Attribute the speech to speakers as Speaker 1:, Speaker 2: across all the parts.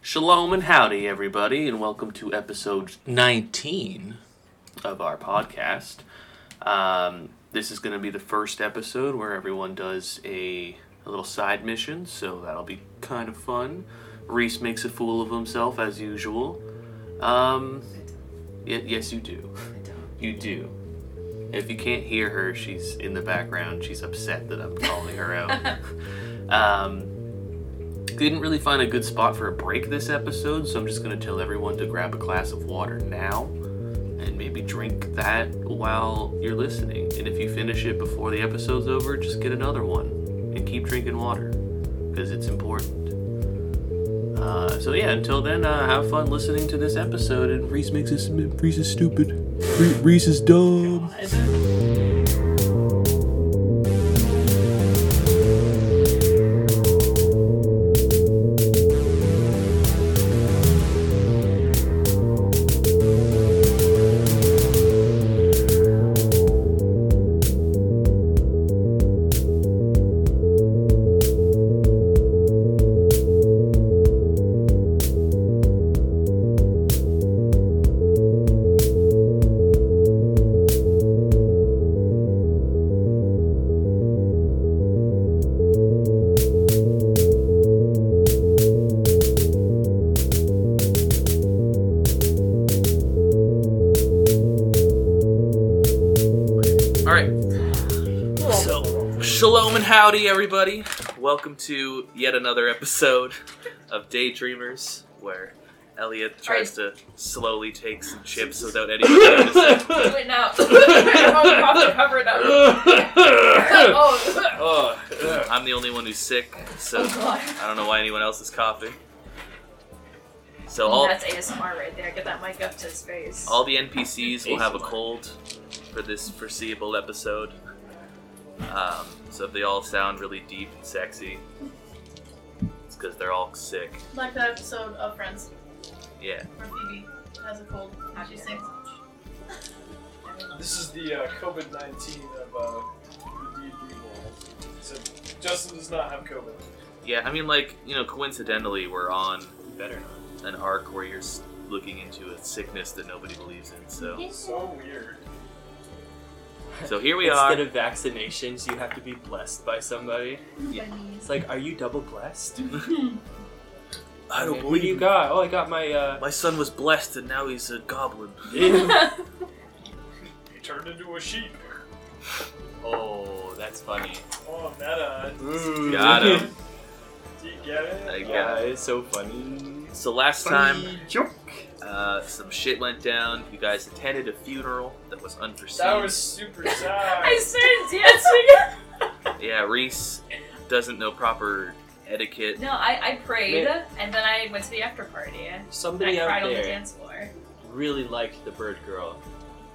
Speaker 1: Shalom and howdy, everybody, and welcome to episode
Speaker 2: 19.
Speaker 1: of our podcast. Um, this is going to be the first episode where everyone does a, a little side mission, so that'll be kind of fun. Reese makes a fool of himself as usual. Um, y- yes, you do. You do. If you can't hear her, she's in the background. She's upset that I'm calling her out. um, didn't really find a good spot for a break this episode, so I'm just going to tell everyone to grab a glass of water now and maybe drink that while you're listening. And if you finish it before the episode's over, just get another one and keep drinking water because it's important. Uh, so yeah, until then, uh, have fun listening to this episode. And Reese makes us Reese is stupid. Re- Reese is dumb. All right. So, shalom and howdy, everybody. Welcome to yet another episode of Daydreamers, where Elliot tries to slowly take some chips without anyone noticing.
Speaker 3: Do it now. Turn your phone off and cover it up. Oh,
Speaker 2: Oh,
Speaker 1: I'm the only one who's sick, so
Speaker 3: oh god.
Speaker 1: I don't know why anyone else is coughing. So all
Speaker 3: That's ASMR right there. Get that mic up to his face.
Speaker 1: all the NPCs will have a cold for this foreseeable episode. Um, so if they all sound really deep and sexy, it's because they're all sick.
Speaker 4: Like that episode of Friends
Speaker 1: Yeah.
Speaker 4: where Phoebe has a cold and she sings.
Speaker 5: This is the uh, COVID nineteen of uh, the D&D world. So Justin does not have COVID.
Speaker 1: Yeah, I mean, like, you know, coincidentally, we're on better an arc where you're s- looking into a sickness that nobody believes in. So,
Speaker 5: So weird.
Speaker 1: so here we
Speaker 6: Instead
Speaker 1: are.
Speaker 6: of vaccinations, you have to be blessed by somebody.
Speaker 1: Yeah.
Speaker 6: It's like, are you double blessed?
Speaker 1: I
Speaker 6: What do you got? Oh, I got my. uh...
Speaker 1: My son was blessed, and now he's a goblin.
Speaker 6: ew.
Speaker 5: He turned into a sheep.
Speaker 6: oh, that's funny.
Speaker 5: Oh, meta.
Speaker 6: Ooh.
Speaker 1: Got him.
Speaker 5: Do you get it?
Speaker 1: I got
Speaker 5: Uh,
Speaker 6: Mm. Yeah, it's so funny.
Speaker 1: So last time,
Speaker 6: Funny joke.
Speaker 1: uh, some shit went down. You guys attended a funeral that was unforeseen.
Speaker 5: That was super
Speaker 3: I
Speaker 5: sad.
Speaker 3: started dancing.
Speaker 1: Yeah, Reese doesn't know proper etiquette.
Speaker 3: no, I, I prayed and then I went to the after party.
Speaker 6: Somebody
Speaker 3: I cried
Speaker 6: out
Speaker 3: on the
Speaker 6: there
Speaker 3: dance floor.
Speaker 6: really liked the bird girl,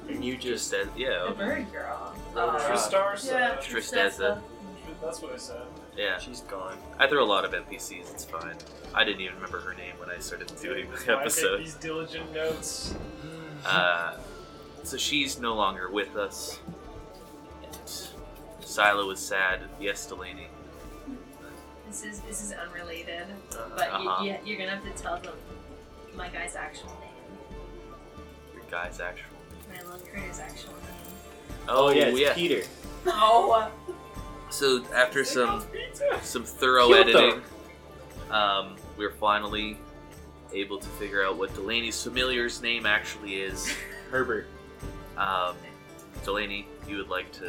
Speaker 6: and you
Speaker 1: Just
Speaker 6: just
Speaker 1: said, yeah,
Speaker 3: The
Speaker 1: okay.
Speaker 3: bird girl.
Speaker 5: Oh,
Speaker 6: Wrote
Speaker 3: Uh,
Speaker 6: her up.
Speaker 5: Tristar said.
Speaker 1: Tristezza.
Speaker 5: That's what I said.
Speaker 1: yeah.
Speaker 6: she's gone.
Speaker 1: I throw a lot of NPCs. It's fine. I didn't even remember her name when I started doing
Speaker 5: That's
Speaker 1: this
Speaker 5: why I take
Speaker 1: episode.
Speaker 5: These diligent notes.
Speaker 1: Uh, so she's no longer with us. And Silo is sad. Yes, Delaney.
Speaker 3: this is this is unrelated, but
Speaker 6: Uh,
Speaker 1: Uh-huh.
Speaker 3: you, you, you're gonna have to tell them my guy's actual name,
Speaker 1: Your guy's actual.
Speaker 3: my little critter's actual name.
Speaker 1: Oh,
Speaker 6: yeah, it's
Speaker 1: yeah.
Speaker 6: Peter.
Speaker 3: Oh,
Speaker 1: So after some
Speaker 5: Pizza.
Speaker 1: some thorough
Speaker 6: Cute,
Speaker 1: editing. Um, we are finally able to figure out what Delaney's familiar's name actually is.
Speaker 6: Herbert.
Speaker 1: Um, Delaney, you would like to.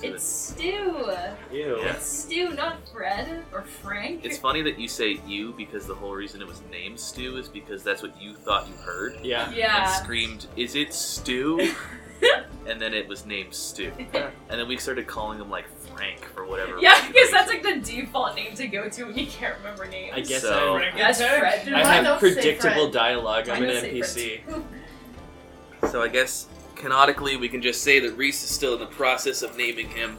Speaker 1: to-
Speaker 3: it's Stu.
Speaker 6: Ew.
Speaker 1: Yeah.
Speaker 3: It's Stu, not Fred or Frank.
Speaker 1: it's funny that you say you because the whole reason it was named Stu is because that's what you thought you heard.
Speaker 6: Yeah.
Speaker 1: And
Speaker 3: yeah.
Speaker 1: screamed, Is it Stu? and then it was named Stu.
Speaker 6: Yeah.
Speaker 1: And then we started calling him like Frank for whatever.
Speaker 3: Yeah, because
Speaker 1: reason.
Speaker 3: that's like the default name to go to when you can't remember names.
Speaker 6: I guess
Speaker 1: So-
Speaker 6: I,
Speaker 3: That's Fred.
Speaker 5: Dude,
Speaker 6: I
Speaker 5: why
Speaker 6: have
Speaker 4: don't say
Speaker 6: predictable
Speaker 4: Fred?
Speaker 6: dialogue. I'm
Speaker 3: I'm
Speaker 6: an
Speaker 3: gonna say
Speaker 6: NPC.
Speaker 1: So I guess canonically we can just say that Reese is still in the process of naming him.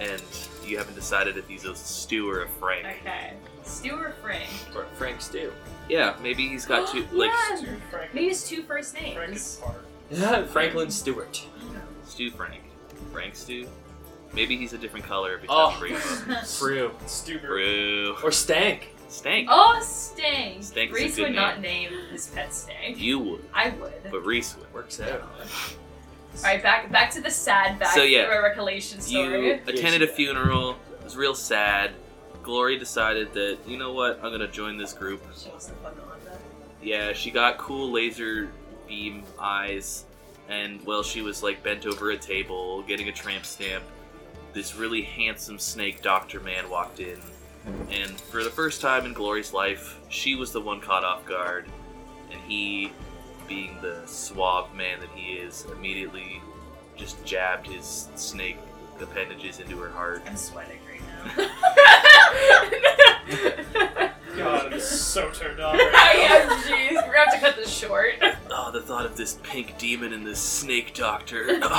Speaker 1: And you haven't decided if he's a Stu or a Frank.
Speaker 3: Okay. Stu or Frank?
Speaker 6: Fr- Frank Stew.
Speaker 1: Yeah, maybe he's got two like
Speaker 3: yeah.
Speaker 5: Dude, Frank-
Speaker 3: Maybe it's two first
Speaker 5: Frank
Speaker 3: names.
Speaker 5: is smart.
Speaker 6: Franklin Stewart.
Speaker 1: Stu Frank. Frank Stu? Maybe he's a different color every time
Speaker 6: Oh.
Speaker 1: you bring him up.
Speaker 6: Brew.
Speaker 5: Stupid.
Speaker 1: Brew.
Speaker 6: Or Stank.
Speaker 1: Stank.
Speaker 3: Oh, Stang.
Speaker 1: Stang's a
Speaker 3: Reese
Speaker 1: good
Speaker 3: would
Speaker 1: name.
Speaker 3: not name his pet Stang.
Speaker 1: You would,
Speaker 3: I would.
Speaker 1: but Reese would.
Speaker 6: Works out.
Speaker 3: All right, back back to the sad back
Speaker 1: So, yeah.
Speaker 3: to our recollection story.
Speaker 1: You attended a
Speaker 6: Yeah.
Speaker 1: funeral. It was real sad. Glory decided that you know what, I'm gonna join this group.
Speaker 4: She wants to fuck Alonda.
Speaker 1: Yeah, she got cool laser beam eyes, and well, she was like bent over a table getting a tramp stamp. This really handsome snake doctor man walked in, and for the first time in Glory's life, she was the one caught off guard, and he, being the suave man that he is, immediately just jabbed his snake appendages into her heart.
Speaker 4: I'm sweating right now.
Speaker 5: God, I'm so turned on.
Speaker 3: Oh,
Speaker 5: Right
Speaker 3: yeah, jeez. We're gonna have to cut this short.
Speaker 1: Oh, the thought of this pink demon and this snake doctor.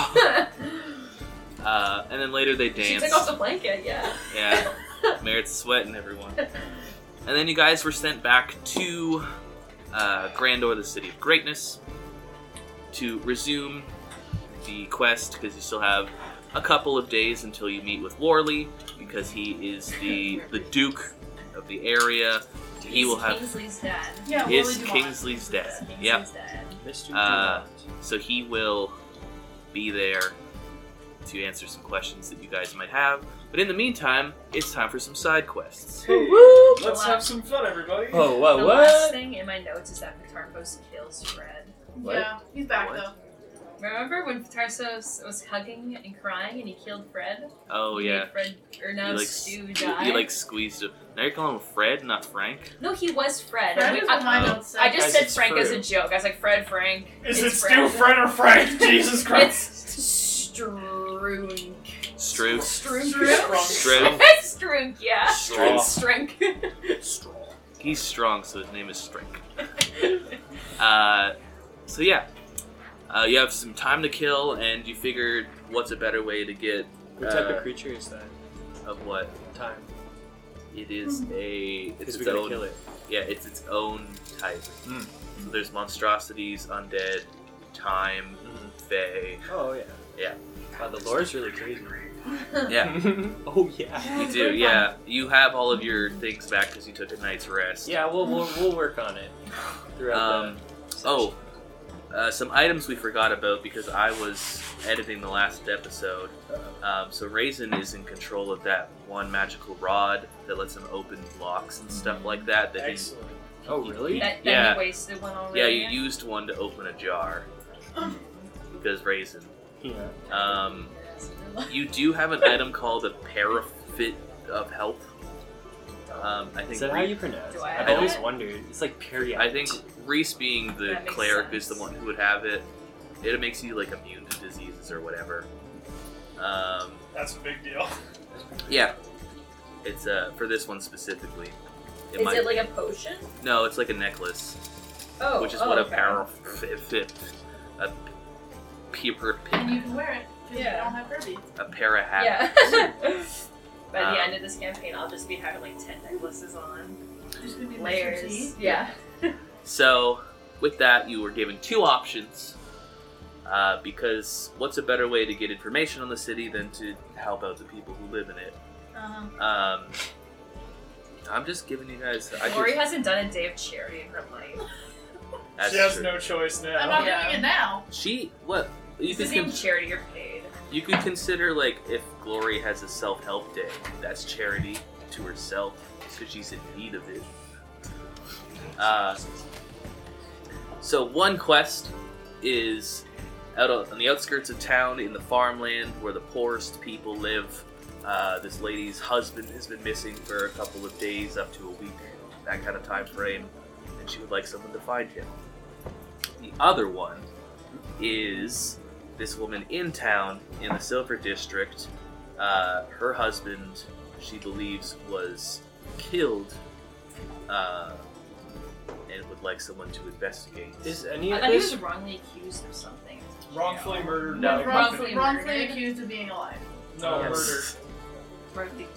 Speaker 1: Uh, and then later they
Speaker 3: she
Speaker 1: danced.
Speaker 3: took off the blanket, yeah.
Speaker 1: Yeah. Merritt's sweating everyone. And then you guys were sent back to uh, Grandor, the City of Greatness, to resume the quest because you still have a couple of days until you meet with Warley because he is the the Duke of the area. He will have
Speaker 3: Kingsley's dad.
Speaker 4: yeah, what
Speaker 1: is
Speaker 4: would you want?
Speaker 1: Kingsley's dad.
Speaker 4: Kingsley's
Speaker 1: Yep.
Speaker 4: dad.
Speaker 6: Mr.
Speaker 1: Uh,
Speaker 6: Dumont.
Speaker 1: So he will be there to answer some questions that you guys might have. But in the meantime, it's time for some side quests.
Speaker 5: Hey,
Speaker 3: Woo!
Speaker 5: let's have some fun, everybody.
Speaker 6: Oh,
Speaker 3: The
Speaker 6: what?
Speaker 3: last
Speaker 6: What?
Speaker 3: thing in my notes is that Patarpos kills Fred.
Speaker 6: What?
Speaker 4: Yeah, he's back
Speaker 6: What?
Speaker 4: though.
Speaker 3: Remember when Patarsos was hugging and crying and he killed Fred?
Speaker 1: Oh
Speaker 3: He made
Speaker 1: yeah,
Speaker 3: Fred or now
Speaker 1: you like
Speaker 3: Stu
Speaker 1: you-
Speaker 3: died.
Speaker 1: you like squeezed him. Now you're calling him Fred, not Frank.
Speaker 3: no, he was Fred.
Speaker 4: Fred
Speaker 3: We-
Speaker 4: is what
Speaker 3: I,
Speaker 4: my
Speaker 1: uh,
Speaker 4: notes
Speaker 3: I
Speaker 4: said.
Speaker 3: just
Speaker 6: Guys,
Speaker 3: said
Speaker 6: it's
Speaker 3: Frank as
Speaker 6: Fred.
Speaker 3: a joke. I was like Fred Frank.
Speaker 5: Is it
Speaker 3: it's
Speaker 5: Stu, Fred, or Frank? Jesus
Speaker 3: It's
Speaker 5: Christ.
Speaker 3: Strunk.
Speaker 1: Stroke.
Speaker 3: Strunk.
Speaker 1: Strunk.
Speaker 3: Strunk, yeah.
Speaker 1: Strunk.
Speaker 3: Strunk.
Speaker 1: He's strong, so his name is Strink. Uh, so yeah, uh, you have some time to kill, and you figured what's a better way to get
Speaker 6: What type
Speaker 1: Uh,
Speaker 6: of creature is that?
Speaker 1: of what
Speaker 6: Time.
Speaker 1: it is
Speaker 6: Hmm.
Speaker 1: a it's
Speaker 6: Because
Speaker 1: its
Speaker 6: we gotta
Speaker 1: own
Speaker 6: kill it.
Speaker 1: Yeah, it's its own type.
Speaker 6: Mm.
Speaker 1: So there's monstrosities, undead, time, fae.
Speaker 6: Oh yeah.
Speaker 1: Mm-hmm. Yeah.
Speaker 6: Wow, the lore's really crazy.
Speaker 1: Yeah,
Speaker 6: oh yeah.
Speaker 1: you do. Yeah, you have all of your things back because you took a night's rest.
Speaker 6: Yeah, we'll we'll, we'll work on it throughout
Speaker 1: Um.
Speaker 6: the. session.
Speaker 1: Oh, uh, some items we forgot about because I was editing the last episode. Um, so Raisin is in control of that one magical rod that lets him open locks and stuff like that. That he,
Speaker 5: Excellent.
Speaker 6: Oh really?
Speaker 3: That, that
Speaker 1: Yeah.
Speaker 3: he wasted one already.
Speaker 1: yeah, you used one to open a jar because Raisin.
Speaker 6: Yeah.
Speaker 1: Um, You do have an item called a paraffit of health. Um, I think
Speaker 6: Is that how
Speaker 1: Reese,
Speaker 6: you pronounce it?
Speaker 3: Do I
Speaker 6: I've
Speaker 1: have
Speaker 6: always
Speaker 3: it?
Speaker 6: wondered. It's like period.
Speaker 1: I think Reese being the
Speaker 3: That makes
Speaker 1: cleric is
Speaker 3: sense.
Speaker 1: the one who would have it. It makes you like immune to diseases or whatever. Um,
Speaker 5: That's a big deal.
Speaker 1: yeah, it's uh, for this one specifically. It
Speaker 3: Is
Speaker 1: might
Speaker 3: it like a potion?
Speaker 1: no, it's like a necklace,
Speaker 3: Oh,
Speaker 1: which is
Speaker 3: oh,
Speaker 1: what
Speaker 3: okay.
Speaker 1: a paraffit, a paraffit,
Speaker 4: And you can wear it. 'cause
Speaker 3: Yeah.
Speaker 4: You don't have Kirby.
Speaker 1: a para hat.
Speaker 3: Yeah. By
Speaker 1: Um,
Speaker 3: the end of this campaign, I'll just be having like ten necklaces on,
Speaker 4: Just gonna be Mr. T.
Speaker 3: layers. Yeah.
Speaker 1: So, with that, you were given two options. Uh, because what's a better way to get information on the city than to help out the people who live in it?
Speaker 4: Uh-huh.
Speaker 1: Um, I'm just giving you guys. I
Speaker 3: Lori
Speaker 1: just,
Speaker 3: hasn't done a day of charity in her life.
Speaker 1: that's
Speaker 5: she has
Speaker 1: true.
Speaker 5: no choice now.
Speaker 4: I'm not
Speaker 3: Yeah.
Speaker 4: doing it now.
Speaker 1: She what? You
Speaker 3: It's the
Speaker 1: could
Speaker 3: same
Speaker 1: con-
Speaker 3: charity you're paid.
Speaker 1: you could consider like if Glory has a self help day, that's charity to herself because she's in need of it. Uh, so one quest is out on the outskirts of town in the farmland where the poorest people live. Uh, this lady's husband has been missing for a couple of days, up to a week, that kind of time frame, and she would like someone to find him. The other one is this woman in town in the Silver District. Uh, her husband, she believes, was killed, uh, and would like someone to investigate.
Speaker 6: Is any
Speaker 3: I
Speaker 6: of
Speaker 3: thought he
Speaker 6: this
Speaker 3: was wrongly accused of something.
Speaker 5: Wrongfully murdered.
Speaker 1: No.
Speaker 5: by a
Speaker 3: Wrongfully
Speaker 5: company.
Speaker 4: Wrongfully
Speaker 3: murdered.
Speaker 4: accused of being alive.
Speaker 5: No
Speaker 1: Yes.
Speaker 3: Wrongly-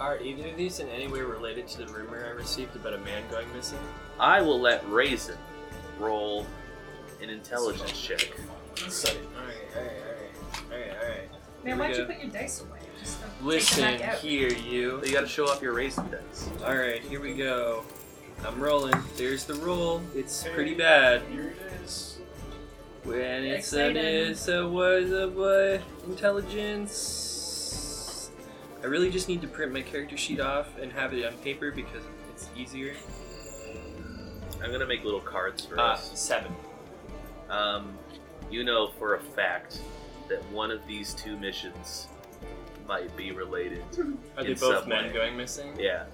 Speaker 6: are either of these in any way related to the rumor I received about a man going missing?
Speaker 1: I will let Raisin roll an intelligence check.
Speaker 5: murder. Insight.
Speaker 6: All right, all right, all right, all right, all right.
Speaker 3: Man,
Speaker 1: we
Speaker 3: why'd you
Speaker 1: go.
Speaker 3: put your dice away? Just don't-
Speaker 6: Listen
Speaker 7: Take it back out.
Speaker 6: here, you.
Speaker 8: You gotta show off your raisin dice.
Speaker 6: All right, here we go. I'm rolling. There's the roll. It's pretty bad.
Speaker 5: Here it is.
Speaker 6: When it's an
Speaker 7: Exciting.
Speaker 6: is a was a what intelligence. I really just need to print my character sheet off and have it on paper because it's easier.
Speaker 1: I'm gonna make little cards for
Speaker 6: Ah,
Speaker 1: us.
Speaker 6: seven.
Speaker 1: Um, you know for a fact that one of these two missions might be related.
Speaker 6: Are they
Speaker 1: In
Speaker 6: both
Speaker 1: some
Speaker 6: men
Speaker 1: way.
Speaker 6: going missing?
Speaker 1: Yeah.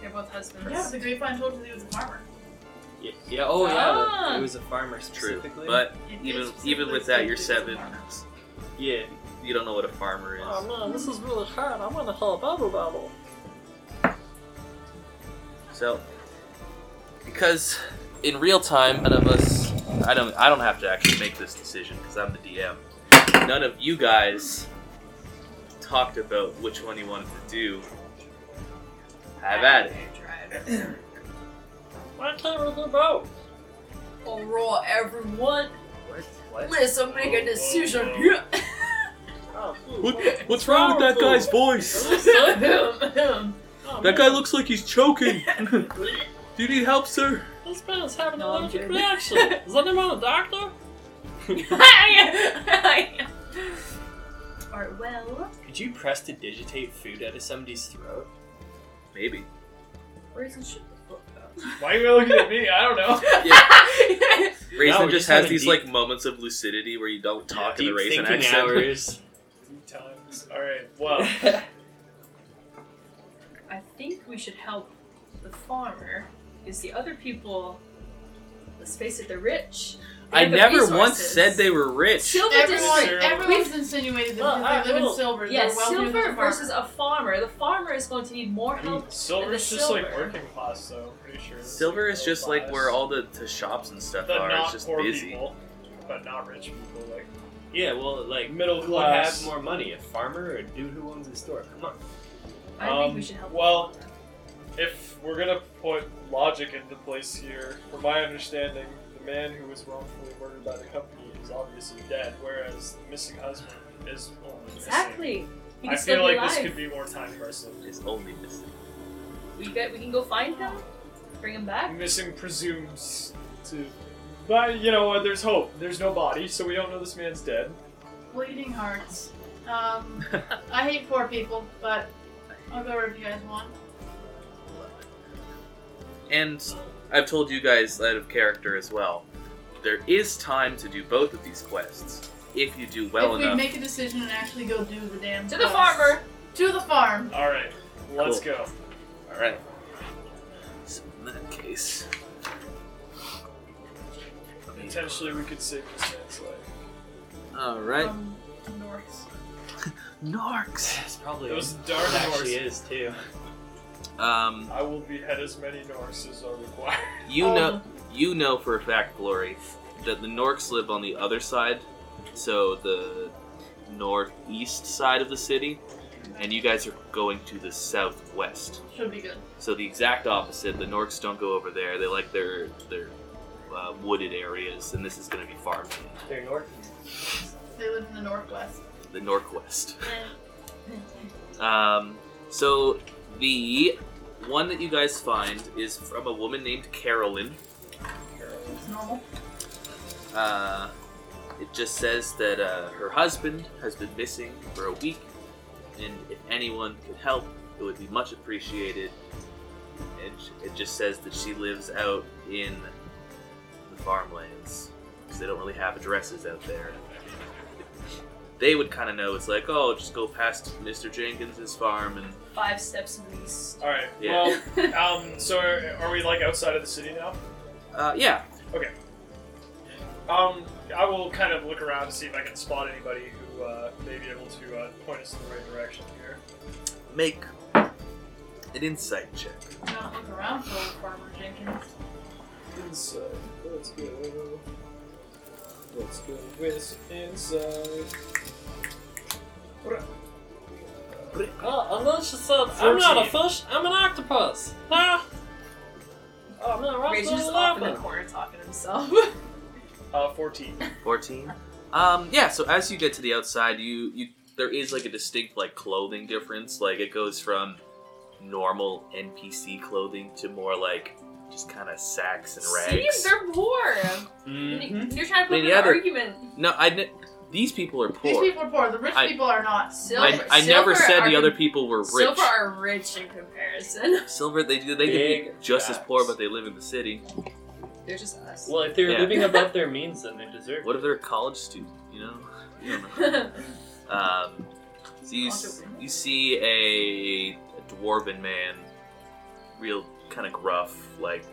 Speaker 7: They're both husbands.
Speaker 3: Yeah, the grapevine told you he was a farmer.
Speaker 6: Yeah. yeah. Oh yeah.
Speaker 7: Ah.
Speaker 6: It was a farmer
Speaker 1: True,
Speaker 6: specifically.
Speaker 1: but
Speaker 3: It
Speaker 1: Even-
Speaker 3: is
Speaker 1: even with
Speaker 3: specifically
Speaker 1: that, you're
Speaker 3: said he was
Speaker 1: seven.
Speaker 3: a farmer.
Speaker 6: yeah.
Speaker 1: you don't know what a farmer is.
Speaker 6: Oh, man, this is really hard. I'm gonna haul a bubble bubble.
Speaker 1: So, because in real time, none of us, I don't, I don't have to actually make this decision because I'm the DM. None of you guys talked about which one you wanted to do. Have at it.
Speaker 3: Tried.
Speaker 6: Why can't we do both?
Speaker 3: Oh,
Speaker 7: All raw, everyone.
Speaker 6: What? What?
Speaker 7: Listen, make a decision. Yeah.
Speaker 6: Oh,
Speaker 1: what's
Speaker 6: wrong with that guy's
Speaker 1: voice? looks like he's choking. Do you need help, sir?
Speaker 6: This man is having
Speaker 7: an No, I'm allergic joking.
Speaker 6: reaction. Is anyone a doctor?
Speaker 3: Alright, well.
Speaker 6: Could you press to digitate food out of somebody's throat?
Speaker 1: Maybe.
Speaker 3: Where's the shit the fuck up?
Speaker 5: Why are you looking at me? I don't know.
Speaker 1: Raisin
Speaker 6: we're
Speaker 1: just
Speaker 6: just
Speaker 1: has
Speaker 6: having
Speaker 1: these
Speaker 6: deep-
Speaker 1: like moments of lucidity where you don't talk in
Speaker 6: Deep
Speaker 1: the raisin
Speaker 6: thinking
Speaker 1: accent.
Speaker 6: hours.
Speaker 5: Three times. All right. Well,
Speaker 6: Oh,
Speaker 3: I think we should help the farmer, because the other people, let's face it, they're rich. They
Speaker 1: I
Speaker 3: have the
Speaker 1: never once
Speaker 3: resources.
Speaker 1: said they were rich.
Speaker 3: Silver
Speaker 5: Everyone-
Speaker 3: just
Speaker 5: Sure.
Speaker 4: Everyone, everyone's insinuated that
Speaker 6: Well,
Speaker 4: because they
Speaker 6: I
Speaker 4: live in
Speaker 6: will-
Speaker 4: silver.
Speaker 3: Yeah,
Speaker 4: they're wealthier than
Speaker 3: silver
Speaker 4: the farmer.
Speaker 3: versus a farmer. The farmer is going to need more help.
Speaker 5: silver's
Speaker 3: the
Speaker 5: just like
Speaker 3: silver.
Speaker 5: working class, though. I'm pretty sure. It's
Speaker 1: Silver is
Speaker 5: middle
Speaker 1: just like
Speaker 5: class.
Speaker 1: where all the, the shops and stuff
Speaker 5: the
Speaker 1: are.
Speaker 5: not
Speaker 1: It's just
Speaker 5: poor
Speaker 1: busy.
Speaker 5: people, but not rich people. Like
Speaker 6: yeah, well, like,
Speaker 5: middle
Speaker 6: who would have
Speaker 5: class.
Speaker 6: more money, a farmer or a dude who owns a store? Come on.
Speaker 3: I think
Speaker 5: Um,
Speaker 3: we should help.
Speaker 5: well, if we're gonna put logic into place here, from my understanding, the man who was wrongfully murdered by the company is obviously dead, whereas the missing husband is only missing.
Speaker 3: exactly. He
Speaker 5: I
Speaker 3: can still
Speaker 5: feel
Speaker 3: be
Speaker 5: like
Speaker 3: alive.
Speaker 5: this could be more time person.
Speaker 1: It's only missing.
Speaker 3: We bet we can go find him, bring him back.
Speaker 5: Missing presumes to. But you know what? There's hope. There's no body, so we don't know this man's dead.
Speaker 4: Bleeding hearts. Um, I hate poor people, but I'll go wherever you guys want.
Speaker 1: And I've told you guys out of character as well. There is time to do both of these quests if you do well
Speaker 4: if we
Speaker 1: enough.
Speaker 4: make a decision and actually go do the damn
Speaker 3: To the
Speaker 4: quest.
Speaker 3: farmer.
Speaker 4: To the farm.
Speaker 5: All right, let's
Speaker 1: Cool.
Speaker 5: go.
Speaker 1: All right. So in that case,
Speaker 5: Potentially, we could save this man's life.
Speaker 1: all right.
Speaker 3: From the north.
Speaker 1: Narks.
Speaker 6: That's probably
Speaker 5: Those darn
Speaker 6: it actually
Speaker 5: Norse.
Speaker 6: is, too.
Speaker 1: Um,
Speaker 5: I will behead as many Norse as are required.
Speaker 1: you
Speaker 4: Oh.
Speaker 1: know, you know for a fact, Glory, that the Norks live on the other side, so the northeast side of the city, and you guys are going to the southwest.
Speaker 4: Should be good.
Speaker 1: So the exact opposite. The Norks don't go over there. They like their their uh, wooded areas, and this is going to be farmland,
Speaker 6: They're north.
Speaker 4: They live in the northwest.
Speaker 1: the Norquest. Um, so the one that you guys find is from a woman named Carolyn.
Speaker 4: It's normal.
Speaker 1: Uh, it just says that uh, her husband has been missing for a week, and if anyone could help, it would be much appreciated. And sh- it just says that she lives out in the farmlands because they don't really have addresses out there. They would kind of know. It's like, oh, just go past Mr. Jenkins's farm, and
Speaker 3: Five steps in the east.
Speaker 5: All right.
Speaker 1: Yeah.
Speaker 5: Well, um, so are, are we like outside of the city now?
Speaker 1: uh, yeah,
Speaker 5: Um, I will kind of look around to see if I can spot anybody who uh, may be able to uh, point us in the right direction here.
Speaker 1: make an insight check.
Speaker 4: You don't look around for old farmer Jenkins.
Speaker 5: Inside. Let's go. Let's go with inside.
Speaker 6: Oh, I love yourself.
Speaker 5: I'm not a
Speaker 6: fish. I'm an octopus. Ah. Oh man,
Speaker 3: Raisin just off in the corner talking to himself.
Speaker 5: Uh, fourteen.
Speaker 1: 14 um yeah so as you get to the outside you you there is like a distinct like clothing difference. Like it goes from normal NPC clothing to more like just kind of sacks and rags.
Speaker 3: See, they're poor.
Speaker 1: Mm.
Speaker 5: Mhm.
Speaker 3: You're trying to put
Speaker 1: I mean,
Speaker 3: up
Speaker 1: yeah,
Speaker 3: an
Speaker 1: they're-
Speaker 3: argument.
Speaker 1: no, I ne- these people are
Speaker 4: These
Speaker 1: poor.
Speaker 4: people are poor. The rich
Speaker 1: I-
Speaker 4: people are not.
Speaker 3: Silver,
Speaker 1: I, I never
Speaker 3: silver
Speaker 1: said
Speaker 3: are
Speaker 1: the other people were rich.
Speaker 3: Silver are rich in comparison.
Speaker 1: Silver, they do. They can
Speaker 6: Big
Speaker 1: be just as poor,
Speaker 6: facts.
Speaker 1: but they live in the city.
Speaker 3: They're just us.
Speaker 6: Well, if they're
Speaker 1: Yeah.
Speaker 6: living above their means, then they deserve.
Speaker 1: What if they're a college student? You know, you don't know. Um, so you, s- you see a, a dwarven man, real kind of gruff, like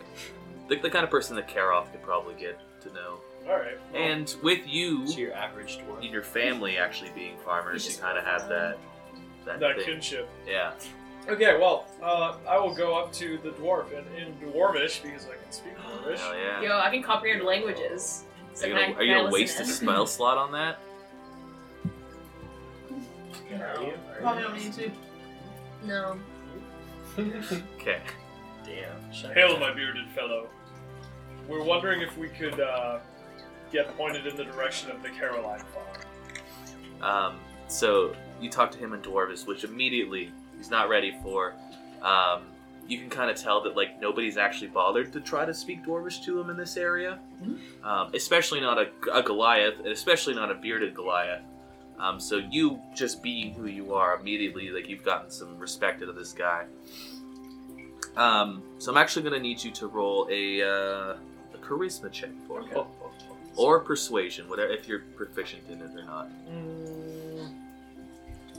Speaker 1: the, the kind of person that Karoth could probably get to know.
Speaker 5: Alright.
Speaker 1: And with you
Speaker 6: it to your average dwarf.
Speaker 1: and your family actually being farmers,
Speaker 3: He's
Speaker 1: you
Speaker 3: just-
Speaker 1: kind of have that that,
Speaker 5: That
Speaker 1: thing.
Speaker 5: kinship.
Speaker 1: Yeah.
Speaker 5: Okay, well, uh, I will go up to the dwarf and in dwarvish because I can speak dwarvish.
Speaker 1: Hell yeah.
Speaker 3: Yo, I can comprehend languages. So
Speaker 1: Are you gonna,
Speaker 3: can I-
Speaker 1: are you
Speaker 3: can I
Speaker 1: gonna waste a
Speaker 3: listen
Speaker 1: spell slot on that?
Speaker 4: Probably don't need to.
Speaker 3: in? No.
Speaker 1: Okay.
Speaker 6: Damn. Shut
Speaker 5: Hail,
Speaker 6: up.
Speaker 5: my bearded fellow. We're wondering if we could uh, get pointed in the direction of the Caroline farm.
Speaker 1: Um, so you talk to him in Dwarvis, which immediately he's not ready for. Um, you can kind of tell that like nobody's actually bothered to try to speak Dwarvish to him in this area, um, especially not a, a Goliath, and especially not a bearded Goliath. Um, so you just being who you are immediately, like you've gotten some respect out of this guy. Um, so I'm actually gonna need you to roll a, uh, a charisma check for him, or persuasion, whatever if you're proficient in it or not.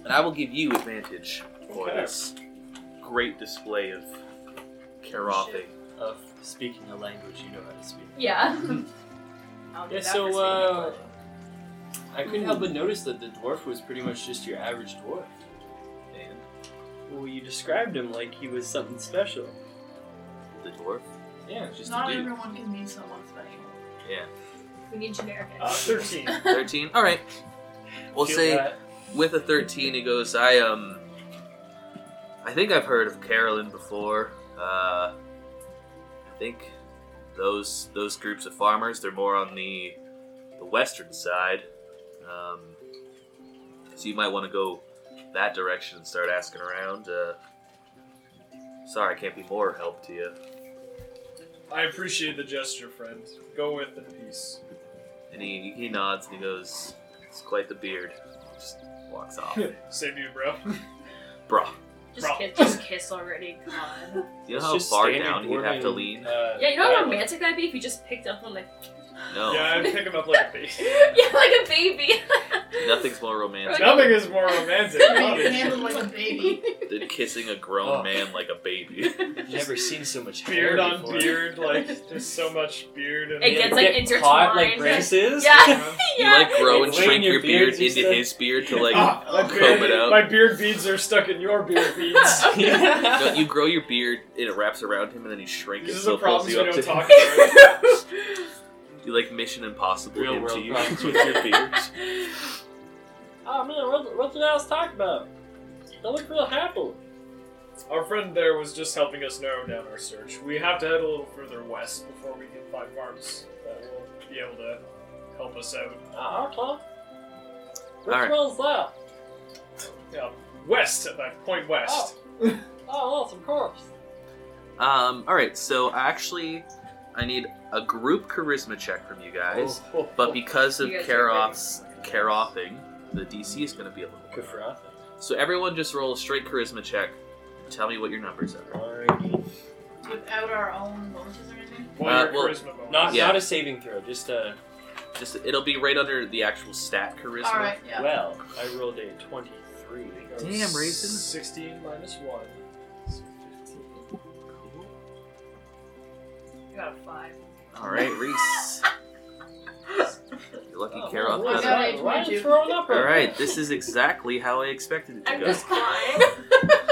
Speaker 1: And I will give you advantage for
Speaker 5: Okay.
Speaker 1: this great display of Karothing.
Speaker 6: Of speaking a language you know how to speak.
Speaker 3: Yeah.
Speaker 7: I'll do
Speaker 6: Yeah,
Speaker 7: that
Speaker 6: so,
Speaker 7: for
Speaker 6: uh, I couldn't help but notice that the dwarf was pretty much just your average dwarf.
Speaker 1: And
Speaker 6: Well, you described him like he was something special.
Speaker 1: the dwarf.
Speaker 6: Yeah, just
Speaker 4: Not
Speaker 6: a dude.
Speaker 4: everyone can be someone special.
Speaker 1: Yeah.
Speaker 3: we need generic.
Speaker 5: Uh, Thirteen.
Speaker 1: 13. All right. We'll
Speaker 6: Feel
Speaker 1: say
Speaker 6: that.
Speaker 1: with a 13 he goes, "I um I think I've heard of Carolyn before. Uh I think those those groups of farmers, they're more on the the western side. Um so you might want to go that direction and start asking around. Uh Sorry, I can't be more help to you.
Speaker 5: I appreciate the gesture, friend. Go with in peace.
Speaker 1: And he, he nods and he goes, It's quite the beard. Just walks off.
Speaker 5: Save you, bro.
Speaker 1: Bruh.
Speaker 3: Just
Speaker 5: Bro.
Speaker 3: kiss, just kiss already. God.
Speaker 1: You know
Speaker 6: It's
Speaker 1: how
Speaker 6: just
Speaker 1: far
Speaker 6: standard
Speaker 1: down he'd have to
Speaker 6: dwarven,
Speaker 1: lean?
Speaker 6: uh,
Speaker 3: Yeah, you know how
Speaker 6: dialect.
Speaker 3: romantic that'd be if you just picked up on like,
Speaker 1: No.
Speaker 5: Yeah, I'd pick him up like a baby.
Speaker 3: yeah, like a baby.
Speaker 1: Nothing's more romantic
Speaker 5: Nothing is more romantic.
Speaker 4: You
Speaker 5: honestly.
Speaker 4: handled like a baby.
Speaker 1: than kissing a grown
Speaker 6: Oh.
Speaker 1: man like a baby.
Speaker 6: Never seen so much hair
Speaker 5: beard on
Speaker 6: before.
Speaker 5: beard, like just so much beard. And
Speaker 3: It gets, like, intertwined.
Speaker 6: caught like braces.
Speaker 3: Yeah.
Speaker 1: You like grow
Speaker 6: Like
Speaker 1: and
Speaker 6: laying
Speaker 1: shrink
Speaker 6: your
Speaker 1: your beard
Speaker 6: beards and
Speaker 1: into
Speaker 6: stuff.
Speaker 1: his beard to like.
Speaker 5: Ah, my,
Speaker 1: comb
Speaker 5: beard,
Speaker 1: it out.
Speaker 5: my beard beads are stuck in your beard beads.
Speaker 1: No,
Speaker 6: Yeah.
Speaker 1: you grow your beard and it wraps around him, and then you shrink
Speaker 5: This
Speaker 1: it
Speaker 5: is
Speaker 1: so
Speaker 5: the
Speaker 1: it pulls
Speaker 5: problems we
Speaker 1: you up
Speaker 5: don't
Speaker 1: to.
Speaker 5: talk about.
Speaker 1: You like Mission Impossible
Speaker 6: Real
Speaker 1: him to
Speaker 6: world
Speaker 1: you
Speaker 6: problems
Speaker 1: with
Speaker 6: with
Speaker 1: your beard.
Speaker 6: Oh man, what, what did I was talking about? I look real happy.
Speaker 5: Our friend there was just helping us narrow down our search. We have to head a little further west before we can find farms that will be able to help us out.
Speaker 6: Ah, okay.
Speaker 1: Which Alright.
Speaker 6: one's that?
Speaker 5: Yeah, west, at that point west.
Speaker 6: Oh, that's of course.
Speaker 1: Um. All right. So actually, I need a group charisma check from you guys,
Speaker 6: Oh,
Speaker 1: but because of
Speaker 3: You guys are very-
Speaker 1: Karoth's Karothing, the DC is going to be a little.
Speaker 6: Good for us.
Speaker 1: So everyone, just roll a straight charisma check. Tell me what your numbers are.
Speaker 6: Alrighty.
Speaker 4: Without our own bonuses or anything.
Speaker 5: Well,
Speaker 1: Uh,
Speaker 5: your
Speaker 1: well,
Speaker 5: charisma bonus.
Speaker 6: Not
Speaker 1: Yeah.
Speaker 6: not a saving throw, just a
Speaker 1: Just it'll be right under the actual stat charisma.
Speaker 4: All right. Yeah.
Speaker 6: well. I rolled a twenty-three.
Speaker 5: Goes
Speaker 1: Damn, Raisin.
Speaker 5: 16 minus 1. So 15.
Speaker 3: I got a five.
Speaker 1: All right, Reese. You're lucky,
Speaker 6: Oh,
Speaker 1: Carol.
Speaker 6: why-
Speaker 4: I got a
Speaker 6: why are you
Speaker 4: 22.
Speaker 6: throwing up
Speaker 1: All
Speaker 6: on
Speaker 1: right,
Speaker 6: me?
Speaker 1: this is exactly how I expected it to
Speaker 3: I'm
Speaker 1: go.
Speaker 3: just crying.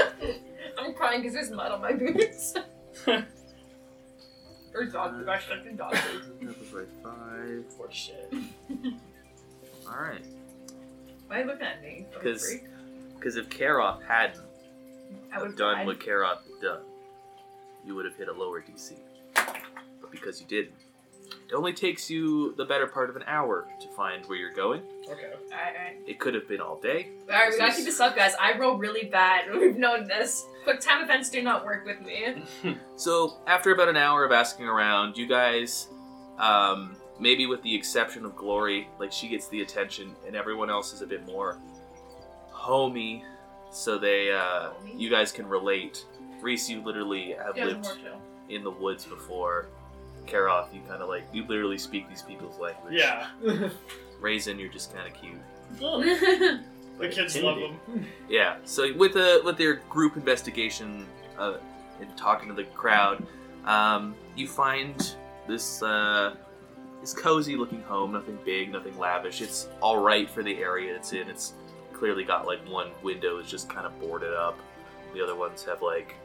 Speaker 3: I'm crying because there's mud on my boots. or dog food. I should have been dog food.
Speaker 1: That was like five.
Speaker 6: Poor shit.
Speaker 1: All right,
Speaker 3: Why are you looking at me? Fucking
Speaker 1: 'Cause-
Speaker 3: freak.
Speaker 1: because if Karoth hadn't
Speaker 3: I would
Speaker 1: done
Speaker 3: I'd-
Speaker 1: what Karoth had done, you would have hit a lower DC. But because you didn't, It only takes you the better part of an hour to find where you're going.
Speaker 5: Okay.
Speaker 3: Alright,
Speaker 1: It could have been all day.
Speaker 3: alright, we gotta keep this up, guys. I roll really bad. We've known this. Quick time events do not work with me.
Speaker 1: So after about an hour of asking around, you guys, um, maybe with the exception of Glory, like she gets the attention, and everyone else is a bit more homey, so they, uh,
Speaker 3: Homey?
Speaker 1: you guys can relate. Reese, you literally have
Speaker 4: Yeah,
Speaker 1: lived
Speaker 4: more chill.
Speaker 1: in the woods before. Karoth, you kind of like you literally speak these people's language.
Speaker 5: Yeah.
Speaker 1: Raisin, you're just kind of cute.
Speaker 5: The
Speaker 1: but
Speaker 5: kids love
Speaker 1: intimidating.
Speaker 5: them.
Speaker 1: Yeah. So with a with their group investigation uh, and talking to the crowd, um, you find this uh, this cozy looking home. Nothing big, nothing lavish. It's all right for the area it's in. It's clearly got like one window is just kind of boarded up. The other ones have like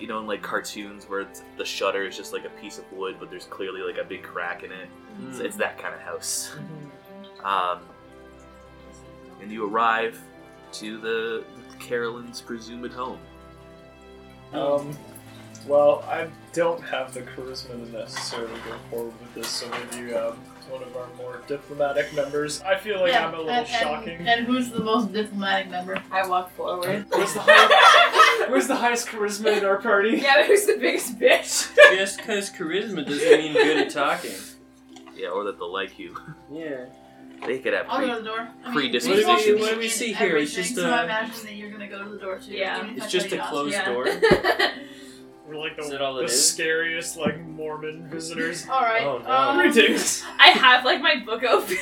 Speaker 1: you know in like cartoons where it's, the shutter is just like a piece of wood, but there's clearly like a big crack in it. It's,
Speaker 6: Hmm.
Speaker 1: it's that kind of house. Um, and you arrive to the Carolyn's presumed home.
Speaker 5: Um, well, I don't have the charisma to necessarily go forward with this, so maybe um, one of our more diplomatic members. I feel like
Speaker 4: yeah,
Speaker 5: I'm a little
Speaker 4: and, and-
Speaker 5: shocking.
Speaker 4: and who's the most diplomatic member? I walk forward.
Speaker 5: Where's the highest, where's the highest charisma in our party?
Speaker 3: yeah, but who's the biggest bitch?
Speaker 6: Just because charisma doesn't mean good at talking.
Speaker 1: Yeah, or that they'll like you.
Speaker 6: Yeah.
Speaker 1: They could have.
Speaker 4: I'll
Speaker 1: Pre-
Speaker 4: go to the door. I mean,
Speaker 1: Pre-disposition.
Speaker 4: we walked
Speaker 1: What do we-
Speaker 6: what do we
Speaker 4: in
Speaker 6: see here? It's
Speaker 4: everything,
Speaker 6: just
Speaker 4: so
Speaker 6: a-
Speaker 4: I imagine that you're gonna go to the door too.
Speaker 3: Yeah.
Speaker 4: even if I
Speaker 6: It's just
Speaker 4: tell
Speaker 6: a
Speaker 4: you not to.
Speaker 6: closed
Speaker 3: yeah.
Speaker 6: door.
Speaker 5: We're like
Speaker 6: Is
Speaker 5: the,
Speaker 6: that all
Speaker 5: the
Speaker 6: it is?
Speaker 5: scariest like Mormon visitors.
Speaker 4: All right.
Speaker 6: Oh, no.
Speaker 4: um,
Speaker 5: Greetings.
Speaker 3: I have like my book open.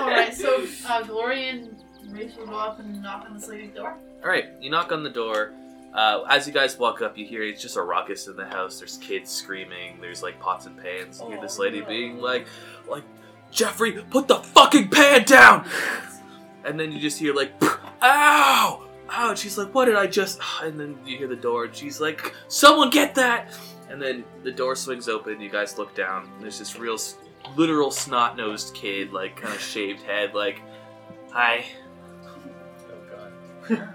Speaker 4: All right. So uh, Glory and Rachel go up and knock on this lady's door.
Speaker 1: All right, you knock on the door. Uh, as you guys walk up, you hear it's just a ruckus in the house. There's kids screaming. There's like pots and pans. You hear this lady being like, like Jeffrey, put the fucking pan down. and then you just hear like, ow, ow. And she's like, what did I just? And then you hear the door. And she's like, someone get that. And then the door swings open. You guys look down. And there's this real, s- literal snot-nosed kid, like kind of shaved head, like, hi.
Speaker 5: Oh god.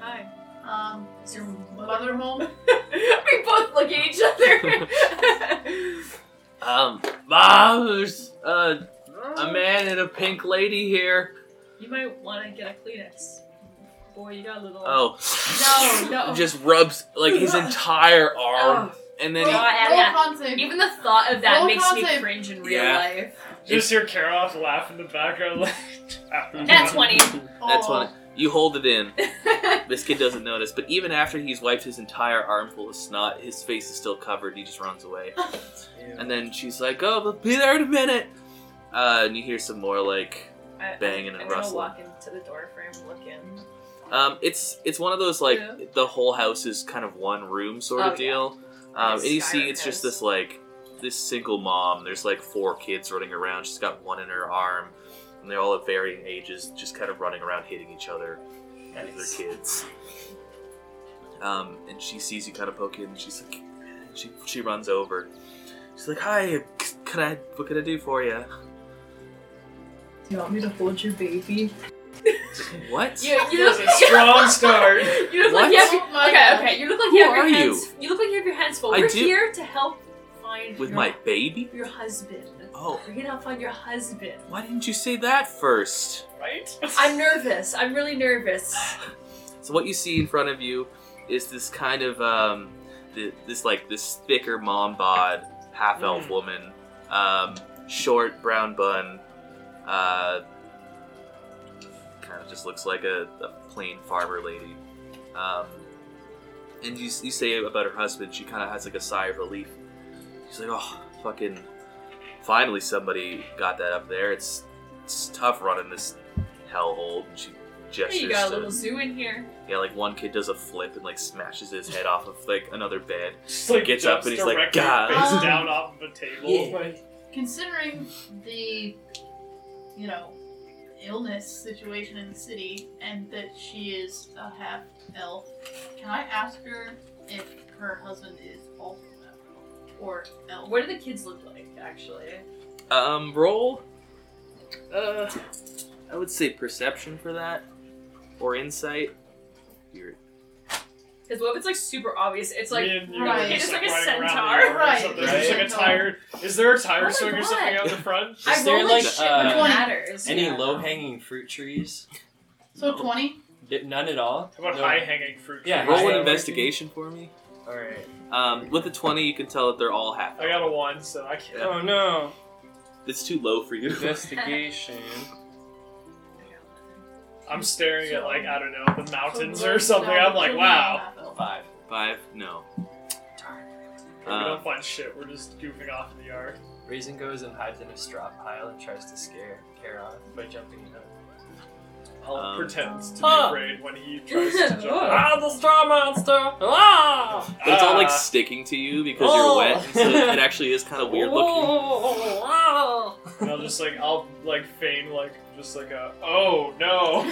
Speaker 3: Hi.
Speaker 4: Um, is your mother home?
Speaker 3: we both look at each other.
Speaker 1: Um, mom, there's uh, a man and a pink lady here.
Speaker 3: you might want to get a Kleenex. Boy, you got a little.
Speaker 1: Oh,
Speaker 3: No, no.
Speaker 1: Just rubs like his entire arm, and then
Speaker 3: Oh,
Speaker 1: he,
Speaker 3: yeah,
Speaker 4: Roll
Speaker 3: yeah.
Speaker 4: con save.
Speaker 3: Even the thought of that
Speaker 4: Roll
Speaker 3: makes
Speaker 4: con
Speaker 3: me
Speaker 4: save.
Speaker 3: cringe in real
Speaker 1: Yeah.
Speaker 3: life.
Speaker 5: Just hear Karoff laugh in the background. Like,
Speaker 3: That's funny.
Speaker 1: that's
Speaker 4: Oh.
Speaker 1: when you hold it in. This kid doesn't notice, but even after he's wiped his entire arm full of snot, his face is still covered. He just runs away, and then she's like, "Oh, we'll be there in a minute." Uh, and you hear some more like
Speaker 3: I-
Speaker 1: banging
Speaker 3: I'm
Speaker 1: and
Speaker 3: gonna
Speaker 1: rustling.
Speaker 3: walk into the door frame, look in.
Speaker 1: Um, it's it's one of those like
Speaker 3: Yeah.
Speaker 1: the whole house is kind of one room sort of
Speaker 3: Oh, yeah.
Speaker 1: deal. Um,
Speaker 3: Nice
Speaker 1: and you see,
Speaker 3: Skyrim
Speaker 1: it's just
Speaker 3: house.
Speaker 1: this like this single mom. There's like four kids running around. She's got one in her arm, and they're all at varying ages, just kind of running around hitting each other as
Speaker 5: Nice.
Speaker 1: they're kids. Um, and she sees you kind of poke in, and she's like, she she runs over. She's like, "Hi, c- can I? What can I do for you?"
Speaker 4: Do you want me to hold your baby?
Speaker 1: What?
Speaker 3: You, you
Speaker 5: That's
Speaker 3: look,
Speaker 5: a strong start.
Speaker 3: you look like you have your,
Speaker 4: Oh my
Speaker 3: okay,
Speaker 4: God.
Speaker 3: okay. You look like you
Speaker 1: Who
Speaker 3: have your
Speaker 1: are you?
Speaker 3: hands. You look like you have your hands full.
Speaker 1: I
Speaker 3: We're
Speaker 1: do-
Speaker 3: here to help find
Speaker 1: With
Speaker 3: your,
Speaker 1: my baby?
Speaker 3: your husband.
Speaker 1: Oh,
Speaker 3: We're here to help find your husband.
Speaker 1: why didn't you say that first?
Speaker 5: Right?
Speaker 3: I'm nervous. I'm really nervous.
Speaker 1: So what you see in front of you is this kind of um, th- this like this thicker mom bod, half elf
Speaker 3: Mm.
Speaker 1: woman, um, short brown bun, uh, kind of just looks like a, a plain farmer lady. Um, and you, s- you say about her husband, she kind of has like a sigh of relief. She's like, oh, fucking, finally somebody got that up there. It's it's tough running this hellhole. And she gestures.
Speaker 3: you got a
Speaker 1: to-
Speaker 3: little zoo in here.
Speaker 1: yeah, like one kid does a flip and like smashes his head off of like another bed.
Speaker 5: Just like
Speaker 1: Gets up and he's like,
Speaker 5: directly
Speaker 1: "God."
Speaker 5: Face down off of a table.
Speaker 6: Yeah.
Speaker 5: Like,
Speaker 4: Considering the, you know, illness situation in the city, and that she is a half elf, can I ask her if her husband is also an elf or elf?
Speaker 3: What do the kids look like, actually?
Speaker 1: Um, roll. Uh, I would say perception for that, or insight. You're
Speaker 3: Because what if it's like super obvious? It's like
Speaker 5: Me and you
Speaker 4: right.
Speaker 5: were
Speaker 4: It's
Speaker 3: like a
Speaker 5: running around
Speaker 3: centaur. Oh
Speaker 5: the yard or
Speaker 4: Right.
Speaker 5: something. There's
Speaker 4: Right.
Speaker 5: like a tire. Is there a tire
Speaker 3: my
Speaker 5: swing or
Speaker 3: God.
Speaker 5: something out the front?
Speaker 3: I
Speaker 6: Is
Speaker 3: roll
Speaker 6: there
Speaker 3: like
Speaker 6: like
Speaker 3: shit
Speaker 6: uh,
Speaker 3: when it matters.
Speaker 6: any
Speaker 3: yeah.
Speaker 6: low hanging fruit trees?
Speaker 4: So twenty.
Speaker 6: Di- None at all.
Speaker 5: How about
Speaker 6: No.
Speaker 5: high hanging fruit?
Speaker 6: Yeah,
Speaker 5: trees?
Speaker 1: Roll
Speaker 6: high-
Speaker 1: an investigation for me.
Speaker 6: All right.
Speaker 1: Um, with the twenty, you can tell that they're all half.
Speaker 5: I got a one, so I can't.
Speaker 6: Oh no!
Speaker 1: It's too low for you.
Speaker 6: Investigation.
Speaker 5: I'm staring at like I don't know the mountains
Speaker 4: So
Speaker 5: or something.
Speaker 4: no,
Speaker 5: I'm like,
Speaker 4: so
Speaker 5: wow.
Speaker 4: no.
Speaker 6: Five.
Speaker 1: Five? No.
Speaker 5: we
Speaker 1: Uh,
Speaker 5: don't find shit. We're just goofing off in the yard.
Speaker 6: Raisin goes and hides in a straw pile and tries to scare Kara by jumping in.
Speaker 5: I'll
Speaker 1: Um,
Speaker 5: pretend to be
Speaker 6: Huh.
Speaker 5: afraid when he tries to jump.
Speaker 3: Ah,
Speaker 6: the straw monster! Ah!
Speaker 1: But it's all like
Speaker 5: Ah.
Speaker 1: sticking to you because
Speaker 6: Oh.
Speaker 1: you're wet. and So it actually is kind of weird looking.
Speaker 5: And I'll just like I'll like feign like just like a oh no.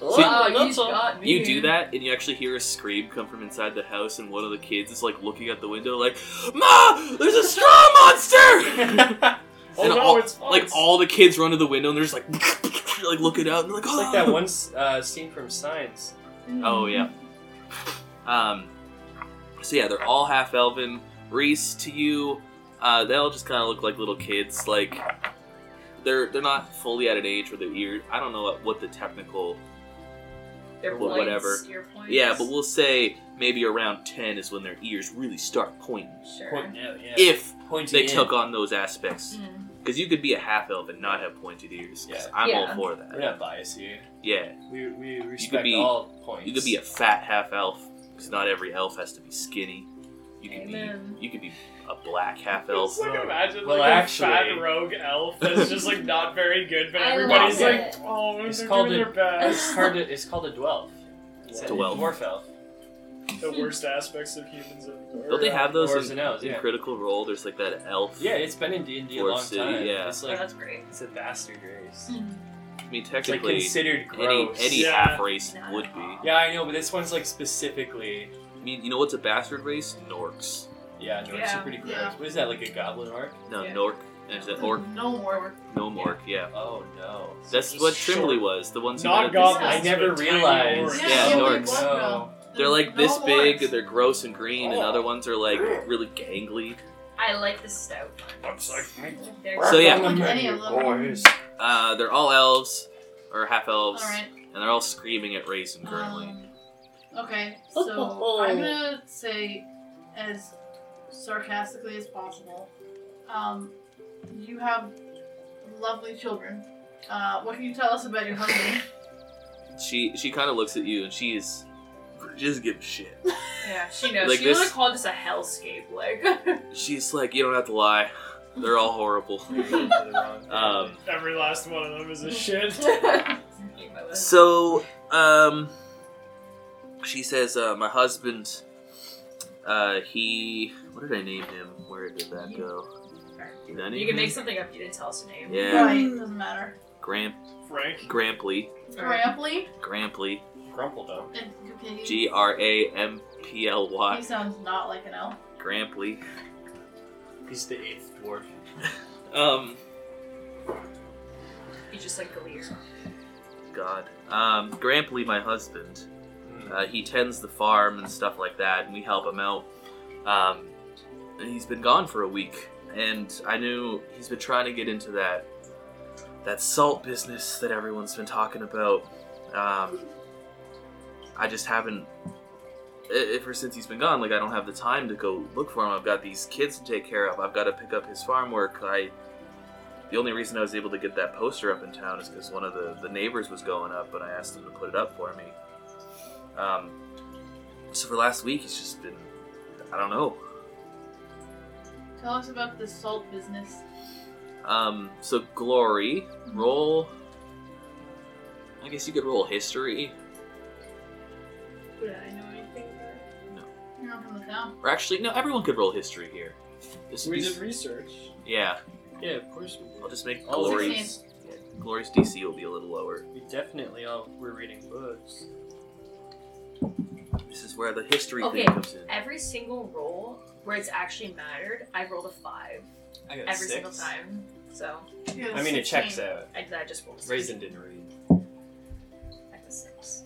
Speaker 3: Wow, you got me.
Speaker 1: You do that, and you actually hear a scream come from inside the house, and one of the kids is like looking out the window, like, "Ma, there's a straw monster!"
Speaker 5: Oh
Speaker 1: and
Speaker 5: no,
Speaker 1: all,
Speaker 5: it's fun.
Speaker 1: like all the kids run to the window, and they're just like, like looking out, and they're like,
Speaker 6: It's
Speaker 1: "Oh."
Speaker 6: like that one s- uh, scene from Signs.
Speaker 3: Mm-hmm.
Speaker 1: Oh yeah. Um. So yeah, they're all half elven. Reese to you, uh, they all just kind of look like little kids. Like they're they're not fully at an age where their ear. I don't know what, what the technical.
Speaker 3: Their
Speaker 1: Well,
Speaker 3: points,
Speaker 1: whatever.
Speaker 3: Your points.
Speaker 1: Yeah, but we'll say maybe around ten is when their ears really start pointing.
Speaker 3: Sure.
Speaker 6: out, yeah.
Speaker 1: If
Speaker 6: Pointing
Speaker 1: they
Speaker 6: in.
Speaker 1: took on those aspects,
Speaker 3: Mm.
Speaker 1: because you could be a half elf and not have pointed ears. 'cause
Speaker 6: Yeah.
Speaker 1: I'm all
Speaker 3: Yeah.
Speaker 1: for
Speaker 6: We're
Speaker 1: that.
Speaker 6: not biased here.
Speaker 1: Yeah,
Speaker 6: We, we respect
Speaker 1: be-
Speaker 6: all points.
Speaker 1: you could be a fat half elf because not every elf has to be skinny. You could be
Speaker 3: Amen.
Speaker 1: you could be a black half elf.
Speaker 5: Just, like imagine
Speaker 6: Well,
Speaker 5: like
Speaker 6: actually-
Speaker 5: a fat rogue elf that's just like not very good, but
Speaker 3: I
Speaker 5: everybody's
Speaker 3: love
Speaker 5: like,
Speaker 3: it.
Speaker 5: oh,
Speaker 6: It's
Speaker 5: they're
Speaker 6: called
Speaker 5: doing
Speaker 6: a-
Speaker 5: their best.
Speaker 6: Uh, It's hard to, It's called a dwelf. It's a
Speaker 1: Dwelf.
Speaker 6: dwarf elf.
Speaker 5: the worst aspects of humans. Are,
Speaker 1: Don't they have those
Speaker 6: Dwarves
Speaker 1: in,
Speaker 6: and elves,
Speaker 1: in
Speaker 6: yeah.
Speaker 1: Critical Role? There's like that elf.
Speaker 6: Yeah, it's been in D and D a
Speaker 1: Dwarf
Speaker 6: long
Speaker 1: city,
Speaker 6: time.
Speaker 1: yeah.
Speaker 6: It's
Speaker 3: Oh,
Speaker 6: like
Speaker 3: that's great.
Speaker 6: it's a bastard race.
Speaker 1: I mean,
Speaker 6: It's like
Speaker 1: technically, any
Speaker 6: considered gross.
Speaker 1: any
Speaker 5: Yeah.
Speaker 1: half race would be. I
Speaker 6: Yeah, I know, but this one's like specifically.
Speaker 1: mean, you know what's a bastard race? Norks.
Speaker 6: Yeah, no, it's
Speaker 3: Yeah.
Speaker 6: pretty gross.
Speaker 4: Yeah.
Speaker 6: What is that? Like a goblin orc?
Speaker 1: No,
Speaker 3: Yeah.
Speaker 1: Nork. There's an orc,
Speaker 4: No more.
Speaker 1: no Mork. Yeah,
Speaker 6: Oh no.
Speaker 1: that's
Speaker 5: Just
Speaker 1: what
Speaker 5: short.
Speaker 1: Trimley was. The ones who
Speaker 5: Not
Speaker 1: had this-
Speaker 5: goblins.
Speaker 6: I never
Speaker 5: but tiny
Speaker 6: realized. Oh.
Speaker 5: orcs.
Speaker 1: Yeah, Yeah,
Speaker 4: only
Speaker 1: orcs.
Speaker 4: one
Speaker 6: No.
Speaker 4: row.
Speaker 1: They're like
Speaker 4: No
Speaker 1: this big,
Speaker 4: orcs.
Speaker 1: and they're gross and green, and
Speaker 6: Oh.
Speaker 1: other ones are like really gangly.
Speaker 3: I like the stout ones. They're
Speaker 1: So, yeah.
Speaker 4: Like any of them.
Speaker 1: Uh, they're all elves or half elves,
Speaker 4: Alright.
Speaker 1: and they're all screaming at Raisin currently.
Speaker 4: Um, okay, so I'm gonna say as sarcastically as possible. Um, you have lovely children. Uh, what can you tell us about your husband? Um.
Speaker 1: She she kind of looks at you, and she is she doesn't give a shit.
Speaker 3: Yeah, she knows.
Speaker 1: Like
Speaker 3: she
Speaker 1: this-
Speaker 3: would have called this a hellscape. Like,
Speaker 1: She's like, you don't have to lie. They're all horrible. Um,
Speaker 5: Every last one of them is a shit.
Speaker 1: So, um, she says, uh, my husband, uh, he, what did I name him? Where did that go? Did I name
Speaker 3: you can make
Speaker 1: him?
Speaker 3: something up. You didn't tell us a name.
Speaker 1: Yeah,
Speaker 4: Right, doesn't matter.
Speaker 1: Gramp,
Speaker 5: Frank.
Speaker 1: Gramply,
Speaker 4: Gramply
Speaker 1: Gramply,
Speaker 6: Grumple though.
Speaker 4: and okay, he-
Speaker 1: G R A M P L
Speaker 4: He
Speaker 1: Y,
Speaker 4: sounds not like an elf.
Speaker 1: Gramply.
Speaker 6: He's the eighth dwarf.
Speaker 1: Um,
Speaker 3: You just like Galeer.
Speaker 1: God, um, Gramply, my husband, Uh, he tends the farm and stuff like that, and we help him out. Um, and he's been gone for a week, and I knew he's been trying to get into that that salt business that everyone's been talking about. Um, I just haven't. e- Ever since he's been gone, like I don't have the time to go look for him. I've got these kids to take care of. I've got to pick up his farm work. I. The only reason I was able to get that poster up in town is because one of the, the neighbors was going up, and I asked him to put it up for me. Um, so for last week, he's just been, I don't know.
Speaker 4: Tell us about the salt business.
Speaker 1: Um, so glory, roll. I guess you could roll history,
Speaker 3: Would I know anything? About?
Speaker 4: You're not from the town.
Speaker 1: or actually, no, everyone could roll history here. This would
Speaker 5: We
Speaker 1: be-
Speaker 5: did research.
Speaker 1: yeah,
Speaker 6: yeah, of course we
Speaker 1: I'll
Speaker 6: did.
Speaker 1: just make
Speaker 6: All
Speaker 4: All
Speaker 1: glory.
Speaker 4: sixteen.
Speaker 1: Glory's DC will be a little lower.
Speaker 6: We definitely all were reading books.
Speaker 1: This is where the history
Speaker 3: Okay.
Speaker 1: thing comes in.
Speaker 3: Every single roll where it's actually mattered, I rolled a five
Speaker 6: I got
Speaker 3: every single time. So
Speaker 4: Yeah,
Speaker 6: I mean,
Speaker 4: 16.
Speaker 6: it checks out.
Speaker 3: I, I just rolled a six.
Speaker 6: Raisin didn't read.
Speaker 3: I have a six.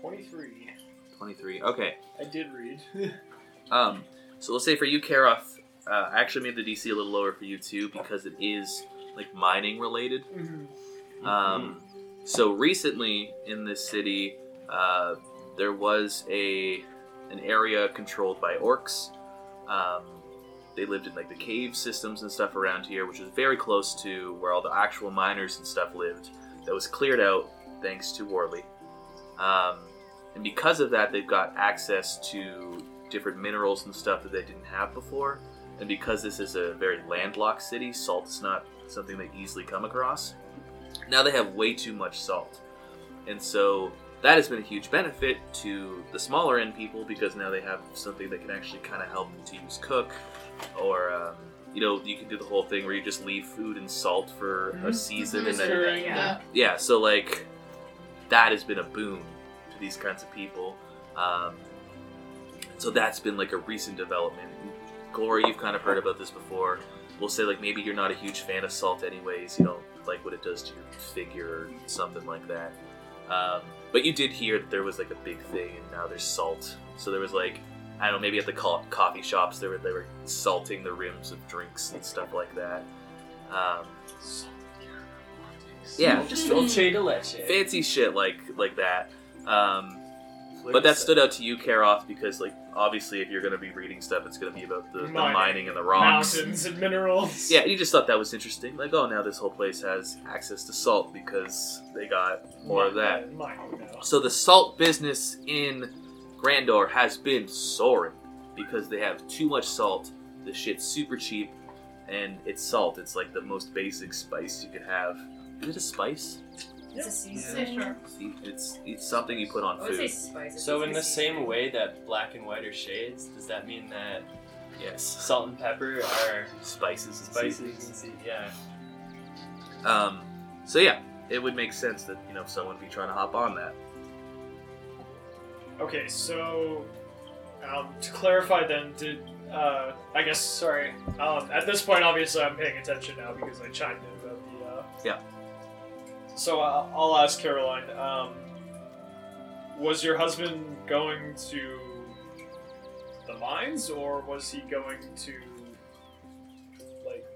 Speaker 5: Twenty-three.
Speaker 1: 23. Okay.
Speaker 5: I did read.
Speaker 1: Um, so let's say for you, Karoth, uh, I actually made the DC a little lower for you too because it is like mining related. Um, so recently in this city, uh, there was a an area controlled by orcs. Um, they lived in like the cave systems and stuff around here, which was very close to where all the actual miners and stuff lived. That was cleared out thanks to Warley. Um, and because of that, they've got access to different minerals and stuff that they didn't have before. And because this is a very landlocked city, salt is not something they easily come across. Now they have way too much salt. And so that has been a huge benefit to the smaller end people because now they have something that can actually kind of help the teams cook. Or, um, you know, you can do the whole thing where you just leave food and salt for a
Speaker 5: Mhm.
Speaker 1: season and then
Speaker 5: Sure,
Speaker 4: yeah.
Speaker 1: yeah so like that has been a boon to these kinds of people um, so that's been like a recent development glory you've kind of heard about this before we'll say like maybe you're not a huge fan of salt anyways you don't like what it does to your figure or something like that um, but you did hear that there was like a big thing and now there's salt so there was like i don't know maybe at the co- coffee shops they were they were salting the rims of drinks and stuff like that um, yeah
Speaker 6: Just Dolce de leche.
Speaker 1: fancy shit like like that. Um, but that stood out to you, Karoth, because like obviously if you're gonna be reading stuff, it's gonna be about the, the
Speaker 5: Mining.
Speaker 1: mining and the rocks.
Speaker 5: Mountains and minerals.
Speaker 1: Yeah, you just thought that was interesting. Like, oh, now this whole place has access to salt because they got more of that.
Speaker 5: Mining now.
Speaker 1: So the salt business in Grandor has been soaring because they have too much salt. The shit's super cheap, and it's salt. It's like the most basic spice you could have. Is it a spice?
Speaker 3: It's a
Speaker 4: Yeah,
Speaker 3: season.
Speaker 4: sure.
Speaker 1: It's it's something you put on
Speaker 3: I would say
Speaker 1: food.
Speaker 3: spices.
Speaker 6: So
Speaker 3: It's
Speaker 6: in
Speaker 3: a
Speaker 6: the
Speaker 3: season.
Speaker 6: same way that black and white are shades, does that mean that
Speaker 1: Yes.
Speaker 6: salt and pepper are
Speaker 1: spices and
Speaker 6: spices?
Speaker 1: seasonings.
Speaker 6: and se- Yeah.
Speaker 1: Um, so yeah, it would make sense that you know someone would be trying to hop on that.
Speaker 5: Okay, so um, to clarify, then, did uh, I guess sorry. Um, at this point, obviously, I'm paying attention now because I chimed in about the. Uh,
Speaker 1: Yeah.
Speaker 5: So uh, I'll ask Caroline. Um, was your husband going to the mines, or was he going to like,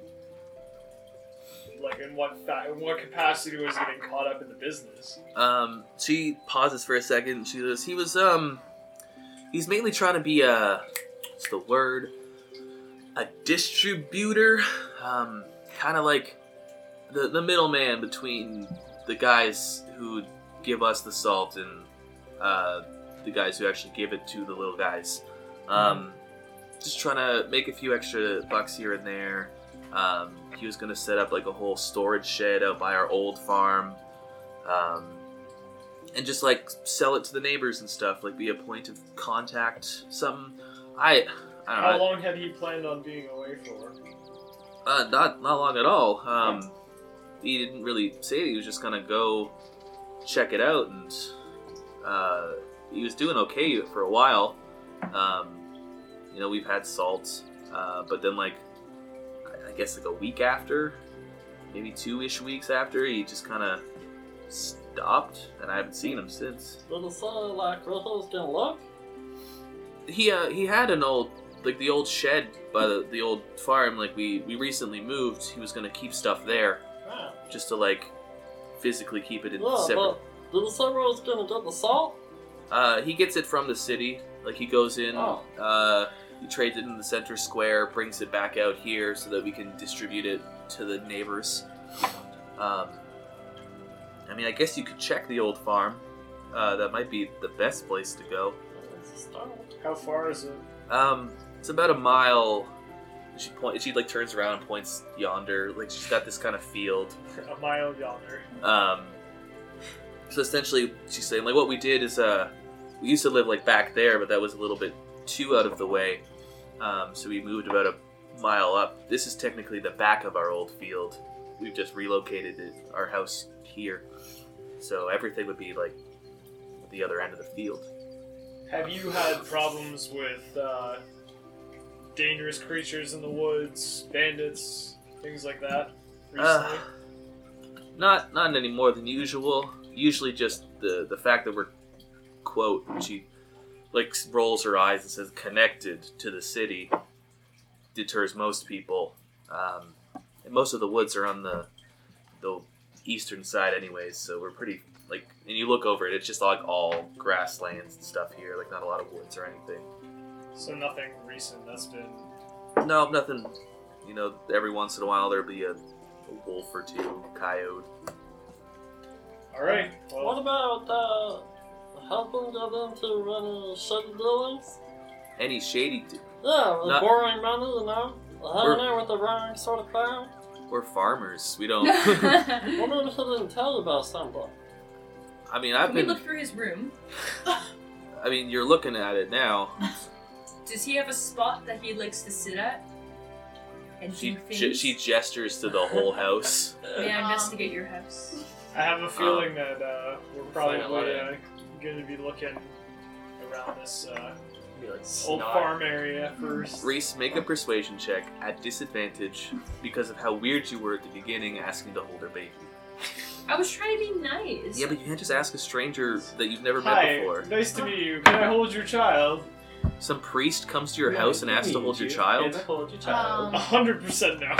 Speaker 5: like in what fa- in what capacity was he getting caught up in the business?
Speaker 1: Um, she pauses for a second. and She goes, "He was um, he's mainly trying to be a what's the word? A distributor, um, kind of like the the middleman between the guys who give us the salt and uh, the guys who actually give it to the little guys. Um, just trying to make a few extra bucks here and there." Um, he was gonna set up like a whole storage shed out by our old farm. Um, and just like sell it to the neighbors and stuff, like be a point of contact, something. I, I
Speaker 5: How
Speaker 1: don't know,
Speaker 5: long had he planned on being away for?
Speaker 1: uh, not not long at all. Um, he didn't really say it. He was just gonna go check it out, and uh, he was doing okay for a while. Um, you know, we've had salt, uh, but then like, I- I guess like a week after, maybe two ish weeks after, he just kind of stopped, and I haven't seen him since.
Speaker 6: Little salt like rolls don't look.
Speaker 1: he uh, he had an old like the old shed by the, the old farm like we we recently moved he was gonna keep stuff there
Speaker 5: Wow.
Speaker 1: just to like physically keep it in
Speaker 6: Yeah,
Speaker 1: separate
Speaker 6: but little salt rolls gonna dump the salt.
Speaker 1: uh he gets it from the city like he goes in
Speaker 6: Oh.
Speaker 1: uh he trades it in the center square brings it back out here so that we can distribute it to the neighbors um i mean i guess you could check the old farm uh that might be the best place to go
Speaker 6: That's a start.
Speaker 5: How far is it?
Speaker 1: Um, it's about a mile. She point. She like turns around and points yonder. Like she's got this kind of field.
Speaker 5: A mile yonder.
Speaker 1: Um, so essentially, she's saying like what we did is uh, we used to live like back there, but that was a little bit too out of the way. Um, so we moved about a mile up. This is technically the back of our old field. We've just relocated it, our house here, so everything would be like the other end of the field.
Speaker 5: Have you had problems with uh, dangerous creatures in the woods, bandits, things like that
Speaker 1: Uh,
Speaker 5: recently?
Speaker 1: not not any more than usual. Usually, just the the fact that we're quote, and she like rolls her eyes and says, "Connected to the city deters most people, um, and most of the woods are on the the eastern side, anyways. So we're pretty like, and you look over it, it's just like all grasslands and stuff here, like not a lot of woods or anything.
Speaker 5: So nothing recent that's been.
Speaker 1: No, nothing. You know, every once in a while there'll be a, a wolf or two, a coyote."
Speaker 5: Alright,
Speaker 9: What
Speaker 5: well,
Speaker 9: about uh, helping them to run uh, shady dealings?
Speaker 1: Any shady d-
Speaker 9: Yeah, with
Speaker 1: Not-
Speaker 9: borrowing money, you know?
Speaker 1: We're-
Speaker 9: Hanging out with the wrong sort of crowd.
Speaker 1: We're farmers. We don't.
Speaker 9: What
Speaker 3: Can
Speaker 9: maybe he didn't tell you about something?
Speaker 1: I mean, I've
Speaker 3: we
Speaker 1: been.
Speaker 3: look through his room?
Speaker 1: I mean, you're looking at it now.
Speaker 3: Does he have a spot that he likes to sit at? And
Speaker 1: She
Speaker 3: do things?
Speaker 1: she, she gestures to the whole house.
Speaker 3: May I
Speaker 4: Um,
Speaker 3: investigate your house?
Speaker 5: I have a feeling that uh, we're probably
Speaker 9: find a lot
Speaker 5: uh, going to be looking around this uh,
Speaker 9: Be like
Speaker 5: old
Speaker 9: snot.
Speaker 5: farm area first.
Speaker 1: Reese, make a persuasion check at disadvantage because of how weird you were at the beginning asking to hold her baby.
Speaker 3: I was trying to be nice.
Speaker 1: Yeah, but you can't just ask a stranger that you've never met
Speaker 5: Hi,
Speaker 1: before.
Speaker 5: nice to meet you. Can I hold your child?
Speaker 1: Some priest comes to your house and asks to hold your child.
Speaker 9: Hold your
Speaker 4: Um,
Speaker 9: child.
Speaker 5: A hundred percent no.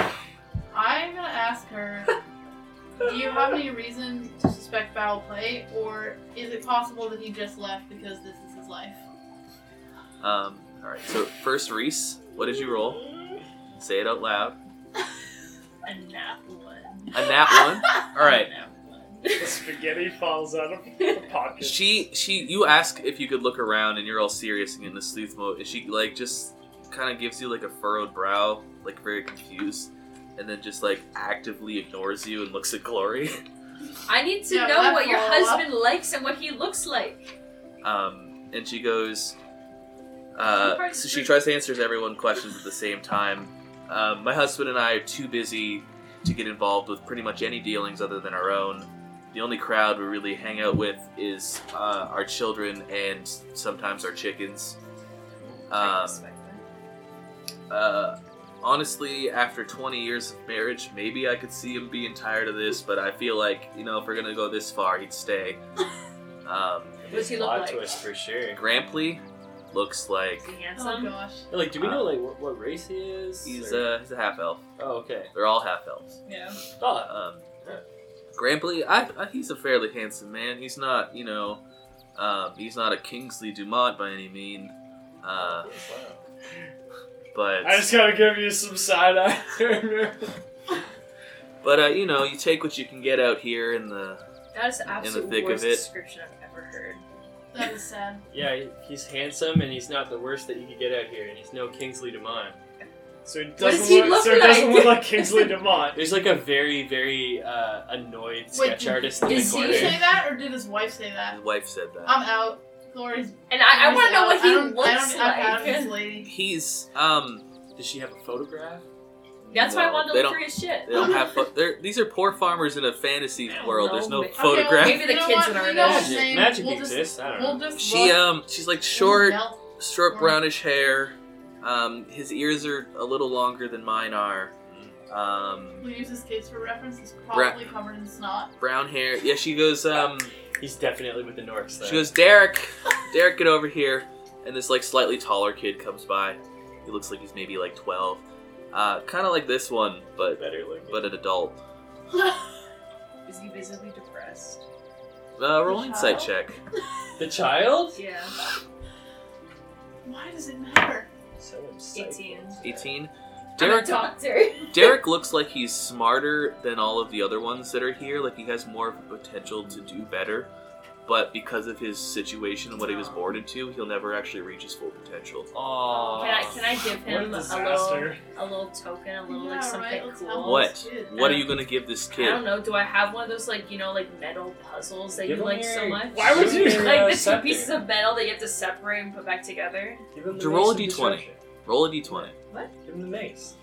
Speaker 4: I'm gonna ask her. Do you have any reason to suspect foul play, or is it possible that he just left because this is his life?
Speaker 1: Um, all right. So first, Reese, what did you roll? Say it out loud.
Speaker 3: A nat one.
Speaker 1: A nat one. All right.
Speaker 3: A nat one.
Speaker 5: The spaghetti falls out of the pocket.
Speaker 1: She she you ask if you could look around and you're all serious and in the sleuth mode and she like just kind of gives you like a furrowed brow, like very confused, and then just like actively ignores you and looks at Glory.
Speaker 3: I need to
Speaker 4: Yeah,
Speaker 3: know
Speaker 4: that
Speaker 3: what your
Speaker 4: follow-up.
Speaker 3: husband likes and what he looks like.
Speaker 1: Um, and she goes. Uh, so she tries to answer everyone's questions at the same time. Um, my husband and I are too busy to get involved with pretty much any dealings other than our own. The only crowd we really hang out with is uh, our children and sometimes our chickens.
Speaker 3: I
Speaker 1: Um,
Speaker 3: respect that.
Speaker 1: uh, honestly, after 20 years of marriage, maybe I could see him being tired of this, but I feel like, you know, if we're gonna go this far, he'd stay. Um,
Speaker 3: What does he look
Speaker 9: Lied
Speaker 3: like?
Speaker 9: to us for sure.
Speaker 1: Grampley looks like
Speaker 3: Is he
Speaker 4: Oh
Speaker 3: handsome?
Speaker 4: gosh.
Speaker 9: Like, do we know like what, what race he is?
Speaker 1: Uh, He's uh,
Speaker 9: or-
Speaker 1: a he's a half elf.
Speaker 9: Oh, okay.
Speaker 1: They're all half elves.
Speaker 3: yeah.
Speaker 9: Oh,
Speaker 1: Um, Grampley, I, I he's a fairly handsome man. He's not you know, um, he's not a Kingsley Dumont by any mean, uh, but
Speaker 5: I just gotta give you some side eye.
Speaker 1: but uh, you know you take what you can get out here in the
Speaker 3: That is the absolute
Speaker 1: thick of
Speaker 3: worst
Speaker 1: it.
Speaker 3: description I've ever heard.
Speaker 4: That is sad.
Speaker 9: yeah, he- he's handsome and he's not the worst that you could get out here, and he's no Kingsley Demon.
Speaker 5: so it
Speaker 3: does
Speaker 5: doesn't
Speaker 3: he
Speaker 5: look,
Speaker 3: look
Speaker 5: so it doesn't
Speaker 3: like?
Speaker 5: look like Kingsley Demont.
Speaker 9: There's like a very, very uh, annoyed sketch
Speaker 4: did-
Speaker 9: artist in
Speaker 4: did
Speaker 9: the
Speaker 4: he
Speaker 3: is
Speaker 9: corner.
Speaker 4: say that, or did his wife say that?
Speaker 1: his wife said that
Speaker 3: Um,
Speaker 4: I'm out. Glory's.
Speaker 3: And I, I want to know what he
Speaker 4: I don't, I
Speaker 3: looks
Speaker 4: don't, I'm out of this
Speaker 3: like.
Speaker 4: lady.
Speaker 1: he's um
Speaker 9: Does she have a photograph?
Speaker 3: That's why I
Speaker 1: no,
Speaker 3: wanted to
Speaker 1: they don't-
Speaker 3: look through his shit.
Speaker 1: They don't have. Fo- they're, these are poor farmers in a fantasy
Speaker 3: I don't
Speaker 1: world. There's
Speaker 3: know,
Speaker 1: no
Speaker 3: ma- okay,
Speaker 4: well,
Speaker 1: photograph.
Speaker 3: Maybe the
Speaker 4: You know
Speaker 3: kids
Speaker 4: what?
Speaker 3: in uh, our
Speaker 4: You know
Speaker 3: age.
Speaker 4: what?
Speaker 9: Magic,
Speaker 4: saying,
Speaker 9: magic
Speaker 4: we'll just-
Speaker 9: exists. I don't
Speaker 4: We'll
Speaker 9: know.
Speaker 4: just
Speaker 1: She
Speaker 4: look.
Speaker 1: um she's like
Speaker 4: We'll
Speaker 1: short,
Speaker 4: melt.
Speaker 1: short brownish hair. Um, his ears are a little longer than mine are. Um,
Speaker 4: We'll use his kids for reference. He's
Speaker 1: Bra-
Speaker 4: probably covered in snot.
Speaker 1: brown hair. Yeah, she goes. Um,
Speaker 9: He's definitely with the Norks. Though.
Speaker 1: she goes. Derek, Derek, get over here. And this like slightly taller kid comes by. He looks like he's maybe like twelve. Uh, kind of like this one, but
Speaker 9: better looking.
Speaker 1: but an adult.
Speaker 3: Is he visibly depressed?
Speaker 1: Uh, roll an insight check.
Speaker 9: the child.
Speaker 3: Yeah.
Speaker 4: Why does it matter?
Speaker 9: So insightful.
Speaker 3: 18.
Speaker 1: Eighteen.
Speaker 3: I'm a
Speaker 1: Derek
Speaker 3: doctor.
Speaker 1: Derek looks like he's smarter than all of the other ones that are here. Like he has more of a potential to do better, but because of his situation and what he was born into, he'll never actually reach his full potential.
Speaker 9: Aw.
Speaker 4: Oh,
Speaker 3: Can I can I give
Speaker 5: What a
Speaker 3: him a, little
Speaker 5: disaster.
Speaker 3: a little token, a little
Speaker 4: Yeah,
Speaker 3: like something
Speaker 4: right, let's help
Speaker 3: cool?
Speaker 4: him.
Speaker 1: What?
Speaker 4: Kid.
Speaker 1: What are you gonna give this
Speaker 3: I don't
Speaker 1: kid?
Speaker 3: know. Do I have one of those like you know like metal puzzles that
Speaker 9: Give
Speaker 3: you
Speaker 9: him
Speaker 3: like
Speaker 9: your-
Speaker 3: so much?
Speaker 5: Why would you-
Speaker 9: give him your, uh,
Speaker 3: like the two
Speaker 9: scepter.
Speaker 3: pieces of metal that you have to separate and put back together?
Speaker 9: Give him the
Speaker 1: To roll a
Speaker 9: mace of
Speaker 1: D20.
Speaker 9: destruction.
Speaker 1: Roll a d20.
Speaker 9: Give him the mace.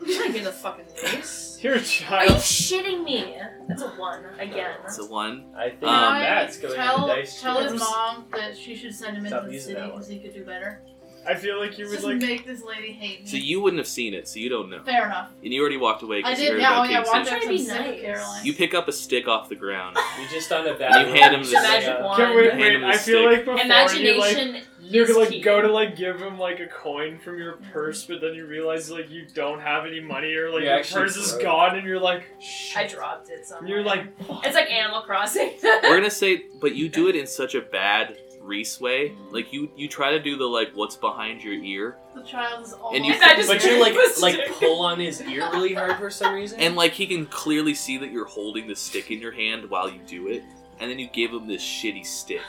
Speaker 3: I'm not gonna fucking mace.
Speaker 5: You're a
Speaker 3: Are you
Speaker 5: child.
Speaker 3: shitting me? That's a one again.
Speaker 1: It's a one.
Speaker 9: I think
Speaker 1: Um,
Speaker 4: Can I
Speaker 9: that's going
Speaker 4: tell,
Speaker 9: in the dice.
Speaker 4: tell his
Speaker 9: chest.
Speaker 4: mom that she should send him
Speaker 9: Stop
Speaker 4: into the
Speaker 9: using
Speaker 4: city
Speaker 9: that one.
Speaker 4: because he could do better.
Speaker 5: I feel like you would
Speaker 4: Just
Speaker 5: like.
Speaker 4: make this lady hate me.
Speaker 1: So you wouldn't have seen it, so you don't know.
Speaker 4: Fair enough.
Speaker 1: And you already walked away
Speaker 4: I
Speaker 1: because you heard
Speaker 4: did. Yeah. Oh
Speaker 1: about
Speaker 4: yeah.
Speaker 1: King's
Speaker 4: Watch
Speaker 1: Inch.
Speaker 3: Trying
Speaker 4: out
Speaker 3: to
Speaker 4: for
Speaker 3: be
Speaker 4: Sarah
Speaker 3: nice.
Speaker 4: Caroline.
Speaker 1: You pick up a stick off the ground.
Speaker 6: You just on a
Speaker 1: And you hand him uh,
Speaker 3: It's
Speaker 1: the
Speaker 3: a magic
Speaker 9: uh,
Speaker 1: stick.
Speaker 3: wand.
Speaker 5: Can we, wait,
Speaker 1: Randomly
Speaker 5: I feel like before you like
Speaker 3: Imagination.
Speaker 5: You
Speaker 3: is
Speaker 5: could like
Speaker 3: key. Mm-hmm.
Speaker 5: go to like give him like a coin from your purse, but then you realize like you don't have any money or like
Speaker 10: You
Speaker 5: your
Speaker 10: actually
Speaker 5: purse is
Speaker 10: broke.
Speaker 5: gone, and you're like, shh.
Speaker 3: I dropped it
Speaker 5: And
Speaker 3: somewhere.
Speaker 5: you're like,
Speaker 3: It's like Animal Crossing.
Speaker 1: We're gonna say, but you do it in such a bad Reese way. Like you, you try to do the like, what's behind your ear,
Speaker 4: The child is almost.
Speaker 1: And you-
Speaker 3: And I just
Speaker 6: But you like
Speaker 3: was
Speaker 6: like
Speaker 3: doing-
Speaker 6: pull on his ear really hard for some reason.
Speaker 1: and like he can clearly see that you're holding the stick in your hand while you do it, and then you give him this shitty stick.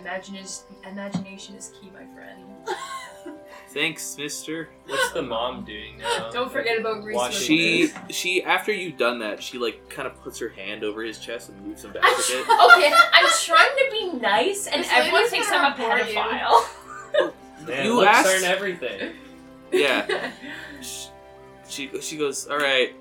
Speaker 3: Imagine is, imagination is key, my friend.
Speaker 1: Thanks, Mister.
Speaker 6: what's the mom doing
Speaker 1: Uh,
Speaker 6: now?
Speaker 3: Don't forget about Reese
Speaker 6: Washing
Speaker 1: She,
Speaker 6: this.
Speaker 1: she. After you've done that, she like kind of puts her hand over his chest and moves him back a bit.
Speaker 3: Okay, I'm trying to be nice, and
Speaker 4: This
Speaker 3: everyone
Speaker 4: lady's
Speaker 3: thinks I'm
Speaker 4: gonna
Speaker 3: a
Speaker 4: bore you.
Speaker 3: pedophile.
Speaker 6: Man,
Speaker 1: You
Speaker 6: looks
Speaker 1: asked-
Speaker 6: aren't everything.
Speaker 1: Yeah. Sh- She, she goes, all right.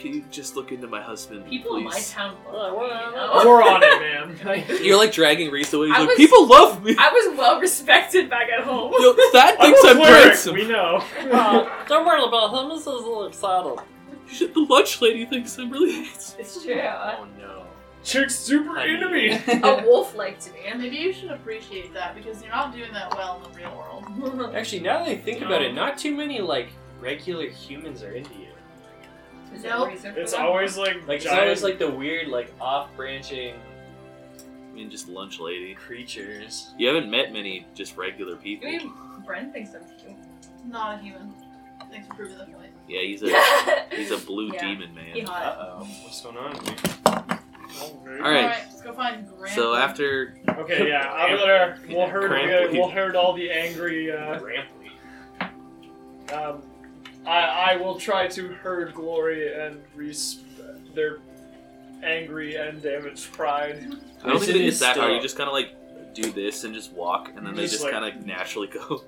Speaker 1: Can you just look into my husband,
Speaker 3: People in my
Speaker 1: please?"
Speaker 3: town love
Speaker 6: Well,
Speaker 3: me.
Speaker 6: well,
Speaker 3: you
Speaker 6: well.
Speaker 3: know?
Speaker 5: we're on it, man. Like,
Speaker 1: You're like dragging Reese away. He's
Speaker 3: I
Speaker 1: like,
Speaker 3: was-
Speaker 1: people love me.
Speaker 3: I was well respected back at home.
Speaker 1: Yo, that
Speaker 5: I'm
Speaker 1: thinks
Speaker 5: a
Speaker 1: I'm
Speaker 5: cleric,
Speaker 1: handsome.
Speaker 5: We know.
Speaker 6: don't worry about him. This is a little excited.
Speaker 1: Shit, the lunch lady thinks I'm really handsome.
Speaker 3: It's true. A
Speaker 6: Oh no.
Speaker 5: Chick's super into me.
Speaker 3: wolf liked
Speaker 4: And maybe you should appreciate that because you're not doing that well in the real world.
Speaker 3: me.
Speaker 6: Actually, now that I think about it, not too many like regular humans are into you.
Speaker 3: Is
Speaker 4: Nope.
Speaker 3: there a reason for
Speaker 5: It's
Speaker 3: that?
Speaker 5: always like,
Speaker 6: Like it's
Speaker 5: giant-
Speaker 6: always like the weird like off branching
Speaker 1: I mean, just lunch lady.
Speaker 6: creatures.
Speaker 1: You haven't met many just regular
Speaker 3: I
Speaker 1: people.
Speaker 3: mean, Bren thinks I'm cute.
Speaker 4: Not a human. Thanks for proving that point.
Speaker 1: Yeah, he's a he's
Speaker 3: He's
Speaker 1: a blue
Speaker 3: Yeah.
Speaker 1: demon man.
Speaker 3: He
Speaker 6: Uh
Speaker 3: hot.
Speaker 6: oh, what's going on? Here?
Speaker 5: Oh, man.
Speaker 1: All right.
Speaker 4: let's go find Grandpa.
Speaker 1: So after
Speaker 5: Okay, yeah, I'm gonna. We'll herd. we'll-
Speaker 6: Cramp-
Speaker 5: We'll herd all the angry. Uh,
Speaker 6: Ramply.
Speaker 5: um, I I will try to herd Glory and Reese, uh, their angry and damaged pride.
Speaker 1: I don't
Speaker 6: Listen
Speaker 1: think
Speaker 6: is
Speaker 1: it's that hard.
Speaker 6: still-
Speaker 1: You just kind of like do this and just walk, and then they
Speaker 5: Just
Speaker 1: just
Speaker 5: like-
Speaker 1: kind of naturally go.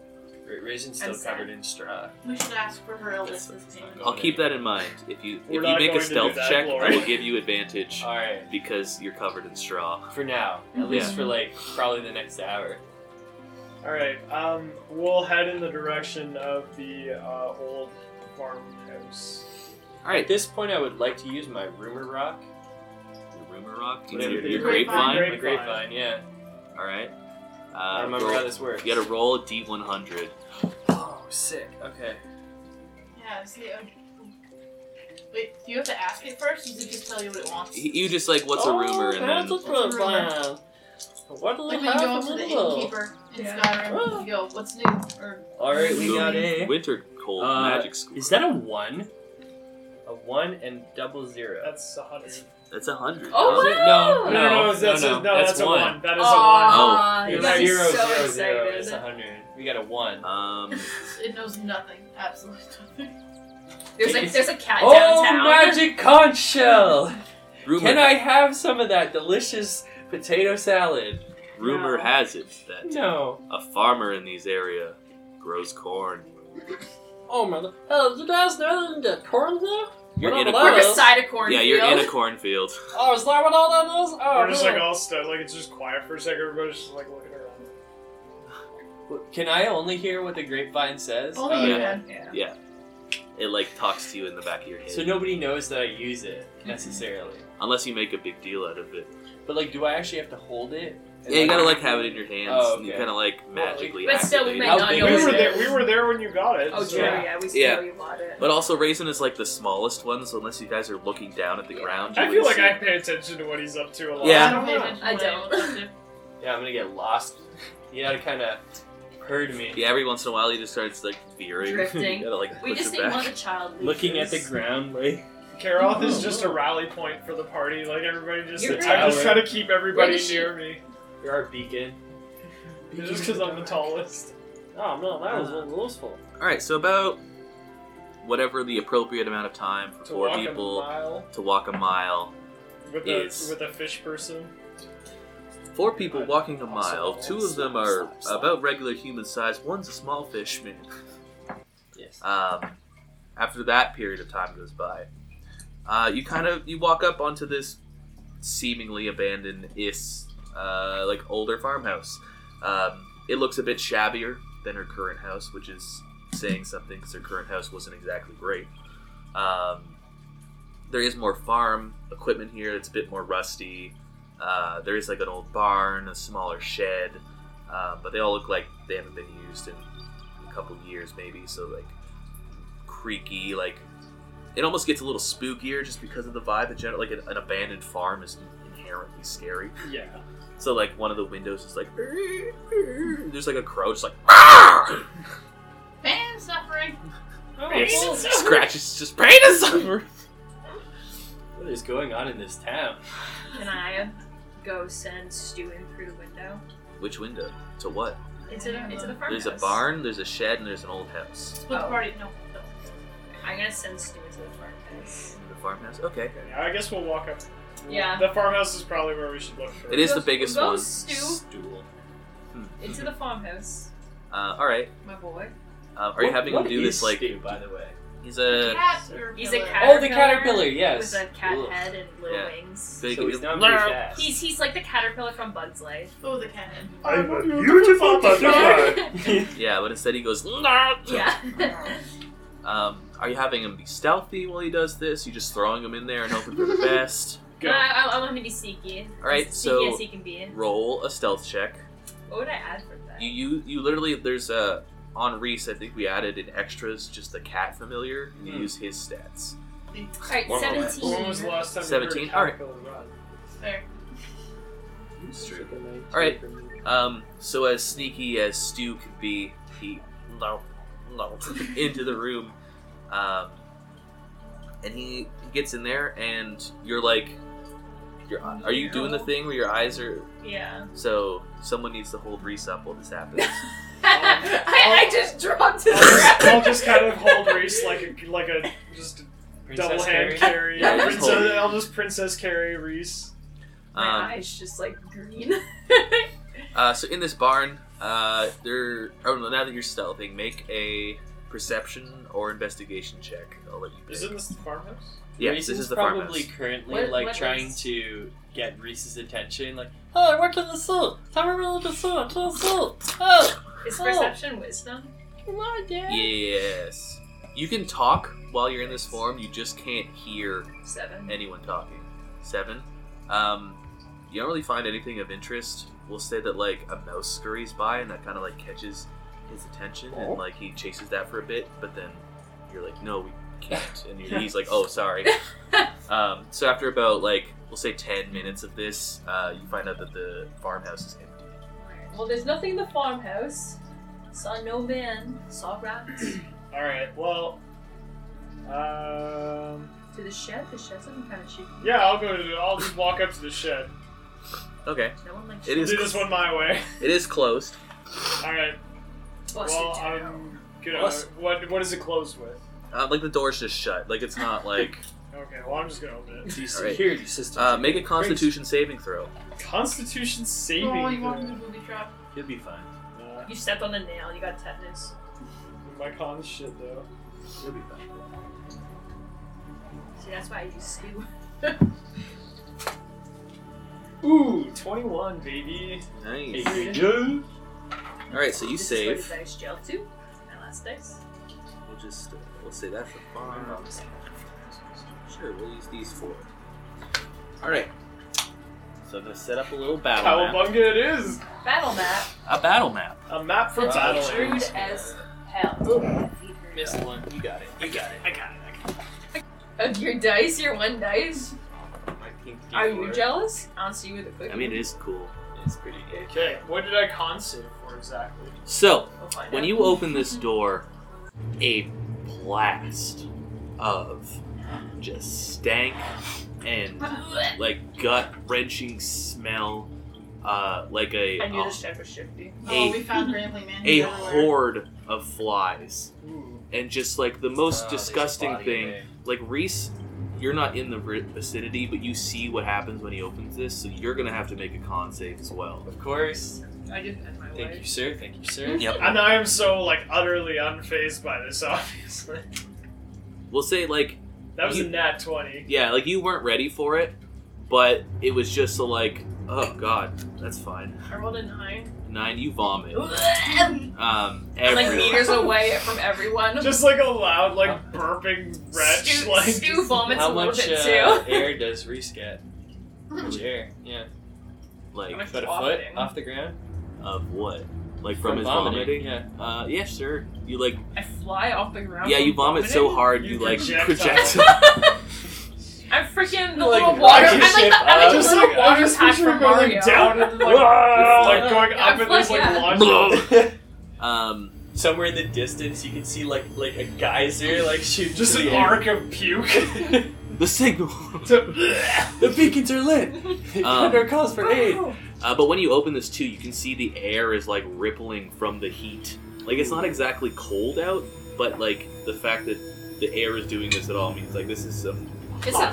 Speaker 6: Ra- Raisin's still
Speaker 3: I'm sad.
Speaker 6: covered in straw.
Speaker 4: we should ask for her
Speaker 6: That's-
Speaker 4: eldest this
Speaker 6: that's not
Speaker 4: name.
Speaker 6: good.
Speaker 1: I'll keep that in mind. If you if
Speaker 5: We're
Speaker 1: you
Speaker 5: not
Speaker 1: make
Speaker 5: going
Speaker 1: a
Speaker 5: to do
Speaker 1: stealth
Speaker 5: that,
Speaker 1: check,
Speaker 5: Lori.
Speaker 1: I will give you advantage
Speaker 6: All right,
Speaker 1: because you're covered in straw.
Speaker 6: for now, at least for like probably the next hour.
Speaker 5: All right. Um, we'll head in the direction of the uh, old farmhouse.
Speaker 1: All
Speaker 6: At
Speaker 1: right,
Speaker 6: this point, I would like to use my rumor rock.
Speaker 1: your rumor rock, your,
Speaker 6: Whatever.
Speaker 1: your,
Speaker 6: Your
Speaker 1: grapevine.
Speaker 5: grapevine.
Speaker 6: My grapevine, yeah.
Speaker 1: All right. Uh,
Speaker 6: I remember
Speaker 1: roll-
Speaker 6: how this works.
Speaker 1: you got to roll a d100.
Speaker 6: Oh, sick. Okay.
Speaker 4: Yeah, see. Uh, wait, do you have to ask it first? Does it just tell you what it wants?
Speaker 1: You just like, what's
Speaker 3: Oh,
Speaker 6: Oh,
Speaker 1: a rumor? And then
Speaker 4: a rumor.
Speaker 6: What do
Speaker 4: like when you go up to the innkeeper in
Speaker 3: Yeah.
Speaker 4: Skyrim, you go, "What's new?" Or
Speaker 6: All right, we
Speaker 1: Boom.
Speaker 6: got a.
Speaker 1: winter cold
Speaker 6: Uh,
Speaker 1: magic school.
Speaker 6: Is that a one? A one and double zero.
Speaker 5: That's a hundred.
Speaker 1: That's a hundred.
Speaker 3: Oh,
Speaker 1: huh?
Speaker 3: wow.
Speaker 6: No, no,
Speaker 5: No, no, no, that's,
Speaker 6: no,
Speaker 5: A, no, that's, a one. That is
Speaker 3: Aw,
Speaker 1: Oh,
Speaker 3: you
Speaker 5: you're
Speaker 3: guys
Speaker 5: right.
Speaker 6: It's
Speaker 3: are
Speaker 6: zero,
Speaker 3: so
Speaker 6: zero, zero
Speaker 3: excited.
Speaker 6: is a hundred. We got a one.
Speaker 1: Um,
Speaker 4: it knows nothing, absolutely nothing.
Speaker 3: There's like there's a cat
Speaker 6: Oh,
Speaker 3: downtown.
Speaker 6: magic conch shell!
Speaker 1: rumor
Speaker 6: Can I have some of that delicious potato salad?
Speaker 1: rumor
Speaker 4: No.
Speaker 1: has it that
Speaker 6: No.
Speaker 1: a farmer in these area grows corn.
Speaker 6: Oh my god. Oh, you guys know that the corn there?
Speaker 1: You're
Speaker 6: What
Speaker 1: in a
Speaker 6: about
Speaker 3: We're
Speaker 1: corn.
Speaker 6: that?
Speaker 3: beside a cornfield.
Speaker 1: Yeah, you're in a cornfield.
Speaker 6: Oh, is that what all that is? Oh,
Speaker 5: We're just
Speaker 6: man.
Speaker 5: like all stuck. Like it's just quiet for a second. Everybody's just like looking around.
Speaker 6: Can I only hear what the grapevine says?
Speaker 4: Only
Speaker 6: Oh,
Speaker 4: you
Speaker 1: yeah.
Speaker 4: can.
Speaker 3: Yeah.
Speaker 1: It like talks to you in the back of your head,
Speaker 6: So nobody knows that I use it necessarily.
Speaker 1: unless you make a big deal out of it.
Speaker 6: But like, do I actually have to hold it? And,
Speaker 1: Yeah, you gotta like have it in your hands.
Speaker 6: Oh,
Speaker 1: and You
Speaker 6: okay.
Speaker 1: kind of like magically.
Speaker 3: But still, we
Speaker 1: activate
Speaker 3: might
Speaker 1: it.
Speaker 6: How
Speaker 3: not
Speaker 6: big
Speaker 3: know.
Speaker 5: We
Speaker 6: is
Speaker 5: were
Speaker 3: what it
Speaker 5: there.
Speaker 3: is.
Speaker 5: We were there when you got it.
Speaker 3: Oh,
Speaker 5: so-
Speaker 3: true.
Speaker 6: Yeah.
Speaker 3: Yeah, we still
Speaker 1: Yeah.
Speaker 3: you bought it.
Speaker 1: But also, raisin is like the smallest one, so unless you guys are looking down at the
Speaker 3: Yeah.
Speaker 1: ground, you
Speaker 5: I feel
Speaker 1: wouldn't
Speaker 5: like I
Speaker 1: see-
Speaker 5: pay attention to what he's up to a lot.
Speaker 1: Yeah.
Speaker 4: I don't pay attention.
Speaker 3: I
Speaker 4: to
Speaker 3: don't.
Speaker 4: it.
Speaker 6: Yeah, I'm gonna get lost. You gotta kind of herd me.
Speaker 1: Yeah, every once in a while, you just starts like veering.
Speaker 3: Drifting.
Speaker 1: you gotta like
Speaker 3: we
Speaker 1: push
Speaker 3: just
Speaker 1: it
Speaker 3: need
Speaker 1: back.
Speaker 3: one of the child leaders.
Speaker 6: Looking at the ground, like
Speaker 5: Karoth is just a rally point for the party. Like everybody just.
Speaker 3: You're
Speaker 5: I'm just
Speaker 6: right.
Speaker 5: trying to keep everybody
Speaker 3: Where does she-
Speaker 5: near me.
Speaker 6: you're our beacon.
Speaker 5: Just because I'm the tallest.
Speaker 6: Oh no, that
Speaker 9: Ah.
Speaker 6: was useful.
Speaker 1: All right, so about whatever the appropriate amount of time for
Speaker 5: To
Speaker 1: four
Speaker 5: walk a
Speaker 1: people
Speaker 5: mile
Speaker 1: to walk a mile.
Speaker 5: with a
Speaker 1: is-
Speaker 5: with a fish person.
Speaker 1: Four people walking a
Speaker 5: Awesome.
Speaker 1: mile. Two of them are about regular human size. One's a small fish man.
Speaker 6: Yes.
Speaker 1: Um, after that period of time goes by, uh, you kind of you walk up onto this seemingly abandoned is uh, like older farmhouse. Um, it looks a bit shabbier. than her current house, which is saying something because her current house wasn't exactly great. Um, there is more farm equipment here that's a bit more rusty. Uh, there is like an old barn, a smaller shed, uh, but they all look like they haven't been used in a couple years, maybe. So like creaky, like it almost gets a little spookier just because of the vibe. In general, like an, an abandoned farm is inherently scary.
Speaker 5: Yeah.
Speaker 1: So like one of the windows is like there's like a crow just like
Speaker 4: Pain and suffering.
Speaker 6: Oh,
Speaker 1: it's- scratches just pain and suffering.
Speaker 9: What is going on in this town?
Speaker 3: Can I go send Stu in through the window?
Speaker 1: Which window? To what?
Speaker 3: It's in a, it's in a farmhouse.
Speaker 1: There's a barn, there's a shed, and there's an old house.
Speaker 4: Split
Speaker 3: Oh.
Speaker 4: party. No. no.
Speaker 3: I'm gonna send Stu into the farmhouse.
Speaker 1: The farmhouse. Okay.
Speaker 5: Yeah, I guess we'll walk up.
Speaker 3: Yeah.
Speaker 5: The farmhouse is probably where we should look for.
Speaker 1: It is the
Speaker 3: Goes-
Speaker 1: biggest
Speaker 3: goes
Speaker 1: one. Hmm.
Speaker 3: Stu
Speaker 9: Stool.
Speaker 3: into the farmhouse,
Speaker 1: Uh, all right.
Speaker 3: my boy.
Speaker 1: Um, are you having him do this like
Speaker 9: by the way?
Speaker 1: he's a
Speaker 4: Caterpillar.
Speaker 3: He's a
Speaker 4: cat.
Speaker 3: caterpillar.
Speaker 9: Oh, the caterpillar, yes.
Speaker 3: With a cat
Speaker 9: Ugh.
Speaker 3: head and little
Speaker 1: Yeah.
Speaker 3: wings.
Speaker 1: big?
Speaker 9: So he's not very fast.
Speaker 3: He's he's like the caterpillar from Bug's Life.
Speaker 4: Oh, the cat. head.
Speaker 5: I'm a
Speaker 11: beautiful butterfly.
Speaker 1: yeah, but instead he goes.
Speaker 3: yeah.
Speaker 1: Um, are you having him be stealthy while he does this? You just throwing him in there and hoping for the best.
Speaker 5: Go.
Speaker 3: No, Uh, I, I want him to be sneaky.
Speaker 1: All right,
Speaker 3: As
Speaker 1: so-
Speaker 3: sneaky as he can be.
Speaker 1: Roll a stealth check.
Speaker 3: What would I add for that?
Speaker 1: You you you literally there's a on Reese. I think we added in extras just the cat familiar. You
Speaker 9: Hmm.
Speaker 1: use his stats.
Speaker 3: All right,
Speaker 11: One more
Speaker 5: When was the
Speaker 3: seventeen.
Speaker 5: last time you
Speaker 1: 17?
Speaker 5: heard a
Speaker 1: All right.
Speaker 5: caterpillar run?
Speaker 4: There.
Speaker 1: It's true. All right. Um, so as sneaky as Stu could be, he no, no, into the room, um, and he, he gets in there, and you're like, you're, are you doing the thing where your eyes are?
Speaker 3: Yeah.
Speaker 1: So someone needs to hold Reese up while this happens.
Speaker 3: I, I just dropped
Speaker 5: I'll just, I'll
Speaker 3: it.
Speaker 5: just kind of hold Reese like a like a just double hand carry.
Speaker 1: Yeah, just
Speaker 5: princess,
Speaker 1: hold it.
Speaker 5: I'll just princess carry Reese.
Speaker 1: Um,
Speaker 3: My eyes just like green.
Speaker 1: Uh, so in this barn, uh, there. Oh no! Now that you're stealthing, make a perception or investigation check. I'll let you. Pick.
Speaker 5: Isn't this the farmhouse?
Speaker 1: yeah, this
Speaker 9: Reese's
Speaker 1: is the
Speaker 9: probably
Speaker 1: farmhouse.
Speaker 9: currently
Speaker 3: What-
Speaker 9: like
Speaker 3: what
Speaker 9: trying
Speaker 3: is-
Speaker 9: to get Reese's attention. Like, oh, I worked on the salt. Time to roll the salt. To the salt. Oh,
Speaker 3: Is perception wisdom?
Speaker 9: come on, Dad.
Speaker 1: Yes. You can talk while you're in this form. You just can't hear
Speaker 3: Seven.
Speaker 1: anyone talking. Seven. Um, you don't really find anything of interest. We'll say that like a mouse scurries by and that kind of like catches his attention and like he chases that for a bit, but then you're like, no, we can't, and you're, he's like, oh, sorry. um, so after about like we'll say ten minutes of this, uh, you find out that the farmhouse is empty.
Speaker 3: Well, there's nothing in the farmhouse. Saw no man. Saw rats.
Speaker 5: All right. Well. Um.
Speaker 3: to the shed. The shed's looking kind of shitty.
Speaker 5: Yeah, I'll go to. The, I'll just walk up to the shed.
Speaker 1: Okay,
Speaker 3: No one likes
Speaker 1: It
Speaker 5: I'll
Speaker 1: is-
Speaker 5: do this one my way.
Speaker 1: it is closed.
Speaker 5: All right.
Speaker 3: Bust
Speaker 5: well,
Speaker 3: it down.
Speaker 5: I'm gonna.
Speaker 9: Bust
Speaker 5: What What is it closed with?
Speaker 1: Uh, like the door's just shut. Like it's not like
Speaker 5: Okay. Well, I'm just gonna open it.
Speaker 9: These
Speaker 1: All right.
Speaker 9: security systems.
Speaker 1: uh,
Speaker 9: are
Speaker 1: make a
Speaker 9: going crazy.
Speaker 1: Constitution saving throw.
Speaker 5: Constitution saving.
Speaker 4: Oh, you
Speaker 5: throw.
Speaker 4: walked into the booby trap.
Speaker 9: You'll be fine.
Speaker 5: Nah,
Speaker 3: You stepped on a nail. You got tetanus.
Speaker 5: my cons shit though.
Speaker 9: You'll be fine.
Speaker 3: See, that's why I use stew.
Speaker 5: Ooh, 21, baby.
Speaker 1: Nice.
Speaker 9: Hey, you do?
Speaker 1: All right, so you
Speaker 3: This is what
Speaker 1: save.
Speaker 3: the dice gel too. My last dice.
Speaker 1: We'll just uh, we'll say that for fun. Sure, we'll use these four. All right. So I'm gonna set up a little battle map.
Speaker 5: Cowabunga it is!
Speaker 3: Battle map.
Speaker 1: A battle map.
Speaker 5: A map for
Speaker 3: It's
Speaker 5: battle.
Speaker 3: crude as hell. Oh,
Speaker 9: Missed one. You got it. You got it.
Speaker 5: I got it.
Speaker 3: Of your dice, your one dice.
Speaker 9: My pink
Speaker 3: Are
Speaker 9: D4.
Speaker 3: you jealous? I'll see you with a quick.
Speaker 1: I mean, it is cool.
Speaker 9: It's pretty good.
Speaker 5: Okay, what did I con save for exactly?
Speaker 1: So
Speaker 3: We'll find
Speaker 1: when
Speaker 3: out.
Speaker 1: you open this door, a blast of just stank and like gut wrenching smell, uh, like a
Speaker 3: I knew
Speaker 1: a,
Speaker 3: this check was shifty.
Speaker 4: Oh, we found Grambling Man.
Speaker 1: a
Speaker 4: He's everywhere.
Speaker 1: horde of flies,
Speaker 5: Ooh.
Speaker 1: and just like the most
Speaker 9: Oh, there's a
Speaker 1: disgusting
Speaker 9: body
Speaker 1: thing.
Speaker 9: there.
Speaker 1: like Reese, you're not in the ri- vicinity, but you see what happens when he opens this, so you're gonna have to make a con save as well.
Speaker 9: Of course.
Speaker 3: I didn't end my
Speaker 9: Thank
Speaker 3: life.
Speaker 9: you, sir. Thank you, sir.
Speaker 1: Yep.
Speaker 5: And I am so, like, utterly unfazed by this, obviously.
Speaker 1: We'll say like
Speaker 5: That was a
Speaker 1: You-
Speaker 5: nat 20.
Speaker 1: yeah, like you weren't ready for it, but it was just a like oh god, that's fine.
Speaker 3: I rolled a nine.
Speaker 1: Nine, you vomit. Um,
Speaker 3: I'm like
Speaker 1: everywhere.
Speaker 3: meters away from everyone.
Speaker 5: Just like a loud, like burping retch,
Speaker 3: Stu,
Speaker 5: like
Speaker 3: Stu vomits
Speaker 9: How
Speaker 3: a little
Speaker 9: much
Speaker 3: bit
Speaker 9: uh,
Speaker 3: too.
Speaker 9: air does Reese get? Much air? Yeah.
Speaker 1: like
Speaker 3: I'm
Speaker 9: About a foot
Speaker 3: Vomiting.
Speaker 9: off the ground?
Speaker 1: of what? Like from, his
Speaker 9: vomiting?
Speaker 1: vomiting?
Speaker 9: Yeah.
Speaker 1: Uh, yeah, sure. You like,
Speaker 3: I fly off the ground.
Speaker 1: yeah, you
Speaker 3: from
Speaker 1: vomit so
Speaker 3: vomiting.
Speaker 1: hard
Speaker 5: You
Speaker 1: you like
Speaker 5: projectile.
Speaker 1: projectile.
Speaker 3: I'm freaking the
Speaker 5: Like,
Speaker 3: little water.
Speaker 5: rocket
Speaker 3: I'm like
Speaker 9: ship
Speaker 3: the, I'm like
Speaker 9: up.
Speaker 3: the
Speaker 5: Just
Speaker 3: little
Speaker 5: like I
Speaker 3: water
Speaker 5: just
Speaker 3: pack
Speaker 5: picture
Speaker 3: from
Speaker 5: it going
Speaker 3: Mario.
Speaker 5: like, down and like,
Speaker 11: Wah!
Speaker 5: like going
Speaker 3: Yeah,
Speaker 5: up and there's Ah. like
Speaker 3: yeah.
Speaker 5: launching.
Speaker 1: um,
Speaker 9: Somewhere in the distance, you can see like like a geyser like shoot
Speaker 5: Just
Speaker 9: into
Speaker 5: an
Speaker 9: the air.
Speaker 5: arc of puke.
Speaker 1: the signal.
Speaker 5: to,
Speaker 9: The beacons are lit.
Speaker 1: Um,
Speaker 9: Thunder calls for aid.
Speaker 1: Uh, but when you open this too, you can see the air is like rippling from the heat. Like it's not exactly cold out, but like the fact that the air is doing this at all means like this is some,
Speaker 3: It's some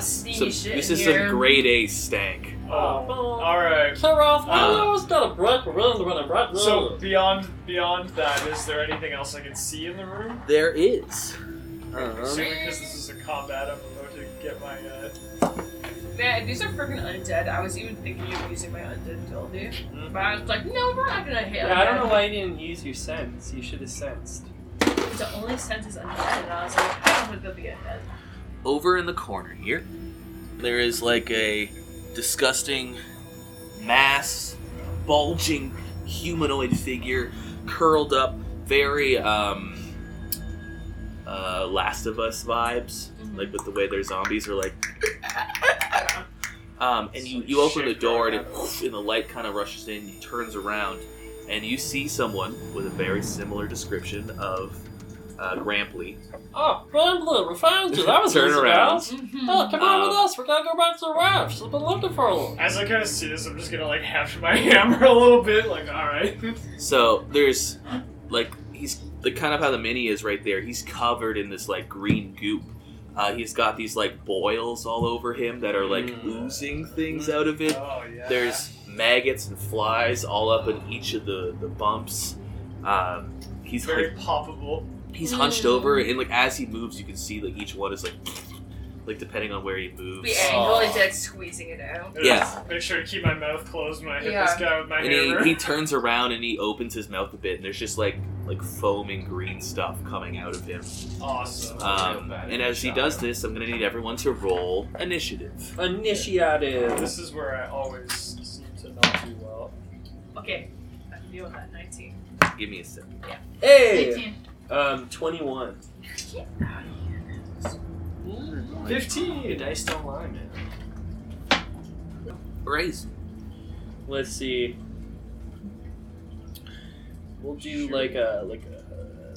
Speaker 1: some
Speaker 3: steamy shit.
Speaker 1: this
Speaker 3: in
Speaker 1: is
Speaker 3: here.
Speaker 1: some grade A stank.
Speaker 5: oh, all right.
Speaker 9: Clear off.
Speaker 1: Uh,
Speaker 9: I was not a bread run run a bread
Speaker 5: So beyond beyond that, is there anything else I can see in the room?
Speaker 1: There is. Um,
Speaker 5: Assuming because this is a combat, I'm about to get my. Uh,
Speaker 3: Man, these are freaking undead. I was even thinking of using my undead ability, but I was like, no, we're not gonna hit.
Speaker 6: Yeah, I don't know
Speaker 3: undead.
Speaker 6: why you didn't use your sense. You should have sensed.
Speaker 3: The only sense is undead, and I was like, I don't think they'll be undead.
Speaker 1: over in the corner here, there is like a disgusting mass, bulging humanoid figure, curled up, very um, uh, Last of Us vibes, like with the way their zombies are like. Um, and you, you open the door and, it, and the light kind of rushes in, turns around, and you see someone with a very similar description of uh, Grampley
Speaker 9: Oh, Grand Blue, we found you. That was
Speaker 1: Turn
Speaker 9: easy,
Speaker 1: around.
Speaker 9: guys.
Speaker 6: Mm-hmm.
Speaker 9: Oh, come on
Speaker 1: Uh,
Speaker 9: with us. We're gonna go back to the raft. We've been looking for you.
Speaker 5: as I kind of see this, I'm just gonna like hash my hammer a little bit. Like, all right.
Speaker 1: So there's like he's the kind of how the mini is right there. He's covered in this like green goop. Uh, he's got these like boils all over him that are like
Speaker 9: Mm.
Speaker 1: oozing things out of it.
Speaker 5: Oh yeah.
Speaker 1: There's maggots and flies all up in each of the the bumps. Um, he's
Speaker 5: very
Speaker 1: like
Speaker 5: poppable.
Speaker 1: he's hunched over and like as he moves, you can see like each one is like like depending on where he moves.
Speaker 3: The angle is like squeezing it out.
Speaker 1: Yeah.
Speaker 5: Make sure to keep my mouth closed when I hit
Speaker 3: Yeah.
Speaker 5: this guy with my
Speaker 1: And
Speaker 5: hammer.
Speaker 1: he, he turns around and he opens his mouth a bit, and there's just like like foaming green stuff coming out of him.
Speaker 5: awesome.
Speaker 1: Um, and as he does this, I'm gonna need everyone to roll initiative.
Speaker 6: Initiative.
Speaker 5: this is where I always seem to not do well.
Speaker 3: Okay, I'm doing that 19.
Speaker 1: Give me a sip.
Speaker 6: Hey.
Speaker 4: 18.
Speaker 6: Um, twenty-one.
Speaker 9: Your
Speaker 6: Fifteen.
Speaker 9: dice don't lie, man.
Speaker 1: Raise.
Speaker 6: Let's see. We'll do like a like a.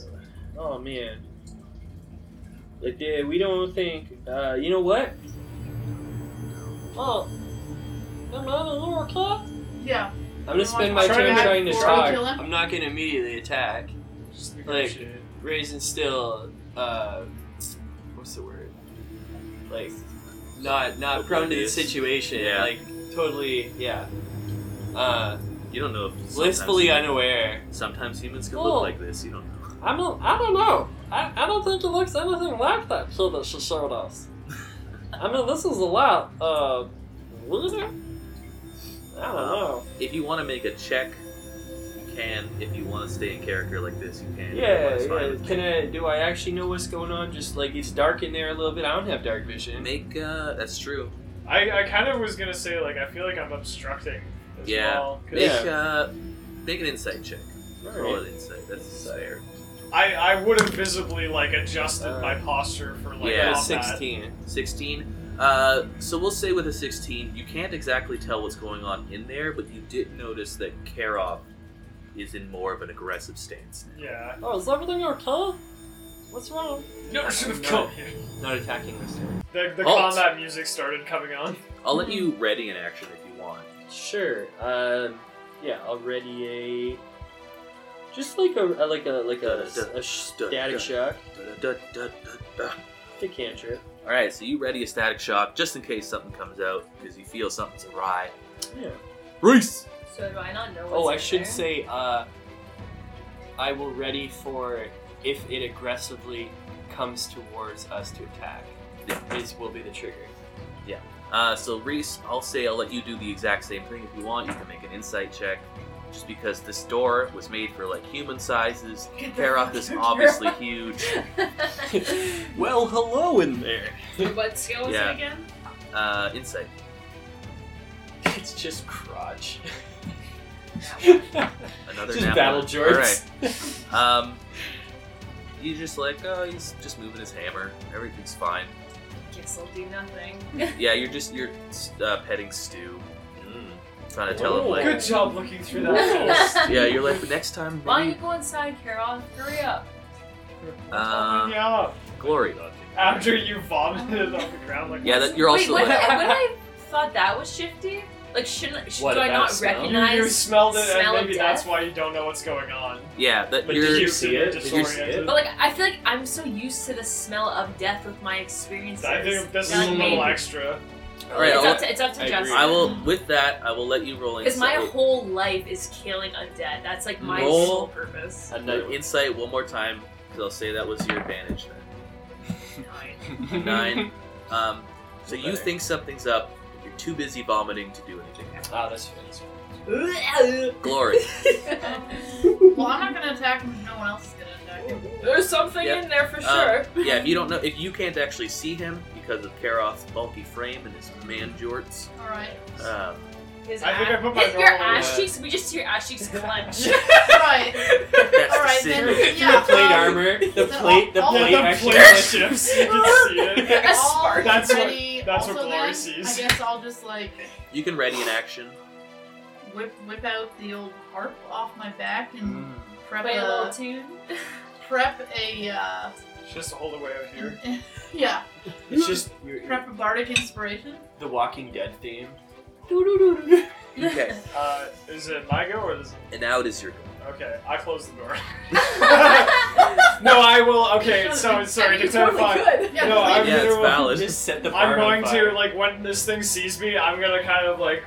Speaker 6: Oh man. Like yeah, we don't think. Uh, you know what?
Speaker 9: Oh, come on, a little cat.
Speaker 4: Yeah.
Speaker 6: I'm gonna spend my
Speaker 5: Try
Speaker 6: turn
Speaker 5: to-
Speaker 6: trying to
Speaker 4: try to kill
Speaker 6: talk.
Speaker 4: him.
Speaker 9: I'm not gonna immediately attack.
Speaker 5: Just
Speaker 9: Like-
Speaker 5: negotiate.
Speaker 9: Raisin still, uh, what's the word? Like, not not prone to the
Speaker 1: Oblivious.
Speaker 9: situation.
Speaker 1: Yeah.
Speaker 9: Like, totally, yeah. Uh,
Speaker 1: You don't know. If
Speaker 9: blissfully
Speaker 1: sometimes,
Speaker 9: unaware.
Speaker 1: Sometimes humans can
Speaker 9: Cool.
Speaker 1: look like this. You don't know.
Speaker 9: I'm a, I don't know. I, I don't think it looks anything like that show that she showed us. I mean, this is a lot. Uh, loser. I don't know.
Speaker 1: If you want to make a check, you can. If you want to stay in character like this, you can.
Speaker 6: Yeah,
Speaker 1: It's fine
Speaker 6: yeah.
Speaker 1: with me.
Speaker 6: Can I? Do I actually know what's going on? Just like it's dark in there a little bit. I don't have dark vision.
Speaker 1: Make. Uh, that's true.
Speaker 5: I, I kind of was gonna say like I feel like I'm obstructing. As
Speaker 1: Yeah.
Speaker 5: Well, 'cause
Speaker 1: Make.
Speaker 6: Yeah.
Speaker 1: Uh, make an insight check. Roll
Speaker 6: Alright.
Speaker 1: an insight. That's fair.
Speaker 5: I I would have visibly like adjusted
Speaker 6: Uh,
Speaker 5: my posture for like
Speaker 1: yeah,
Speaker 5: combat.
Speaker 6: Sixteen.
Speaker 1: 16. Uh, so we'll say with a 16, you can't exactly tell what's going on in there, but you did notice that Karov is in more of an aggressive stance.
Speaker 5: Yeah.
Speaker 9: Oh, is everything okay? What's wrong?
Speaker 5: Never should have come here.
Speaker 6: Not attacking this time.
Speaker 5: The, the
Speaker 1: Halt.
Speaker 5: combat music started coming on.
Speaker 1: I'll let you ready an action if you want.
Speaker 6: Sure. Um. Yeah. Already a. Just like a a- like a like a,
Speaker 1: Dun,
Speaker 6: a static shock. The cantrip.
Speaker 1: Alright, so you ready a static shock just in case something comes out because you feel something's awry.
Speaker 6: Yeah.
Speaker 1: Reese!
Speaker 3: So do I not know what's
Speaker 9: Oh, I
Speaker 3: in
Speaker 9: should
Speaker 3: there?
Speaker 9: say, uh, I will ready for if it aggressively comes towards us to attack. This will be the trigger.
Speaker 1: Uh, so, Reese, I'll say I'll let you do the exact same thing if you want. You can make an insight check. just because this door was made for like human sizes.
Speaker 3: Get the
Speaker 1: Faroth is
Speaker 3: fuck out.
Speaker 1: obviously huge.
Speaker 6: Well, hello in there.
Speaker 3: what scale was
Speaker 1: Yeah.
Speaker 3: it again?
Speaker 1: Uh, insight.
Speaker 6: It's just crotch.
Speaker 1: Another
Speaker 6: just
Speaker 1: nap
Speaker 6: battle
Speaker 1: one.
Speaker 6: jorts.
Speaker 1: All right. Um, he's just like, oh, he's just moving his hammer. Everything's fine.
Speaker 3: Guess I'll do nothing.
Speaker 1: Yeah, you're just you're uh, petting Stu,
Speaker 6: Mm.
Speaker 1: trying to tell him
Speaker 5: Oh,
Speaker 1: like,
Speaker 5: good job looking through that.
Speaker 1: yeah, you're like, next time,
Speaker 3: Why don't
Speaker 1: maybe,
Speaker 3: you go inside, Carol? Hurry up.
Speaker 1: uh,
Speaker 5: yeah.
Speaker 1: glory.
Speaker 5: After you vomited on the ground like
Speaker 1: Yeah, that you're
Speaker 3: Wait,
Speaker 1: also
Speaker 3: what?
Speaker 1: like,
Speaker 3: I, what I thought that was shifty. Like, shouldn't should,
Speaker 6: What,
Speaker 3: do I
Speaker 6: about
Speaker 3: not
Speaker 6: smell?
Speaker 5: you, you
Speaker 3: recognize?
Speaker 5: smelled it,
Speaker 3: smell
Speaker 5: and
Speaker 3: of
Speaker 5: maybe
Speaker 3: death?
Speaker 5: that's why you don't know what's going on.
Speaker 1: yeah, that
Speaker 5: But
Speaker 1: you're
Speaker 5: did you
Speaker 6: see it? Did you see
Speaker 5: disoriented.
Speaker 6: it?
Speaker 3: But like, I feel like I'm so used to the smell of death with my experiences.
Speaker 5: I think this
Speaker 3: You
Speaker 5: is
Speaker 3: know
Speaker 5: a
Speaker 3: what I
Speaker 5: little
Speaker 3: mean?
Speaker 5: extra.
Speaker 1: all right.
Speaker 3: It's
Speaker 1: I'll,
Speaker 3: up to, it's up to
Speaker 6: I
Speaker 3: Justin.
Speaker 1: I will with that. I will let you roll
Speaker 3: Because my
Speaker 1: insight.
Speaker 3: whole life is killing undead. That's like my
Speaker 1: Roll.
Speaker 3: sole purpose.
Speaker 6: Another one.
Speaker 1: insight one more time because I'll say that was your advantage. Then.
Speaker 3: Nine.
Speaker 1: Nine. Um, so you
Speaker 6: Better.
Speaker 1: think something's up. but You're too busy vomiting to do anything.
Speaker 6: Ah, that's fair. That's fair.
Speaker 1: Glory.
Speaker 4: Um, Well, I'm not gonna attack him if no one else is gonna attack him.
Speaker 3: There's something
Speaker 1: Yep.
Speaker 3: in there for
Speaker 1: Uh,
Speaker 3: sure.
Speaker 1: yeah, if you don't know, if you can't actually see him because of Karoth's bulky frame and his man jorts,
Speaker 4: Alright.
Speaker 1: um,
Speaker 3: His
Speaker 5: I think
Speaker 3: ash-
Speaker 5: I put my
Speaker 3: your
Speaker 5: normal
Speaker 3: ash
Speaker 5: one.
Speaker 3: cheeks. We just see your ash cheeks clench.
Speaker 4: Alright.
Speaker 1: that's the
Speaker 4: Alright,
Speaker 1: sin.
Speaker 4: then.
Speaker 6: The
Speaker 4: Yeah.
Speaker 6: plate
Speaker 4: um,
Speaker 6: armor. The
Speaker 4: the-
Speaker 6: plate. The
Speaker 4: all-
Speaker 6: plate.
Speaker 5: yeah, the
Speaker 6: actually-
Speaker 5: plate shifts. You can see it.
Speaker 3: a
Speaker 4: all
Speaker 3: spark.
Speaker 5: That's what-
Speaker 4: ready.
Speaker 5: that's what
Speaker 4: also
Speaker 5: Glory
Speaker 4: then,
Speaker 5: sees.
Speaker 4: I guess I'll just like
Speaker 1: You can ready in action.
Speaker 4: whip whip out the old harp off my back and
Speaker 1: Mm-hmm.
Speaker 4: prep
Speaker 3: Play a little
Speaker 4: a
Speaker 3: tune.
Speaker 4: prep a uh,
Speaker 5: It's just a whole way out here.
Speaker 4: yeah
Speaker 6: It's just you're- you're-
Speaker 4: prep a bardic inspiration.
Speaker 6: the Walking Dead theme.
Speaker 1: Okay,
Speaker 5: Uh, is it my go or is
Speaker 1: and now it is your go.
Speaker 5: it? Okay, I close the door. no, I will. Okay, so sorry to clarify.
Speaker 4: Yeah,
Speaker 5: No, I'm
Speaker 1: yeah, it's
Speaker 5: gonna.
Speaker 1: valid.
Speaker 6: Just set the
Speaker 5: I'm
Speaker 6: bar
Speaker 5: going
Speaker 6: on
Speaker 5: to
Speaker 6: fire.
Speaker 5: like when this thing sees me, I'm gonna kind of like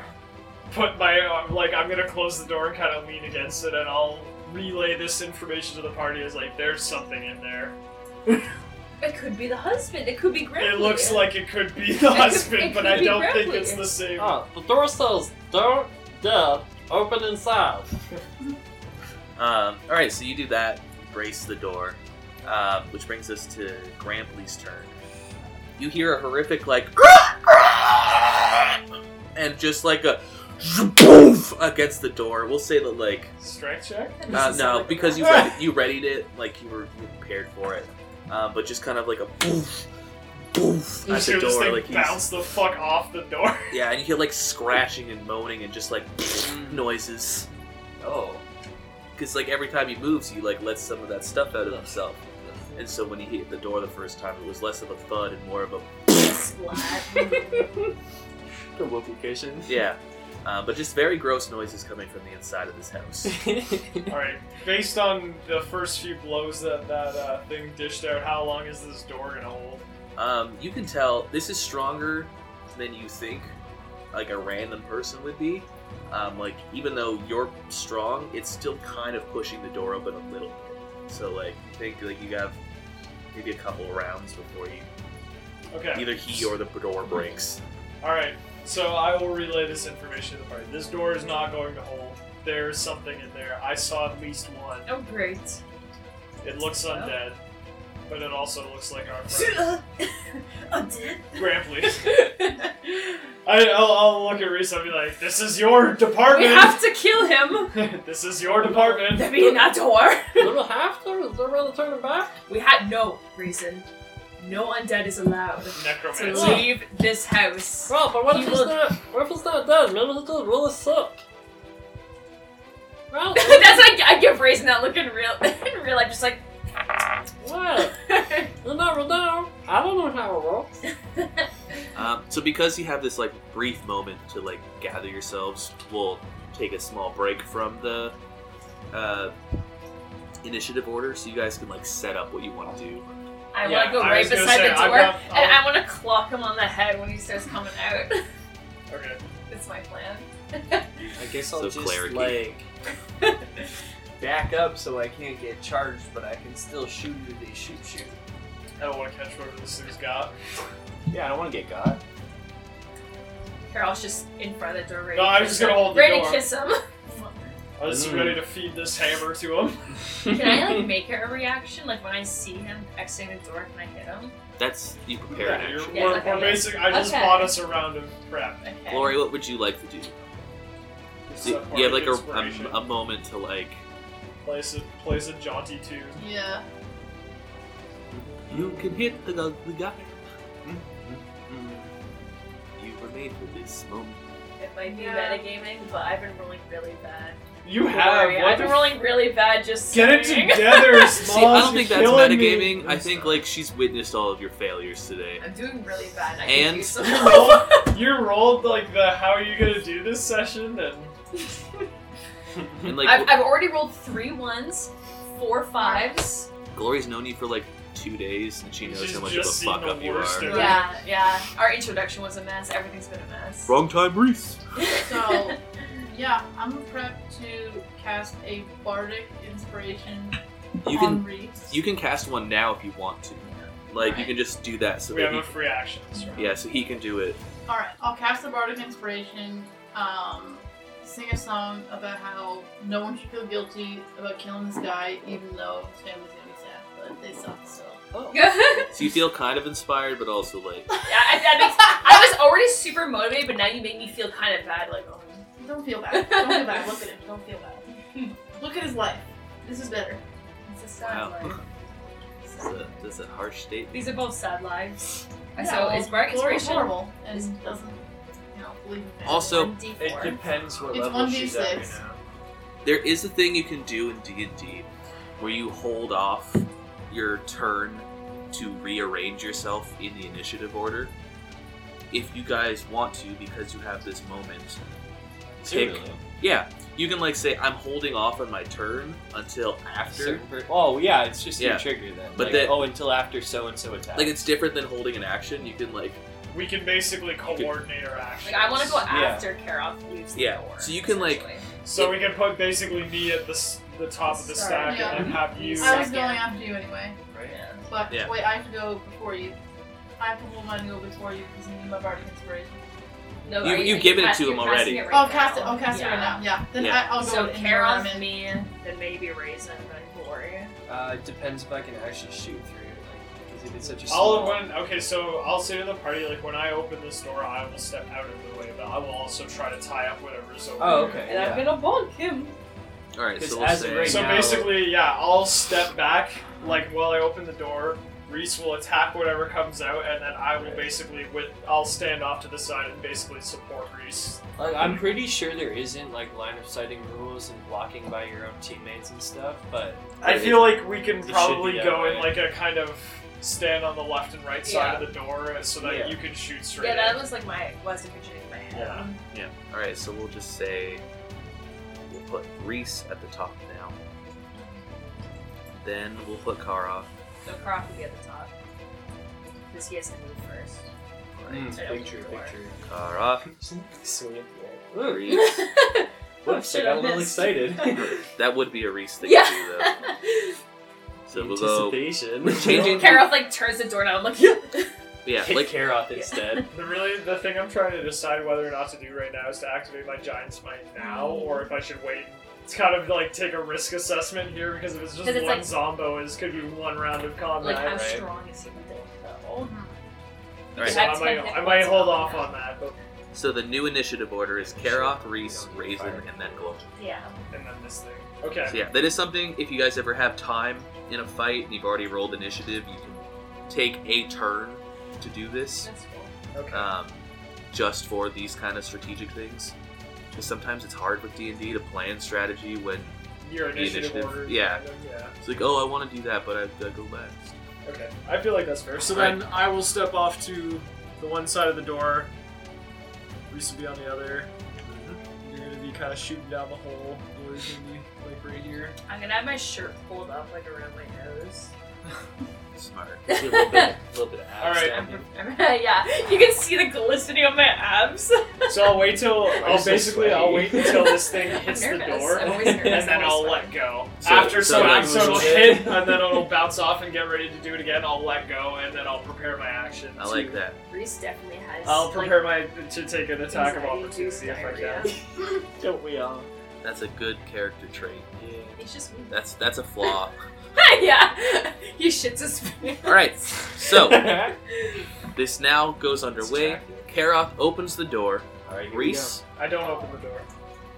Speaker 5: put my uh, like I'm gonna close the door and kind of lean against it, and I'll relay this information to the party as like there's something in there.
Speaker 3: It could be the husband. It could be Grimly.
Speaker 5: It looks like it could be the husband,
Speaker 3: it
Speaker 5: but
Speaker 3: could
Speaker 5: I
Speaker 3: be
Speaker 5: don't think
Speaker 3: Bradley.
Speaker 5: it's the same.
Speaker 9: Oh, the door says door dead, open inside.
Speaker 1: Um, all right, so you do that, brace the door, um, which brings us to Grampley's turn. You hear a horrific like, and just like a boof against the door. We'll say that like
Speaker 5: Strength check.
Speaker 1: Uh, no, because you read, you readied it like you were you were prepared for it, um, but just kind of like a boof, boof
Speaker 5: You
Speaker 1: at
Speaker 5: hear
Speaker 1: the
Speaker 5: this
Speaker 1: door,
Speaker 5: thing
Speaker 1: like he's,
Speaker 5: bounce the fuck off the door.
Speaker 1: yeah, and you hear like scratching and moaning and just like
Speaker 6: Mm.
Speaker 1: noises,
Speaker 6: Oh.
Speaker 1: because like every time he moves, he like lets some of that stuff out of himself, and so when he hit the door the first time, it was less of a thud and more of a
Speaker 3: Splat.
Speaker 6: The whoopee
Speaker 1: yeah, uh, but just very gross noises coming from the inside of this house.
Speaker 5: All right, based on the first few blows that that uh, thing dished out, how long is this door gonna hold?
Speaker 1: Um, you can tell this is stronger than you think, like a random person would be. Um, like even though you're strong, it's still kind of pushing the door open a little. bit. So like think like you have maybe a couple rounds before you
Speaker 5: Okay.
Speaker 1: either he or the door breaks.
Speaker 5: All right, so I will relay this information to the party. This door is not going to hold. There's something in there. I saw at least one.
Speaker 3: oh great.
Speaker 5: It looks undead, but it also looks like our friend
Speaker 3: Undead.
Speaker 5: Grampley. I, I'll, I'll look at Reese. I'll be like, "This is your
Speaker 3: We
Speaker 5: department.
Speaker 3: have to kill him.
Speaker 5: this is your department."
Speaker 3: There be that door.
Speaker 9: we don't have to. Is there really turning back?
Speaker 3: We had no reason. No undead is allowed to
Speaker 5: Necromancer.
Speaker 3: leave this house.
Speaker 9: Bro, but what
Speaker 3: You
Speaker 9: if it's
Speaker 3: look-
Speaker 9: not? What if it's not dead? Maybe it's just really sick. Bro,
Speaker 3: That's like I give Raisin that look in real in real life, just like
Speaker 9: what? You never know. I don't know how it works.
Speaker 1: Um, so because you have this like brief moment to like gather yourselves, we'll take a small break from the uh, initiative order, so you guys can like set up what you want to do.
Speaker 3: I
Speaker 5: Yeah,
Speaker 3: want to go
Speaker 5: I
Speaker 3: right
Speaker 5: was gonna
Speaker 3: beside
Speaker 5: say,
Speaker 3: the
Speaker 5: I've
Speaker 3: door,
Speaker 5: got-
Speaker 3: and I want to clock him on the head when he starts coming out.
Speaker 5: oh, Okay.
Speaker 3: It's my plan.
Speaker 6: I guess I'll
Speaker 1: So
Speaker 6: just
Speaker 1: clarity.
Speaker 6: like back up so I can't get charged, but I can still shoot who they shoot shoot.
Speaker 5: I don't want to catch whatever this thing's got.
Speaker 6: Yeah, I don't want to get got.
Speaker 3: Carol's just in front of the door, ready.
Speaker 5: No,
Speaker 3: to
Speaker 5: I'm
Speaker 3: kiss
Speaker 5: just gonna
Speaker 3: him.
Speaker 5: hold the
Speaker 3: Ready to
Speaker 5: door.
Speaker 3: kiss him.
Speaker 5: I'm I was
Speaker 6: Mm.
Speaker 5: ready to feed this hammer to him.
Speaker 3: Can I like make a reaction? Like when I see him exiting the door, can I hit him?
Speaker 1: That's you prepare
Speaker 5: Yeah,
Speaker 1: an
Speaker 5: you're,
Speaker 1: action.
Speaker 3: Yeah,
Speaker 5: we're,
Speaker 3: okay.
Speaker 5: we're basic. I just
Speaker 3: Okay.
Speaker 5: bought us a round of prep.
Speaker 3: Okay.
Speaker 1: Lori, what would you like to do?
Speaker 5: It's
Speaker 1: Do you-
Speaker 5: a
Speaker 1: you have like
Speaker 5: bardic
Speaker 1: a, um,
Speaker 5: inspiration.
Speaker 1: a, a moment to like
Speaker 5: plays a plays a jaunty tune.
Speaker 4: Yeah.
Speaker 1: you can hit the ugly guy.
Speaker 6: Mm-hmm.
Speaker 1: You were made for this moment.
Speaker 3: It might be
Speaker 7: Yeah.
Speaker 3: metagaming, but I've been rolling really bad.
Speaker 5: You
Speaker 3: Sorry,
Speaker 5: have. What
Speaker 3: I've
Speaker 5: the
Speaker 3: been
Speaker 5: f-
Speaker 3: rolling really bad just
Speaker 5: Get it
Speaker 3: saying.
Speaker 5: together,
Speaker 1: See, I
Speaker 5: Smalls.
Speaker 1: don't think
Speaker 5: you're
Speaker 1: that's
Speaker 5: killing me.
Speaker 1: metagaming. I think like she's witnessed all of your failures today.
Speaker 3: I'm doing really bad. I
Speaker 1: And-
Speaker 3: can do some
Speaker 5: You rolled, you rolled like the how are you gonna do this session and
Speaker 1: And like
Speaker 3: I've, I've already rolled three ones, four fives.
Speaker 1: Glory's known you for like two days, and she knows
Speaker 5: She's
Speaker 1: how much of a
Speaker 5: just seen
Speaker 1: fuck
Speaker 5: the
Speaker 1: up you
Speaker 5: worst
Speaker 1: are.
Speaker 5: of-
Speaker 3: Yeah, yeah. Our introduction was a mess. Everything's been a mess.
Speaker 1: Wrong time, Reese.
Speaker 4: So, yeah, I'm gonna prep to cast a bardic inspiration
Speaker 1: You
Speaker 4: on
Speaker 5: Um,
Speaker 1: can
Speaker 4: Reese.
Speaker 1: you can cast one now if you want to. Like you
Speaker 4: Alright.
Speaker 1: can just do that so
Speaker 5: we
Speaker 1: that
Speaker 5: have
Speaker 1: he,
Speaker 5: a free action. this round.
Speaker 1: yeah, so he can do it.
Speaker 4: All right, I'll cast the bardic inspiration. Um, sing a song about how no one should feel guilty about killing this guy, even though his family's gonna be sad, but they suck still.
Speaker 9: Oh.
Speaker 3: yeah,
Speaker 1: So you feel kind of inspired, but also like
Speaker 3: I, that makes, I was already super motivated, but now you make me feel kind of bad. Like, oh,
Speaker 4: Don't feel bad. Don't feel bad. Look at him. Don't feel bad. Hmm. Look at his life. This is better.
Speaker 3: it's a sad
Speaker 1: wow,
Speaker 3: life.
Speaker 1: this is a, this is a harsh statement.
Speaker 3: These are both sad lives.
Speaker 4: Yeah,
Speaker 3: so
Speaker 4: well,
Speaker 3: is Bardic
Speaker 4: Laura's
Speaker 3: Inspiration?
Speaker 4: horrible and doesn't, you know, believe in fans.
Speaker 1: Also,
Speaker 3: One D4.
Speaker 6: It depends what
Speaker 4: It's
Speaker 6: level she's at right
Speaker 4: 1d6.
Speaker 6: now.
Speaker 1: There is a thing you can do in D and D where you hold off your turn to rearrange yourself in the initiative order. If you guys want to, because you have this moment, Pick. Yeah, you can like say I'm holding off on my turn until after.
Speaker 6: Certain per- oh yeah, it's just
Speaker 1: Yeah.
Speaker 6: a trigger then.
Speaker 1: But
Speaker 6: Like,
Speaker 1: that-
Speaker 6: oh, until after so and so attack.
Speaker 1: Like it's different than holding an action. You can like
Speaker 5: We can basically coordinate our actions.
Speaker 3: Like, I want to go
Speaker 6: Yeah.
Speaker 3: after Karov leaves the
Speaker 1: Yeah.
Speaker 3: door.
Speaker 1: So you can, like-
Speaker 3: essentially.
Speaker 5: So we can put basically me at the s- the top of the
Speaker 3: Sorry.
Speaker 5: stack and then have you.
Speaker 4: I was
Speaker 3: Second.
Speaker 4: going after you anyway.
Speaker 3: Yeah.
Speaker 4: But
Speaker 1: Yeah.
Speaker 4: wait, I have to go before you. I have to hold mine and go before you because you need my bardic inspiration.
Speaker 3: No,
Speaker 1: You-
Speaker 3: are
Speaker 1: you've
Speaker 3: are
Speaker 1: given it
Speaker 3: cast-
Speaker 1: to
Speaker 3: you're
Speaker 1: him
Speaker 3: casting
Speaker 1: already.
Speaker 3: It right
Speaker 4: I'll cast it.
Speaker 3: now.
Speaker 4: I'll cast it
Speaker 3: Yeah.
Speaker 4: right now. Yeah. Then
Speaker 1: Yeah.
Speaker 4: I, I'll go
Speaker 3: so
Speaker 4: in
Speaker 3: Karov,
Speaker 4: and
Speaker 3: me, then maybe Raisin, then Glory.
Speaker 6: Uh, it depends if I can actually shoot through. Like, because if it's such a
Speaker 5: I'll
Speaker 6: small-
Speaker 5: when okay, so I'll say to the party like when I open this door, I will step out of the way, but I will also try to tie up whatever's over.
Speaker 6: Oh,
Speaker 5: here.
Speaker 6: okay.
Speaker 7: And I'm
Speaker 6: Yeah.
Speaker 7: gonna bonk him.
Speaker 1: all right.
Speaker 6: 'Cause
Speaker 1: So we'll
Speaker 6: as of
Speaker 1: say
Speaker 6: right
Speaker 5: So
Speaker 6: now-
Speaker 5: basically, yeah, I'll step back like while I open the door. Reese will attack whatever comes out, and then I will basically with I'll stand off to the side and basically support Reese.
Speaker 6: Like, I'm pretty sure there isn't like line of sighting rules and blocking by your own teammates and stuff, but
Speaker 5: I
Speaker 6: it-
Speaker 5: feel like we can
Speaker 6: should be
Speaker 5: probably
Speaker 6: that
Speaker 5: go in
Speaker 6: way.
Speaker 5: like a kind of stand on the left and right side of the door uh, so that
Speaker 6: Yeah.
Speaker 5: you can shoot straight.
Speaker 3: Yeah,
Speaker 5: in.
Speaker 3: that was like my was envisioning in my head.
Speaker 5: Yeah.
Speaker 1: All right. So we'll just say we'll put Reese at the top now. Then we'll put Kara.
Speaker 3: So Karov would be at the top because he has to move first.
Speaker 5: Hmm,
Speaker 1: Right.
Speaker 6: Mm, picture, picture.
Speaker 1: Kara.
Speaker 6: Swing it through.
Speaker 1: Reese.
Speaker 6: Whoops, I
Speaker 3: Shit,
Speaker 6: got
Speaker 3: I
Speaker 6: a little
Speaker 3: missed.
Speaker 6: excited.
Speaker 1: That would be a Reese thing
Speaker 3: Yeah.
Speaker 1: to do though. So we'll go.
Speaker 6: Anticipation.
Speaker 1: uh, We're changing-
Speaker 3: Karov like turns the door down. I'm like, yeah.
Speaker 1: Yeah.
Speaker 6: Hit
Speaker 1: Like
Speaker 6: Karoth instead.
Speaker 5: The really the thing I'm trying to decide whether or not to do right now is to activate my giant smite now or if I should wait. It's kind of like take a risk assessment here because if it's just
Speaker 3: 'Cause it's
Speaker 5: one
Speaker 3: like-
Speaker 5: zombo, it's could be one round of combat.
Speaker 3: like how
Speaker 5: right?
Speaker 3: strong is he with it though?
Speaker 1: Right.
Speaker 5: So I might, I might hold off on that, but
Speaker 1: so the new initiative order is Kara, Reese, Raisin, and then Glow.
Speaker 3: Yeah.
Speaker 5: and then this thing. Okay.
Speaker 1: So yeah, that is something. If you guys ever have time in a fight and you've already rolled initiative, you can take a turn to do this,
Speaker 3: That's cool.
Speaker 5: Okay.
Speaker 1: um, just for these kind of strategic things. Because sometimes it's hard with D and D to plan strategy when
Speaker 5: Your
Speaker 1: the
Speaker 5: initiative,
Speaker 1: initiative,
Speaker 5: order.
Speaker 1: yeah.
Speaker 5: Yeah.
Speaker 1: it's like, oh, I want to do that, but I gotta go last.
Speaker 5: Okay. I feel like that's fair. So
Speaker 1: Right.
Speaker 5: then I will step off to the one side of the door. Reese will be on the other.
Speaker 6: Mm-hmm.
Speaker 5: You're gonna be kind of shooting down the hole. Lori's gonna be like right here.
Speaker 3: I'm gonna have my shirt pulled up like around my nose.
Speaker 1: Smart.
Speaker 6: Do a little bit, little bit of abs
Speaker 5: All right.
Speaker 6: down here.
Speaker 3: yeah, you can see the glistening on my abs.
Speaker 5: So I'll wait till
Speaker 6: Why
Speaker 5: I'll
Speaker 6: so
Speaker 5: basically I'll wait
Speaker 6: sweaty?
Speaker 5: until this thing
Speaker 3: I'm
Speaker 5: hits the
Speaker 3: nervous.
Speaker 5: door,
Speaker 3: I'm always
Speaker 5: and
Speaker 3: nervous.
Speaker 5: then
Speaker 3: I'm
Speaker 5: I'll
Speaker 3: always
Speaker 5: let go.
Speaker 1: So-
Speaker 5: After
Speaker 1: so
Speaker 5: some
Speaker 1: like-
Speaker 5: action, it'll hit, and then it'll bounce off and get ready to do it again. I'll let go, and then I'll prepare my action.
Speaker 1: I
Speaker 5: to-
Speaker 1: like that.
Speaker 3: Reese definitely has.
Speaker 5: I'll
Speaker 3: like,
Speaker 5: prepare my to take an attack of
Speaker 3: anxiety,
Speaker 5: opportunity if I
Speaker 3: diarrhea.
Speaker 5: can. Don't we all?
Speaker 1: That's a good character trait.
Speaker 3: He's just weird.
Speaker 1: That's that's a flaw.
Speaker 3: yeah. He shits his pants.
Speaker 1: All right. So this now goes underway. Karoth opens the door.
Speaker 6: All right, here we
Speaker 1: Reese,
Speaker 5: I don't open the door.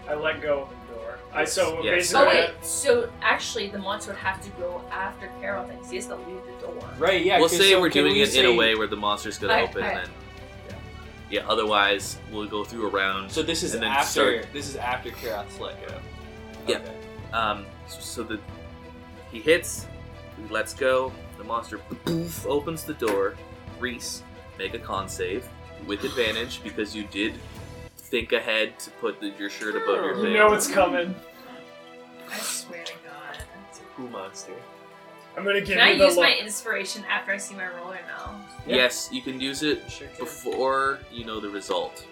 Speaker 5: I let go of the door. I so
Speaker 1: Yes.
Speaker 3: Oh
Speaker 5: basically.
Speaker 3: wait, so actually the monster would have to go after Carol then 'cause he has to leave the door.
Speaker 6: go. Right, yeah.
Speaker 1: we'll
Speaker 6: 'cause
Speaker 1: say
Speaker 6: so
Speaker 1: we're
Speaker 6: can
Speaker 1: doing
Speaker 6: we
Speaker 1: it in a
Speaker 6: say-
Speaker 1: way where the monster's gonna
Speaker 3: Alright,
Speaker 1: open
Speaker 3: alright.
Speaker 1: and then. Yeah. Otherwise, we'll go through a round.
Speaker 6: So this is
Speaker 1: and then
Speaker 6: after. This is after Karoth's let go.
Speaker 1: Yeah.
Speaker 6: Okay.
Speaker 1: Um, so, so the he hits, he lets go. The monster poof, opens the door. Reese, make a con save with advantage because you did think ahead to put the, your shirt above
Speaker 3: Oh,
Speaker 1: your
Speaker 5: You
Speaker 1: face.
Speaker 5: know it's coming.
Speaker 3: I swear to God.
Speaker 6: It's a poo monster.
Speaker 5: I'm gonna give
Speaker 3: Can I
Speaker 5: you the
Speaker 3: use
Speaker 5: look.
Speaker 3: my inspiration after I see my roller now?
Speaker 1: Yes, you can use it
Speaker 6: Sure. can.
Speaker 1: before you know the result.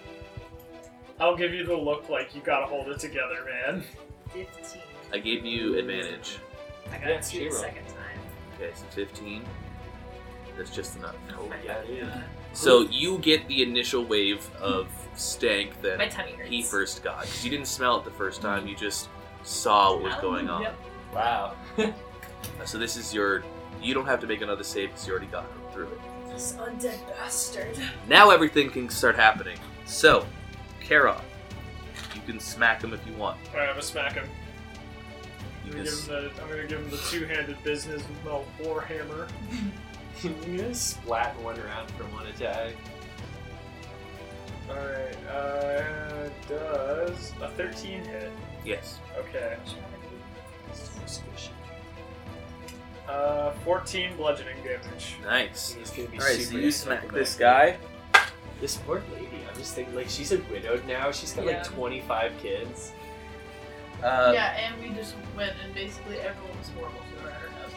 Speaker 5: I'll give you the look like you gotta hold it together, man.
Speaker 3: Fifteen.
Speaker 1: I gave you advantage.
Speaker 3: I got
Speaker 6: Yeah,
Speaker 3: two the
Speaker 6: zero.
Speaker 3: second time. Oh
Speaker 1: Okay, so 15. That's just enough.
Speaker 6: Oh yeah, yeah.
Speaker 1: So you get the initial wave of stank that
Speaker 3: My tummy hurts.
Speaker 1: he first got because you didn't smell it the first time. You just saw what was
Speaker 3: Oh,
Speaker 1: going on.
Speaker 3: yep.
Speaker 6: Wow.
Speaker 1: Uh, So this is your. You don't have to make another save because you already got through it.
Speaker 3: This undead bastard.
Speaker 1: Now everything can start happening. So, Kara, you can smack him if you want.
Speaker 5: Alright, I'm gonna smack him. I'm
Speaker 1: You
Speaker 5: gonna
Speaker 1: can
Speaker 5: give
Speaker 1: s-
Speaker 5: him the, I'm gonna give him the two-handed business with my war hammer.
Speaker 6: I'm gonna splat one round from one attack.
Speaker 5: Alright, uh, does a 13 hit?
Speaker 1: yes.
Speaker 5: Okay. Uh, 14 bludgeoning damage.
Speaker 1: Nice.
Speaker 6: He's gonna be
Speaker 1: All right, so
Speaker 6: super
Speaker 1: you smack this
Speaker 6: anticlimactic.
Speaker 1: guy.
Speaker 6: This poor lady. I'm just thinking, like, she's a widowed now. She's got
Speaker 3: Yeah.
Speaker 6: like 25 kids.
Speaker 1: Uh,
Speaker 4: yeah, and we just went and basically everyone was horrible to her at her house.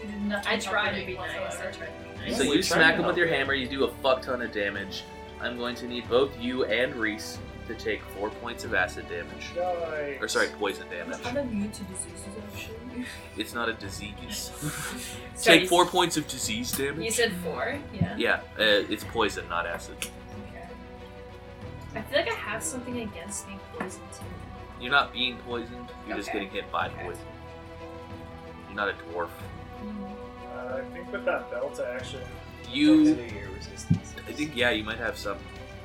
Speaker 4: We did nothing.
Speaker 3: I tried to
Speaker 4: comforting
Speaker 3: be nice. I tried
Speaker 4: whatsoever.
Speaker 3: to be nice.
Speaker 1: So
Speaker 6: We're
Speaker 1: you
Speaker 6: trying
Speaker 1: smack
Speaker 6: to
Speaker 1: him with your
Speaker 6: help
Speaker 1: hammer, you do a fuck ton of damage. I'm going to need both you and Reese to take four points of acid damage.
Speaker 5: Yikes.
Speaker 1: Or sorry, poison damage.
Speaker 3: I'm immune to diseases, actually.
Speaker 1: It's not a disease.
Speaker 3: Sorry,
Speaker 1: take four points of disease
Speaker 3: You
Speaker 1: damage?
Speaker 3: said four? Yeah.
Speaker 1: Yeah, uh, it's poison, not acid.
Speaker 3: Okay. I feel like I have something against being poisoned too.
Speaker 1: You're not being poisoned, you're just
Speaker 3: Okay.
Speaker 1: getting hit by
Speaker 3: Okay.
Speaker 1: poison. You're not a dwarf.
Speaker 5: Uh, I think with that belt action,
Speaker 1: You.
Speaker 6: Poison or your resistance.
Speaker 1: I think, yeah, you might have some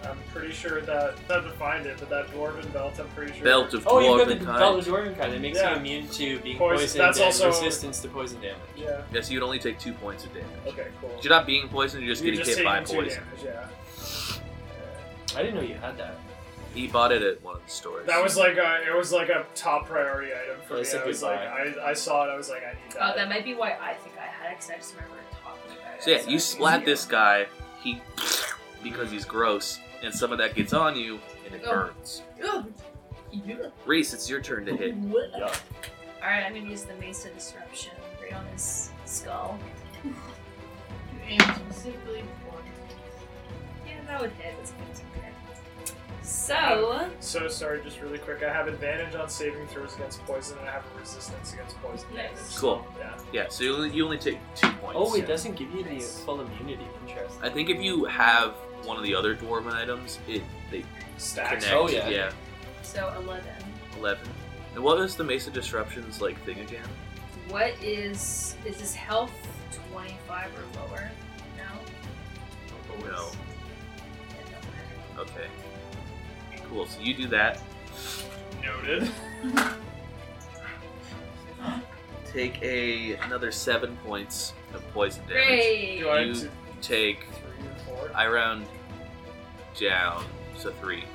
Speaker 5: I'm pretty sure that. I have to find it, but that dwarven belt, I'm pretty sure.
Speaker 1: belt of
Speaker 6: Oh, you've got
Speaker 1: dwarven
Speaker 6: the
Speaker 1: kind.
Speaker 6: Dollar Dwarven kind that makes
Speaker 5: Yeah.
Speaker 6: you immune to being
Speaker 5: Poison-
Speaker 6: poisoned
Speaker 5: that's
Speaker 6: and
Speaker 5: also-
Speaker 6: resistance to poison damage.
Speaker 5: Yeah,
Speaker 1: Yes, you'd only take two points of damage.
Speaker 5: okay, cool.
Speaker 1: You're not being poisoned, you're just
Speaker 5: You're
Speaker 1: getting
Speaker 5: just
Speaker 1: hit by
Speaker 5: taking two
Speaker 1: poison.
Speaker 5: damage, yeah.
Speaker 6: I didn't know you had that.
Speaker 1: He bought it at one of the stores.
Speaker 5: That was like a, it was like a top priority item for me.
Speaker 6: Yeah, it's a
Speaker 5: I was
Speaker 6: good
Speaker 5: like,
Speaker 6: buy.
Speaker 5: I, I saw it. I was like, I need that.
Speaker 3: Oh, that might be why I think I had it, because I just remember talking about it.
Speaker 1: So yeah, you
Speaker 3: I
Speaker 1: splat
Speaker 3: think-
Speaker 1: this guy. He because he's gross, and some of that gets on you, and it
Speaker 3: Oh.
Speaker 1: burns.
Speaker 3: Ugh. Ew.
Speaker 1: Reese, it's your turn to hit.
Speaker 6: Yeah.
Speaker 3: Alright, I'm gonna use the Mesa Disruption right on his skull.
Speaker 4: You aimed specifically for
Speaker 3: Yeah, that would hit. That's a 15 crit. So,
Speaker 5: So sorry, just really quick. I have advantage on saving throws against poison, and I have a resistance against poison damage.
Speaker 3: Nice.
Speaker 1: Cool.
Speaker 5: Yeah.
Speaker 1: Yeah. So you only, you only take two points.
Speaker 6: Oh, it doesn't give you the full immunity. Interesting.
Speaker 1: I think if you have one of the other dwarven items, it they
Speaker 5: Stacks.
Speaker 1: connect.
Speaker 6: Oh, yeah.
Speaker 3: so 11.
Speaker 1: Eleven. And what was the Mesa disruptions like thing again?
Speaker 3: What is, is his health 25 or lower? No?
Speaker 1: Oh no.
Speaker 3: It don't matter.
Speaker 1: Okay. Cool. So you do that.
Speaker 5: Noted.
Speaker 1: Take a another seven points of poison damage.
Speaker 3: Great!
Speaker 5: Do I have
Speaker 1: You-
Speaker 5: to
Speaker 1: Take
Speaker 5: three or four?
Speaker 1: I round down, so three.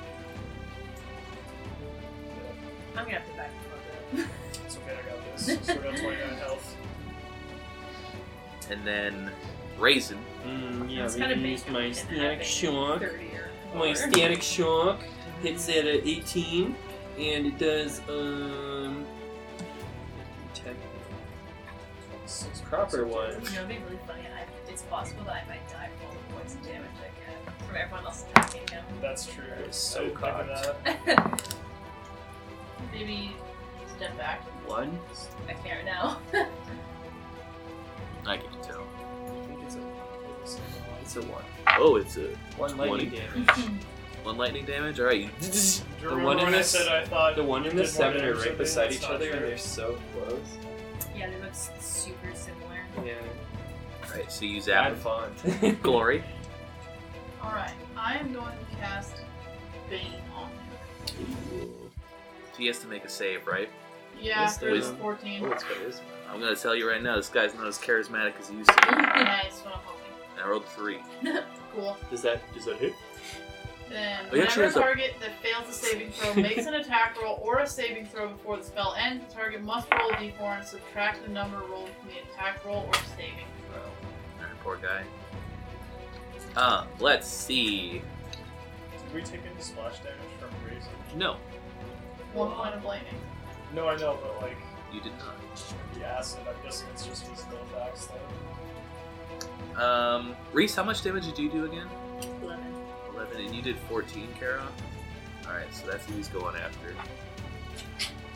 Speaker 3: I'm gonna have to back up a little bit.
Speaker 5: It's okay. I got this. So we got 29 health.
Speaker 1: And then Raisin.
Speaker 6: Mm,
Speaker 3: That's
Speaker 6: yeah,
Speaker 3: kinda
Speaker 6: maybe
Speaker 3: big
Speaker 6: use
Speaker 3: if
Speaker 6: my
Speaker 3: we didn't
Speaker 6: Stanic
Speaker 3: have it.
Speaker 6: Shock.
Speaker 3: 30 or
Speaker 6: My
Speaker 3: more.
Speaker 6: Stanic Shock hits at a 18, and it does, um. 10.
Speaker 5: Six
Speaker 6: Proper one.
Speaker 3: You know, it'd be really funny. I, it's possible that I might die from all the poison damage I get from everyone else attacking him.
Speaker 5: That's true.
Speaker 6: That is
Speaker 5: I
Speaker 6: so
Speaker 5: didn't think of
Speaker 6: cocked.
Speaker 5: that.
Speaker 4: it. Maybe step back.
Speaker 6: One?
Speaker 3: I can't now.
Speaker 1: I can tell.
Speaker 6: I think it's a. It's a one.
Speaker 1: Oh, it's a
Speaker 6: One lightning damage.
Speaker 1: One lightning damage. All right.
Speaker 5: Do you
Speaker 6: The
Speaker 5: remember
Speaker 6: one in
Speaker 5: when I
Speaker 6: the s-
Speaker 5: said I thought
Speaker 6: The one and the
Speaker 5: did
Speaker 6: seven are
Speaker 5: damage
Speaker 6: right
Speaker 5: something?
Speaker 6: beside
Speaker 5: That's
Speaker 6: each
Speaker 5: not
Speaker 6: other, and
Speaker 5: fair.
Speaker 6: they're so close.
Speaker 3: Yeah, they look s- super similar.
Speaker 6: Yeah,
Speaker 1: All right. So use
Speaker 6: bad
Speaker 1: that
Speaker 6: font.
Speaker 1: glory.
Speaker 4: Alright, I am going to cast Bane on him.
Speaker 12: Oh,
Speaker 1: He has to make a save, right?
Speaker 4: Yeah,
Speaker 6: Is there
Speaker 4: after
Speaker 6: a-
Speaker 4: 14.
Speaker 6: oh, it's got his.
Speaker 1: I'm gonna tell you right now. This guy's not as charismatic as he used to. be.
Speaker 4: yeah, that's what I'm hoping.
Speaker 1: And I rolled three.
Speaker 4: Cool.
Speaker 6: Does that does that hit?
Speaker 4: Then
Speaker 1: Oh, he actually
Speaker 4: whenever a
Speaker 1: has a-
Speaker 4: target that fails a saving throw makes an attack roll or a saving throw before the spell ends, the target must roll a d4 and subtract the number rolled from the attack roll or saving throw.
Speaker 1: Alright, poor guy. Uh, let's see.
Speaker 5: Did we take any splash damage from Raisin?
Speaker 1: No,
Speaker 4: One point of blaming.
Speaker 5: No, I know, but like
Speaker 1: you did not.
Speaker 5: the acid, I'm guessing it's just physical attacks. Then.
Speaker 1: Um, Reese, how much damage did you do again?
Speaker 3: Eleven.
Speaker 1: 11, and you did 14, Kara. Alright, so that's who he's going after.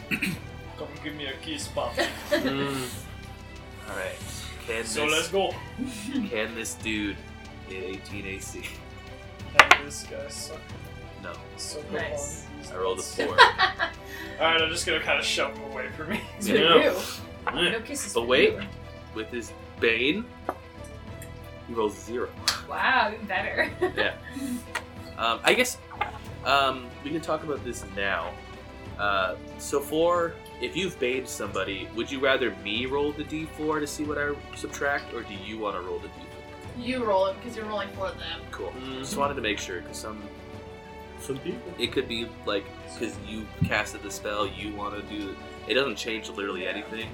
Speaker 5: Come give me a key spot.
Speaker 12: Mm-hmm.
Speaker 1: Alright. Can,
Speaker 5: so let's
Speaker 1: this,
Speaker 5: go.
Speaker 1: can this dude hit 18 AC?
Speaker 5: And this guy suck.
Speaker 1: No.
Speaker 5: So go
Speaker 3: Nice.
Speaker 5: on.
Speaker 1: I rolled a 4.
Speaker 5: Alright, I'm just gonna kind of shove him away from me.
Speaker 3: So
Speaker 6: Yeah.
Speaker 3: you. No kisses.
Speaker 1: But
Speaker 3: for
Speaker 1: wait.
Speaker 3: you.
Speaker 1: With his Bane, he rolls 0.
Speaker 3: Wow, even better.
Speaker 1: Um, I guess um, we can talk about this now. Uh, so, for if you've baited somebody, would you rather me roll the d4 to see what I subtract, or do you want to roll the d4?
Speaker 4: You roll it because you're rolling for them.
Speaker 1: Cool.
Speaker 6: Mm-hmm.
Speaker 1: Just wanted to make sure because some
Speaker 6: Some people.
Speaker 1: it could be like because you casted the spell, you want to do it doesn't change literally anything.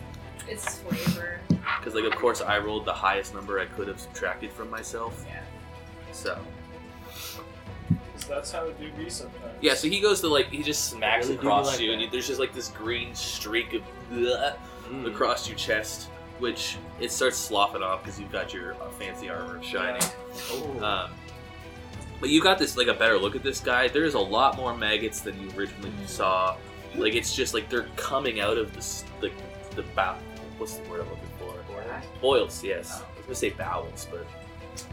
Speaker 3: It's flavor.
Speaker 1: Because like of course I rolled the highest number I could have subtracted from myself.
Speaker 3: Yeah.
Speaker 1: So
Speaker 5: 'Cause that's how it do be sometimes.
Speaker 1: Yeah, so he goes to like he just smacks
Speaker 6: Really do
Speaker 1: across
Speaker 6: like
Speaker 1: you,
Speaker 6: that.
Speaker 1: and you, there's just like this green streak of bleh
Speaker 12: Mm.
Speaker 6: Mm.
Speaker 1: across your chest, which it starts sloughing off because you've got your uh, fancy armor shining.
Speaker 12: Oh.
Speaker 1: Um, but you got this like a better look at this guy. There's a lot more maggots than you originally saw. Like it's just like they're coming out of the s- the the bow. What's the word I'm looking for? Boils. Yes, I was gonna say bowels, but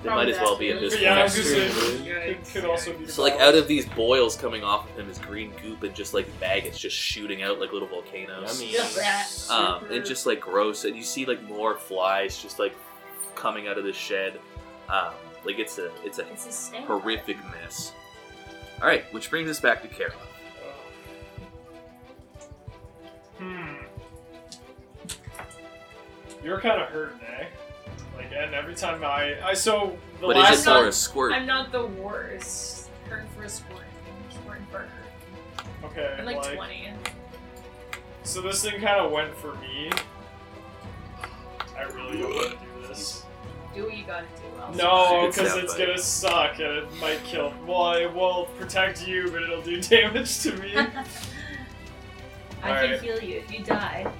Speaker 1: they might
Speaker 4: Probably
Speaker 1: as well be at
Speaker 4: bastards.
Speaker 1: this
Speaker 5: But yeah,
Speaker 1: point.
Speaker 5: I was gonna say it could also be.
Speaker 1: So like out of these boils coming off of him is green goop and just like maggots just shooting out like little volcanoes.
Speaker 6: Yummy.
Speaker 4: Just that.
Speaker 1: Um,
Speaker 6: Mm-hmm.
Speaker 1: and just like gross, and you see like more flies just like coming out of this shed. Um, like it's a it's a
Speaker 3: It's a snake.
Speaker 1: horrific mess. All right, which brings us back to Kara.
Speaker 5: Hmm. You're kind of hurting, eh? Like, and every time I, I so the
Speaker 1: But is
Speaker 5: last
Speaker 1: it
Speaker 5: time.
Speaker 1: for a squirt?
Speaker 3: I'm not the worst. Hurt for a squirt. Squirt burger.
Speaker 5: Okay,
Speaker 3: I'm like,
Speaker 5: like,
Speaker 3: 20.
Speaker 5: so this thing kind of went for me. I really don't want to do this.
Speaker 3: Do what you gotta do. I'll
Speaker 5: No,
Speaker 1: Good
Speaker 5: because
Speaker 1: sound
Speaker 5: it's
Speaker 1: bite.
Speaker 5: gonna suck and it might kill. Well, it will protect you, but it'll do damage to me.
Speaker 3: I
Speaker 5: Alright.
Speaker 3: can heal you if you die.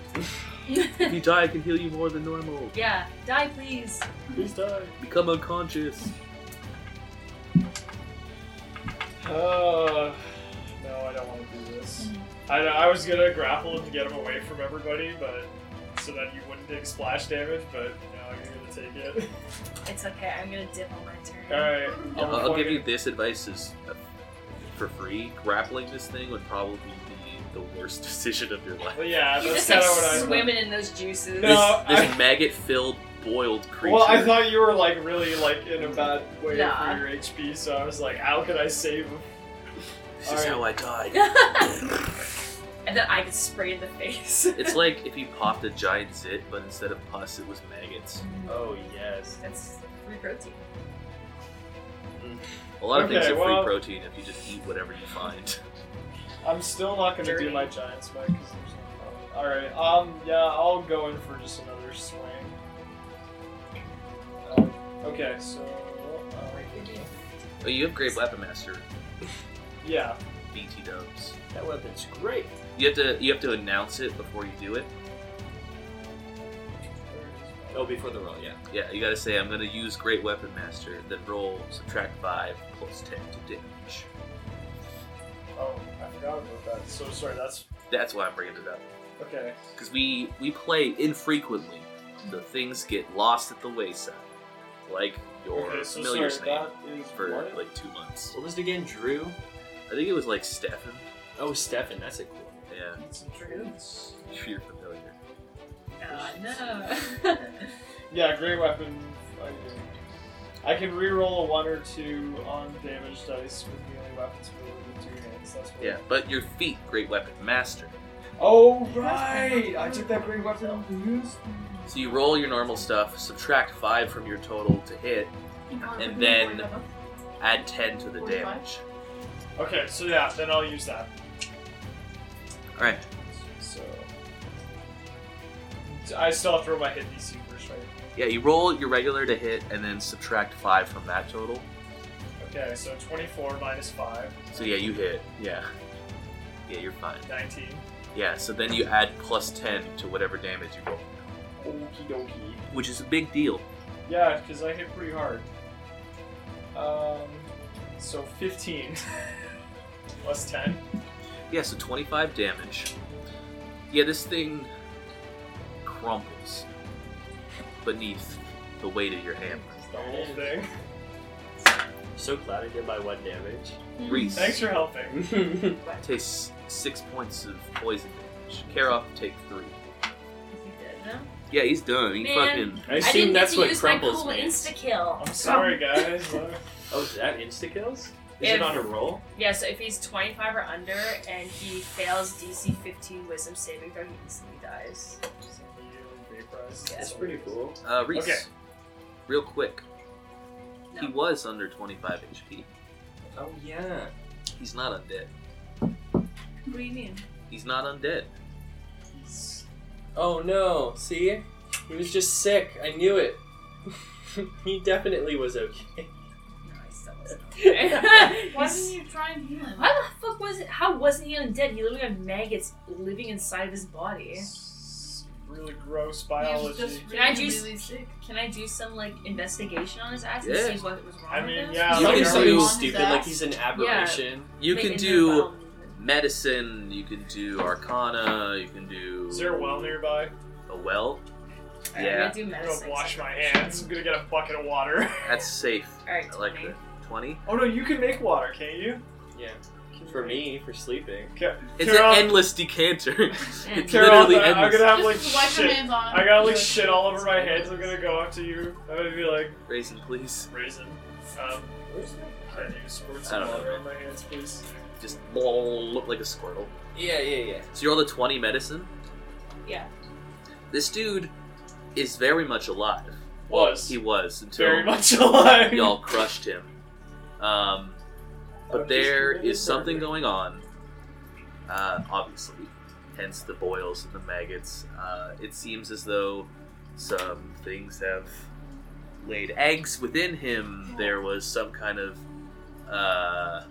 Speaker 1: if you die, I can heal you more than normal.
Speaker 3: yeah, die please.
Speaker 6: Please die.
Speaker 1: Become unconscious.
Speaker 5: Uh, no, I don't want to do this. I, I was gonna grapple him to get him away from everybody, but so that you wouldn't take splash damage. But no, you're gonna take it.
Speaker 3: It's okay, I'm gonna dip on my turn.
Speaker 5: All right,
Speaker 1: I'll, I'll give you this advice is uh, for free. Grappling this thing would probably be the worst decision of your life.
Speaker 5: Well, yeah,
Speaker 3: You're
Speaker 5: that's
Speaker 3: just
Speaker 5: kind
Speaker 3: like
Speaker 5: of what I.
Speaker 3: swimming in those juices.
Speaker 5: No,
Speaker 1: this
Speaker 5: I-
Speaker 1: this maggot-filled boiled creature.
Speaker 5: Well, I thought you were like really like in a bad way
Speaker 3: Nah.
Speaker 5: for your HP, so I was like, how could I save him?
Speaker 1: this is
Speaker 5: alright.
Speaker 1: how I died.
Speaker 3: and then I get sprayed in the face.
Speaker 1: It's like if you popped a giant zit, but instead of pus, it was maggots.
Speaker 6: Oh yes.
Speaker 3: That's free protein.
Speaker 1: A lot of things
Speaker 5: Okay,
Speaker 1: are
Speaker 5: well-
Speaker 1: free protein if you just eat whatever you find.
Speaker 5: I'm still not gonna
Speaker 3: Dirty.
Speaker 5: do my giant spike. 'cause there's no All right, um, yeah, I'll go in for just another swing. Um, okay, so uh,
Speaker 1: Oh, you have Great Weapon Master,
Speaker 5: yeah,
Speaker 1: BT Dubs.
Speaker 6: That weapon's great.
Speaker 1: You have to you have to announce it before you do it.
Speaker 6: Oh, before the roll, yeah.
Speaker 1: Yeah, you gotta say I'm gonna use Great Weapon Master, then roll subtract five plus ten to damage.
Speaker 5: oh, I forgot about that. So sorry, that's
Speaker 1: That's why I'm bringing it up.
Speaker 5: okay.
Speaker 1: because we we play infrequently, so things get lost at the wayside. like your
Speaker 5: Okay, so
Speaker 1: familiar's
Speaker 5: sorry, that
Speaker 1: name
Speaker 5: is
Speaker 1: for
Speaker 5: what?
Speaker 1: like two months.
Speaker 12: What was it again? Drew?
Speaker 1: I think it was like Stefan.
Speaker 12: Oh, Stefan. That's a cool.
Speaker 1: Yeah,
Speaker 3: It's true.
Speaker 1: you're familiar.
Speaker 3: Ah, no.
Speaker 5: Yeah, great weapon. I do. I can reroll a one or two on damage dice with melee weapons for the two hands. That's what
Speaker 1: Yeah, but your feet, great weapon master.
Speaker 5: Oh right! I took that great weapon off the use.
Speaker 1: So you roll your normal stuff, subtract five from your total to hit, and then add ten to the
Speaker 4: Forty-five?
Speaker 1: damage.
Speaker 5: Okay, so yeah, then I'll use that.
Speaker 1: All right.
Speaker 5: So I still have to roll my hit DC first, right?
Speaker 1: Yeah, you roll your regular to hit, and then subtract five from that total.
Speaker 5: Okay, so 24 minus 5.
Speaker 1: So yeah, you hit. Yeah. Yeah, you're fine.
Speaker 5: 19.
Speaker 1: Yeah, so then you add plus 10 to whatever damage you roll,
Speaker 5: Okie dokie.
Speaker 1: which is a big deal.
Speaker 5: Yeah, because I hit pretty hard. Um, so 15. Plus 10.
Speaker 1: Yeah, so 25 damage. Yeah, this thing crumbles beneath the weight of your hammer.
Speaker 5: The whole thing.
Speaker 12: So glad I did my one damage.
Speaker 1: Reese
Speaker 5: Thanks for helping.
Speaker 1: takes six points of poison damage. Karoff take three. Yeah, he's done. He
Speaker 3: Man.
Speaker 1: fucking
Speaker 12: I
Speaker 3: I
Speaker 12: assume
Speaker 3: didn't
Speaker 12: that's
Speaker 3: get to
Speaker 12: what
Speaker 3: use my
Speaker 12: crumples
Speaker 3: cool
Speaker 12: means.
Speaker 3: insta kill.
Speaker 5: I'm sorry, guys. Uh,
Speaker 12: oh, is that insta kills? Is
Speaker 3: If-
Speaker 12: it on a roll?
Speaker 3: Yeah, so if he's 25 or under and he fails DC 15 Wisdom saving throw, he instantly dies.
Speaker 5: so you vaporized.
Speaker 12: That's pretty cool.
Speaker 1: uh, Reese.
Speaker 5: Okay.
Speaker 1: Real quick. He
Speaker 3: No.
Speaker 1: was under 25 HP.
Speaker 12: Oh yeah.
Speaker 1: He's not undead.
Speaker 3: What do you mean?
Speaker 1: He's not undead.
Speaker 5: He's-
Speaker 6: Oh no, see? He was just sick. I knew it. he definitely was okay.
Speaker 3: No, I still wasn't. okay.
Speaker 4: Why didn't you try and heal him?
Speaker 3: Why the fuck was it? How wasn't he undead? He literally had maggots living inside of his body.
Speaker 5: he's Really gross
Speaker 4: He
Speaker 5: biology.
Speaker 4: was just
Speaker 3: Can I
Speaker 4: really,
Speaker 3: do s-
Speaker 4: really sick.
Speaker 3: Can I do some like investigation on his ass and
Speaker 1: Yeah.
Speaker 3: see what was wrong
Speaker 5: I mean,
Speaker 3: with him?
Speaker 5: yeah,
Speaker 12: you
Speaker 5: like,
Speaker 12: can
Speaker 5: are
Speaker 12: do
Speaker 5: we
Speaker 4: on his
Speaker 12: stupid
Speaker 4: ass?
Speaker 12: like he's an aberration.
Speaker 1: You
Speaker 3: Like,
Speaker 1: can
Speaker 3: in their
Speaker 1: do
Speaker 3: bowel movement.
Speaker 1: medicine, you can do arcana, you can do.
Speaker 5: Is there a well nearby?
Speaker 1: A well?
Speaker 3: Alright, I'm
Speaker 1: Yeah,
Speaker 3: gonna do
Speaker 5: I'm
Speaker 3: medicine.
Speaker 5: gonna wash my hands. I'm gonna get a bucket of water.
Speaker 1: that's safe.
Speaker 3: Alright,
Speaker 1: I like
Speaker 3: 20.
Speaker 1: that. 20?
Speaker 5: Oh no, you can make water, can't you?
Speaker 6: Yeah. For me, for sleeping.
Speaker 5: Okay.
Speaker 1: It's
Speaker 5: Carol-
Speaker 1: an endless decanter. it's
Speaker 5: Carol,
Speaker 1: literally
Speaker 5: I- I'm
Speaker 1: endless.
Speaker 5: gonna have like
Speaker 4: Just wipe your
Speaker 5: shit.
Speaker 4: hands on
Speaker 5: I got like shit all over my head, so I'm gonna go up to you. I'm gonna be like,
Speaker 1: Raisin, please.
Speaker 5: Raisin, um, can you squirt
Speaker 1: I
Speaker 5: some
Speaker 1: don't know.
Speaker 5: water on my hands, please?
Speaker 1: Just look like a squirtle.
Speaker 6: Yeah, yeah, yeah.
Speaker 1: So you're all the 20 medicine?
Speaker 3: Yeah.
Speaker 1: This dude is very much alive.
Speaker 5: Was.
Speaker 1: He was until
Speaker 5: Very much alive.
Speaker 1: y'all crushed him. Um, but
Speaker 5: I'm just
Speaker 1: there
Speaker 5: really
Speaker 1: is something
Speaker 5: burning.
Speaker 1: going on, uh, obviously, hence the boils and the maggots. Uh, it seems as though some things have laid eggs within him. There was some kind of uh, I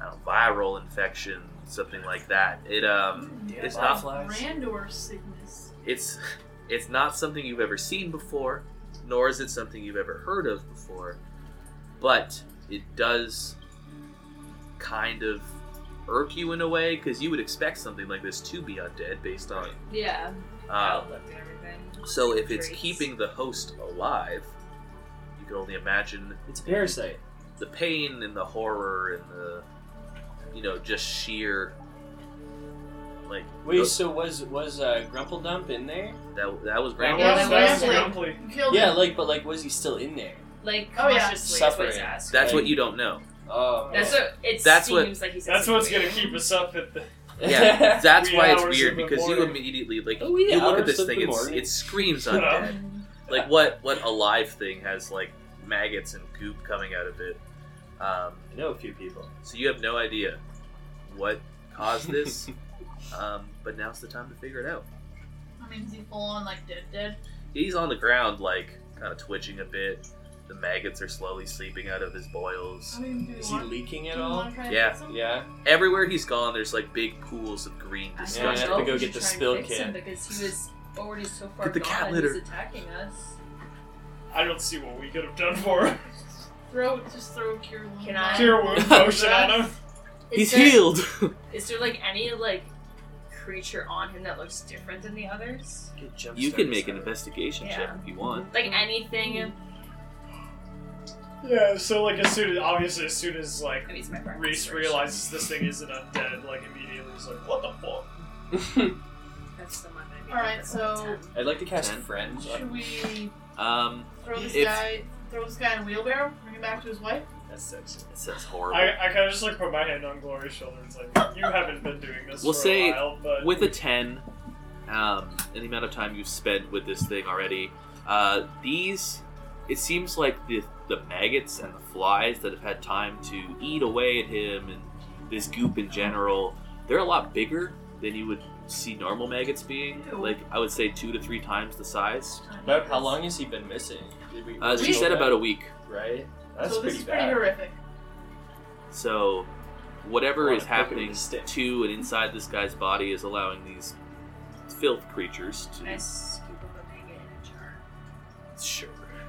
Speaker 1: don't know, viral infection, something like that. It um,
Speaker 4: Yeah,
Speaker 1: it's not
Speaker 4: Randor sickness.
Speaker 1: it's it's not something you've ever seen before, nor is it something you've ever heard of before, but it does kind of irk you in a way because you would expect something like this to be undead based on.
Speaker 3: Yeah.
Speaker 1: Um,
Speaker 3: Outlook and everything.
Speaker 1: so if it's
Speaker 3: Traits.
Speaker 1: keeping the host alive, you can only imagine
Speaker 6: It's a parasite.
Speaker 1: the pain and the horror and the you know just sheer like
Speaker 6: Wait, so was was uh, Grumple Dump in there?
Speaker 1: that that was
Speaker 5: That
Speaker 1: grand.
Speaker 4: Yeah,
Speaker 5: was,
Speaker 4: that
Speaker 5: that
Speaker 4: was
Speaker 5: was grumpy.
Speaker 4: You killed
Speaker 6: Yeah,
Speaker 4: him.
Speaker 6: like, but like, was he still in there?
Speaker 3: Like
Speaker 4: Oh,
Speaker 3: consciously oh,
Speaker 4: yeah.
Speaker 3: yeah. what he's
Speaker 6: Suffering.
Speaker 3: asked.
Speaker 1: That's what you don't know.
Speaker 6: Oh,
Speaker 3: That's what it
Speaker 1: That's what-
Speaker 3: seems like he's.
Speaker 5: That's what's gonna keep us up at the.
Speaker 1: Yeah, that's
Speaker 5: Wee
Speaker 1: why it's
Speaker 5: hours
Speaker 1: weird
Speaker 5: of the
Speaker 1: because you
Speaker 5: morning.
Speaker 1: immediately like
Speaker 6: Oh, yeah,
Speaker 1: you look at
Speaker 6: hours
Speaker 1: this
Speaker 6: of
Speaker 1: thing,
Speaker 6: the
Speaker 1: it's,
Speaker 6: morning.
Speaker 1: it screams
Speaker 5: Shut up.
Speaker 1: undead. Like what what alive thing has like maggots and goop coming out of it? Um,
Speaker 12: I know a few people.
Speaker 1: so you have no idea what caused this, um, but now's the time to figure it out.
Speaker 4: I mean, is he full on like dead, dead?
Speaker 1: He's on the ground, like kind of twitching a bit. The maggots are slowly sleeping out of his boils.
Speaker 4: I mean, do you
Speaker 6: Is he
Speaker 4: want,
Speaker 6: leaking
Speaker 4: do
Speaker 6: at
Speaker 4: you
Speaker 6: all?
Speaker 4: want to try to
Speaker 1: Yeah.
Speaker 4: fix him?
Speaker 6: Yeah.
Speaker 1: Everywhere he's gone, there's like big pools of green
Speaker 3: I
Speaker 12: Yeah, I
Speaker 1: disgusting.
Speaker 12: have to go get the spill
Speaker 3: fix him
Speaker 12: can.
Speaker 3: because he was already so far
Speaker 1: Get the
Speaker 3: gone.
Speaker 1: cat
Speaker 3: He was
Speaker 1: litter.
Speaker 3: attacking us.
Speaker 5: I don't see what we could have done for him.
Speaker 4: Throw, just throw a cure wound.
Speaker 3: Can I-
Speaker 5: Cure wound potion on him.
Speaker 3: Is
Speaker 1: He's
Speaker 3: there-
Speaker 1: healed.
Speaker 3: Is there like any like creature on him that looks different than the others?
Speaker 1: you can make an investigation check
Speaker 3: Yeah.
Speaker 5: Mm.
Speaker 1: if you want.
Speaker 3: Like anything
Speaker 5: Yeah, so like as soon as obviously as soon as like
Speaker 3: I mean, it's my breakfast
Speaker 5: Reese
Speaker 3: ration.
Speaker 5: realizes this thing isn't undead, like immediately he's like, "What the fuck?"
Speaker 3: That's the one I need.
Speaker 4: Alright, so
Speaker 1: I'd like to cast
Speaker 12: Ten.
Speaker 1: friends.
Speaker 4: should we
Speaker 1: Um,
Speaker 4: throw this
Speaker 1: If-
Speaker 4: guy throw this guy in a wheelbarrow, bring him back to his wife?
Speaker 12: That's sexy.
Speaker 1: it says horrible.
Speaker 5: I, I kind of just like put my hand on Glory's shoulder. It's like you haven't been doing this
Speaker 1: We'll
Speaker 5: for
Speaker 1: say
Speaker 5: a while, but
Speaker 1: With a 10, um, and the amount of time you've spent with this thing already, uh, these, it seems like the, the maggots and the flies that have had time to eat away at him and this goop in general, they're a lot bigger than you would see normal maggots being.
Speaker 4: Ew.
Speaker 1: Like, I would say two to three times the size.
Speaker 12: About how long has he been missing? Did we,
Speaker 1: Uh, she said about a week.
Speaker 12: right. That's
Speaker 4: so this
Speaker 12: pretty
Speaker 4: is pretty
Speaker 12: bad.
Speaker 4: horrific.
Speaker 1: So, whatever
Speaker 12: Wanna
Speaker 1: is
Speaker 12: poke him with
Speaker 1: happening
Speaker 12: a stick.
Speaker 1: to and inside this guy's body is allowing these filth creatures to.
Speaker 3: Nice scoop of omega in a jar.
Speaker 1: Sure.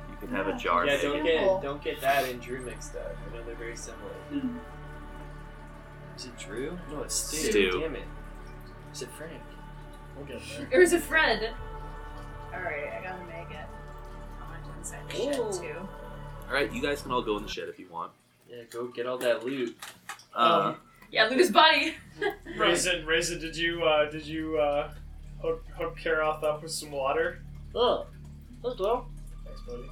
Speaker 1: You can have a jar.
Speaker 6: Yeah,
Speaker 1: made.
Speaker 6: don't
Speaker 4: Beautiful.
Speaker 6: get don't get that and Drew mixed up. I know they're very similar.
Speaker 12: Is it Drew? No, it's Stu.
Speaker 1: Stu.
Speaker 6: Damn it.
Speaker 12: Is it Frank?
Speaker 5: we'll get there.
Speaker 3: It was a friend. Alright, I got omega. I'm gonna do inside the shed
Speaker 6: Ooh.
Speaker 3: too.
Speaker 1: All right, you guys can all go in the shed if you want.
Speaker 6: Yeah, go get all that loot. Oh,
Speaker 1: Uh,
Speaker 3: Yeah, Luna's body.
Speaker 5: Raisin, Raisin, did you uh, did you uh, hook hook Karoth up with some water?
Speaker 9: Oh, hello.
Speaker 5: Thanks, buddy.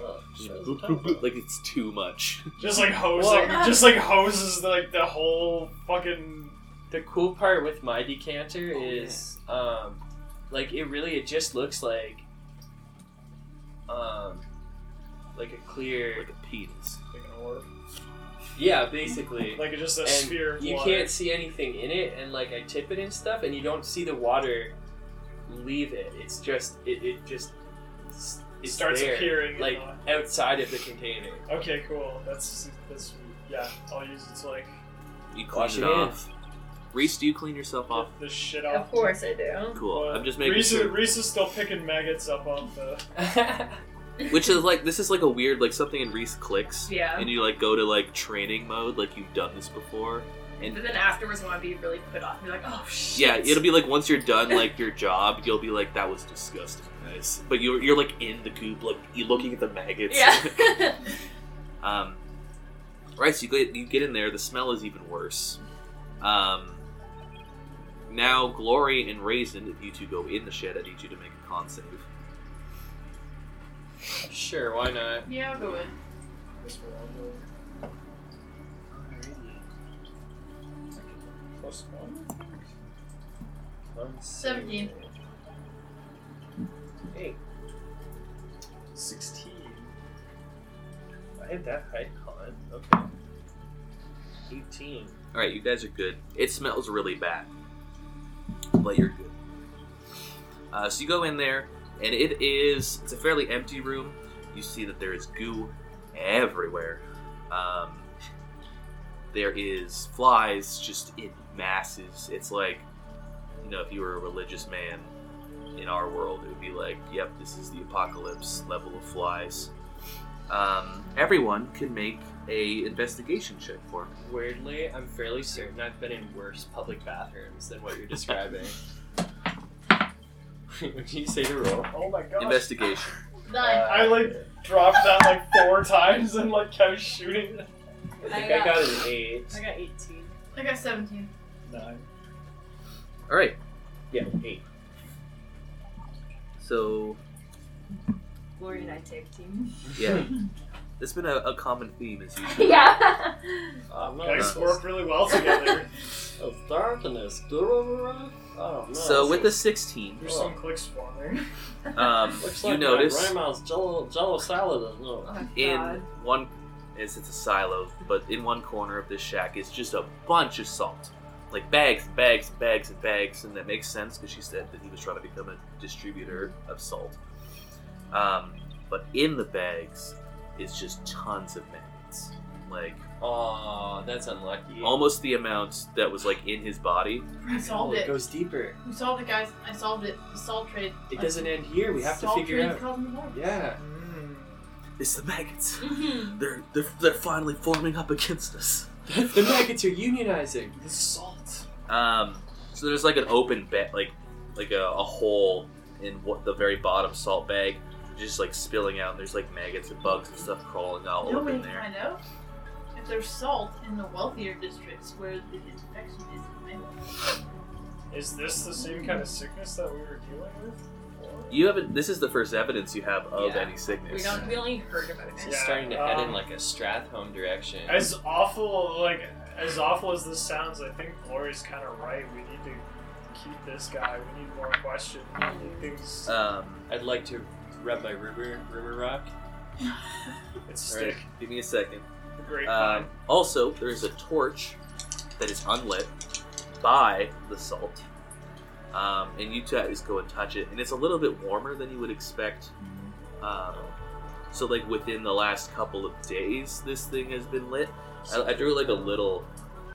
Speaker 6: Oh,
Speaker 1: just
Speaker 6: shit.
Speaker 1: bloop, bloop, bloop, like it's too much.
Speaker 5: Just like hosing,
Speaker 6: Well-
Speaker 5: just like hoses the, like the whole fucking.
Speaker 6: The cool part with my
Speaker 12: Oh,
Speaker 6: decanter is, um, like it really it just looks like, um, like a clear
Speaker 1: Like a penis.
Speaker 5: Like an orb.
Speaker 6: yeah, basically.
Speaker 5: Like just a
Speaker 6: and
Speaker 5: sphere of
Speaker 6: you
Speaker 5: water.
Speaker 6: can't see anything in it, and like I tip it and stuff, and you don't see the water leave it. It's just it, it just s-
Speaker 5: It
Speaker 6: it's
Speaker 5: starts
Speaker 6: there,
Speaker 5: appearing.
Speaker 6: like
Speaker 5: in
Speaker 6: outside of the container.
Speaker 5: the- okay, cool. That's that's yeah. I'll use it to like
Speaker 1: You clean
Speaker 6: Wash
Speaker 1: it
Speaker 6: your
Speaker 1: off. Reese, do you clean yourself off?
Speaker 5: get the shit off.
Speaker 3: Of course I do.
Speaker 1: Cool.
Speaker 5: Uh,
Speaker 1: I'm just making
Speaker 5: Reese, is-
Speaker 1: sure.
Speaker 5: Reese is still picking maggots up off the.
Speaker 1: Which is like this is like a weird like something in Reese clicks,
Speaker 3: Yeah.
Speaker 1: and you like go to like training mode, like you've done this before.
Speaker 3: But then afterwards I wanna be really put off and be like, oh shit.
Speaker 1: Yeah, it'll be like once you're done like your job, you'll be like that was disgusting, guys. But you're you're like in the goop, like you looking at the maggots.
Speaker 3: Yeah.
Speaker 1: Um, right, so you get you get in there. The smell is even worse. Um, now Glory and Raisin, if you two go in the shed, I need you to make a con save.
Speaker 6: sure, why not?
Speaker 4: Yeah, I'll go in.
Speaker 5: That's where I'll go. Plus one.
Speaker 4: Seventeen.
Speaker 6: Sixteen. I had that height con. Okay. Eighteen.
Speaker 1: All right, you guys are good. It smells really bad, but you're good. Uh, so you go in there, and it is it's a fairly empty room. You see that there is goo everywhere. Um, there is flies just in masses. It's like you know, if you were a religious man in our world, it would be like, yep, this is the apocalypse level of flies. Um, everyone can make a investigation check for me.
Speaker 6: Weirdly, I'm fairly certain I've been in worse public bathrooms than what you're describing. what do you say to roll?
Speaker 5: Oh my god.
Speaker 1: Investigation.
Speaker 6: Uh,
Speaker 4: Nine.
Speaker 5: I like dropped that like four times and like kept shooting. it.
Speaker 6: I think
Speaker 3: I
Speaker 6: I got an eight.
Speaker 3: I got eighteen.
Speaker 4: I got seventeen.
Speaker 5: Nine.
Speaker 1: All right.
Speaker 6: Yeah, eight.
Speaker 1: So
Speaker 3: Glory and I tag team.
Speaker 1: yeah, it's been a, a common theme as usual.
Speaker 3: yeah.
Speaker 6: Oh,
Speaker 5: You guys work really well together.
Speaker 6: It's dark in this. Oh, no.
Speaker 1: So with the sixteen,
Speaker 5: There's some clicks forming.
Speaker 1: um,
Speaker 6: Looks
Speaker 1: you
Speaker 6: like
Speaker 1: notice
Speaker 6: my grandma's jello, jello salad is no.
Speaker 3: Oh,
Speaker 1: in
Speaker 3: God.
Speaker 1: one, it's it's a silo, but in one corner of this shack is just a bunch of salt, like bags and bags and bags and bags, and that makes sense because she said that he was trying to become a distributor of salt. Um, but in the bags is just tons of maggots, like
Speaker 6: Aw, that's unlucky.
Speaker 1: almost the amount that was like in his body.
Speaker 4: We
Speaker 6: Oh,
Speaker 4: solved
Speaker 6: it
Speaker 4: it.
Speaker 6: goes deeper.
Speaker 4: We solved it, guys. I solved it. The salt trade.
Speaker 6: It doesn't end here. We have to
Speaker 4: salt
Speaker 6: figure
Speaker 4: trade
Speaker 6: out.
Speaker 4: problem solved.
Speaker 6: Yeah.
Speaker 5: Mm,
Speaker 1: It's the maggots.
Speaker 3: Mhm.
Speaker 1: They're, they're they're finally forming up against us.
Speaker 6: the maggots are unionizing.
Speaker 5: The salt.
Speaker 1: Um, so there's like an open bag, like like a, a hole in what the very bottom salt bag, just like spilling out. And there's like maggots and bugs and stuff crawling all
Speaker 4: No
Speaker 1: up
Speaker 4: way
Speaker 1: in
Speaker 4: to
Speaker 1: there.
Speaker 4: find out if there's salt in the wealthier districts where the infection is high.
Speaker 5: Is this the same kind of sickness that we were dealing with? before?
Speaker 1: You haven't. This is the first evidence you have of
Speaker 7: Yeah.
Speaker 1: any sickness.
Speaker 3: We don't. We only heard about it.
Speaker 5: Yeah,
Speaker 12: starting to head in
Speaker 5: um,
Speaker 12: like a Strathome direction.
Speaker 5: As awful, like as awful as this sounds, I think Glory's kind of right. We need to keep this guy. We need more questions. We need things.
Speaker 1: Um,
Speaker 12: I'd like to rub my rumor rumor rock.
Speaker 5: it's
Speaker 1: all right,
Speaker 5: stick.
Speaker 1: give me a second.
Speaker 5: The great
Speaker 1: Um, also, there is a torch that is unlit by the salt, um, and you guys go and touch it, and it's a little bit warmer than you would expect. Um, so, like within the last couple of days, this thing has been lit. I, I drew like a little,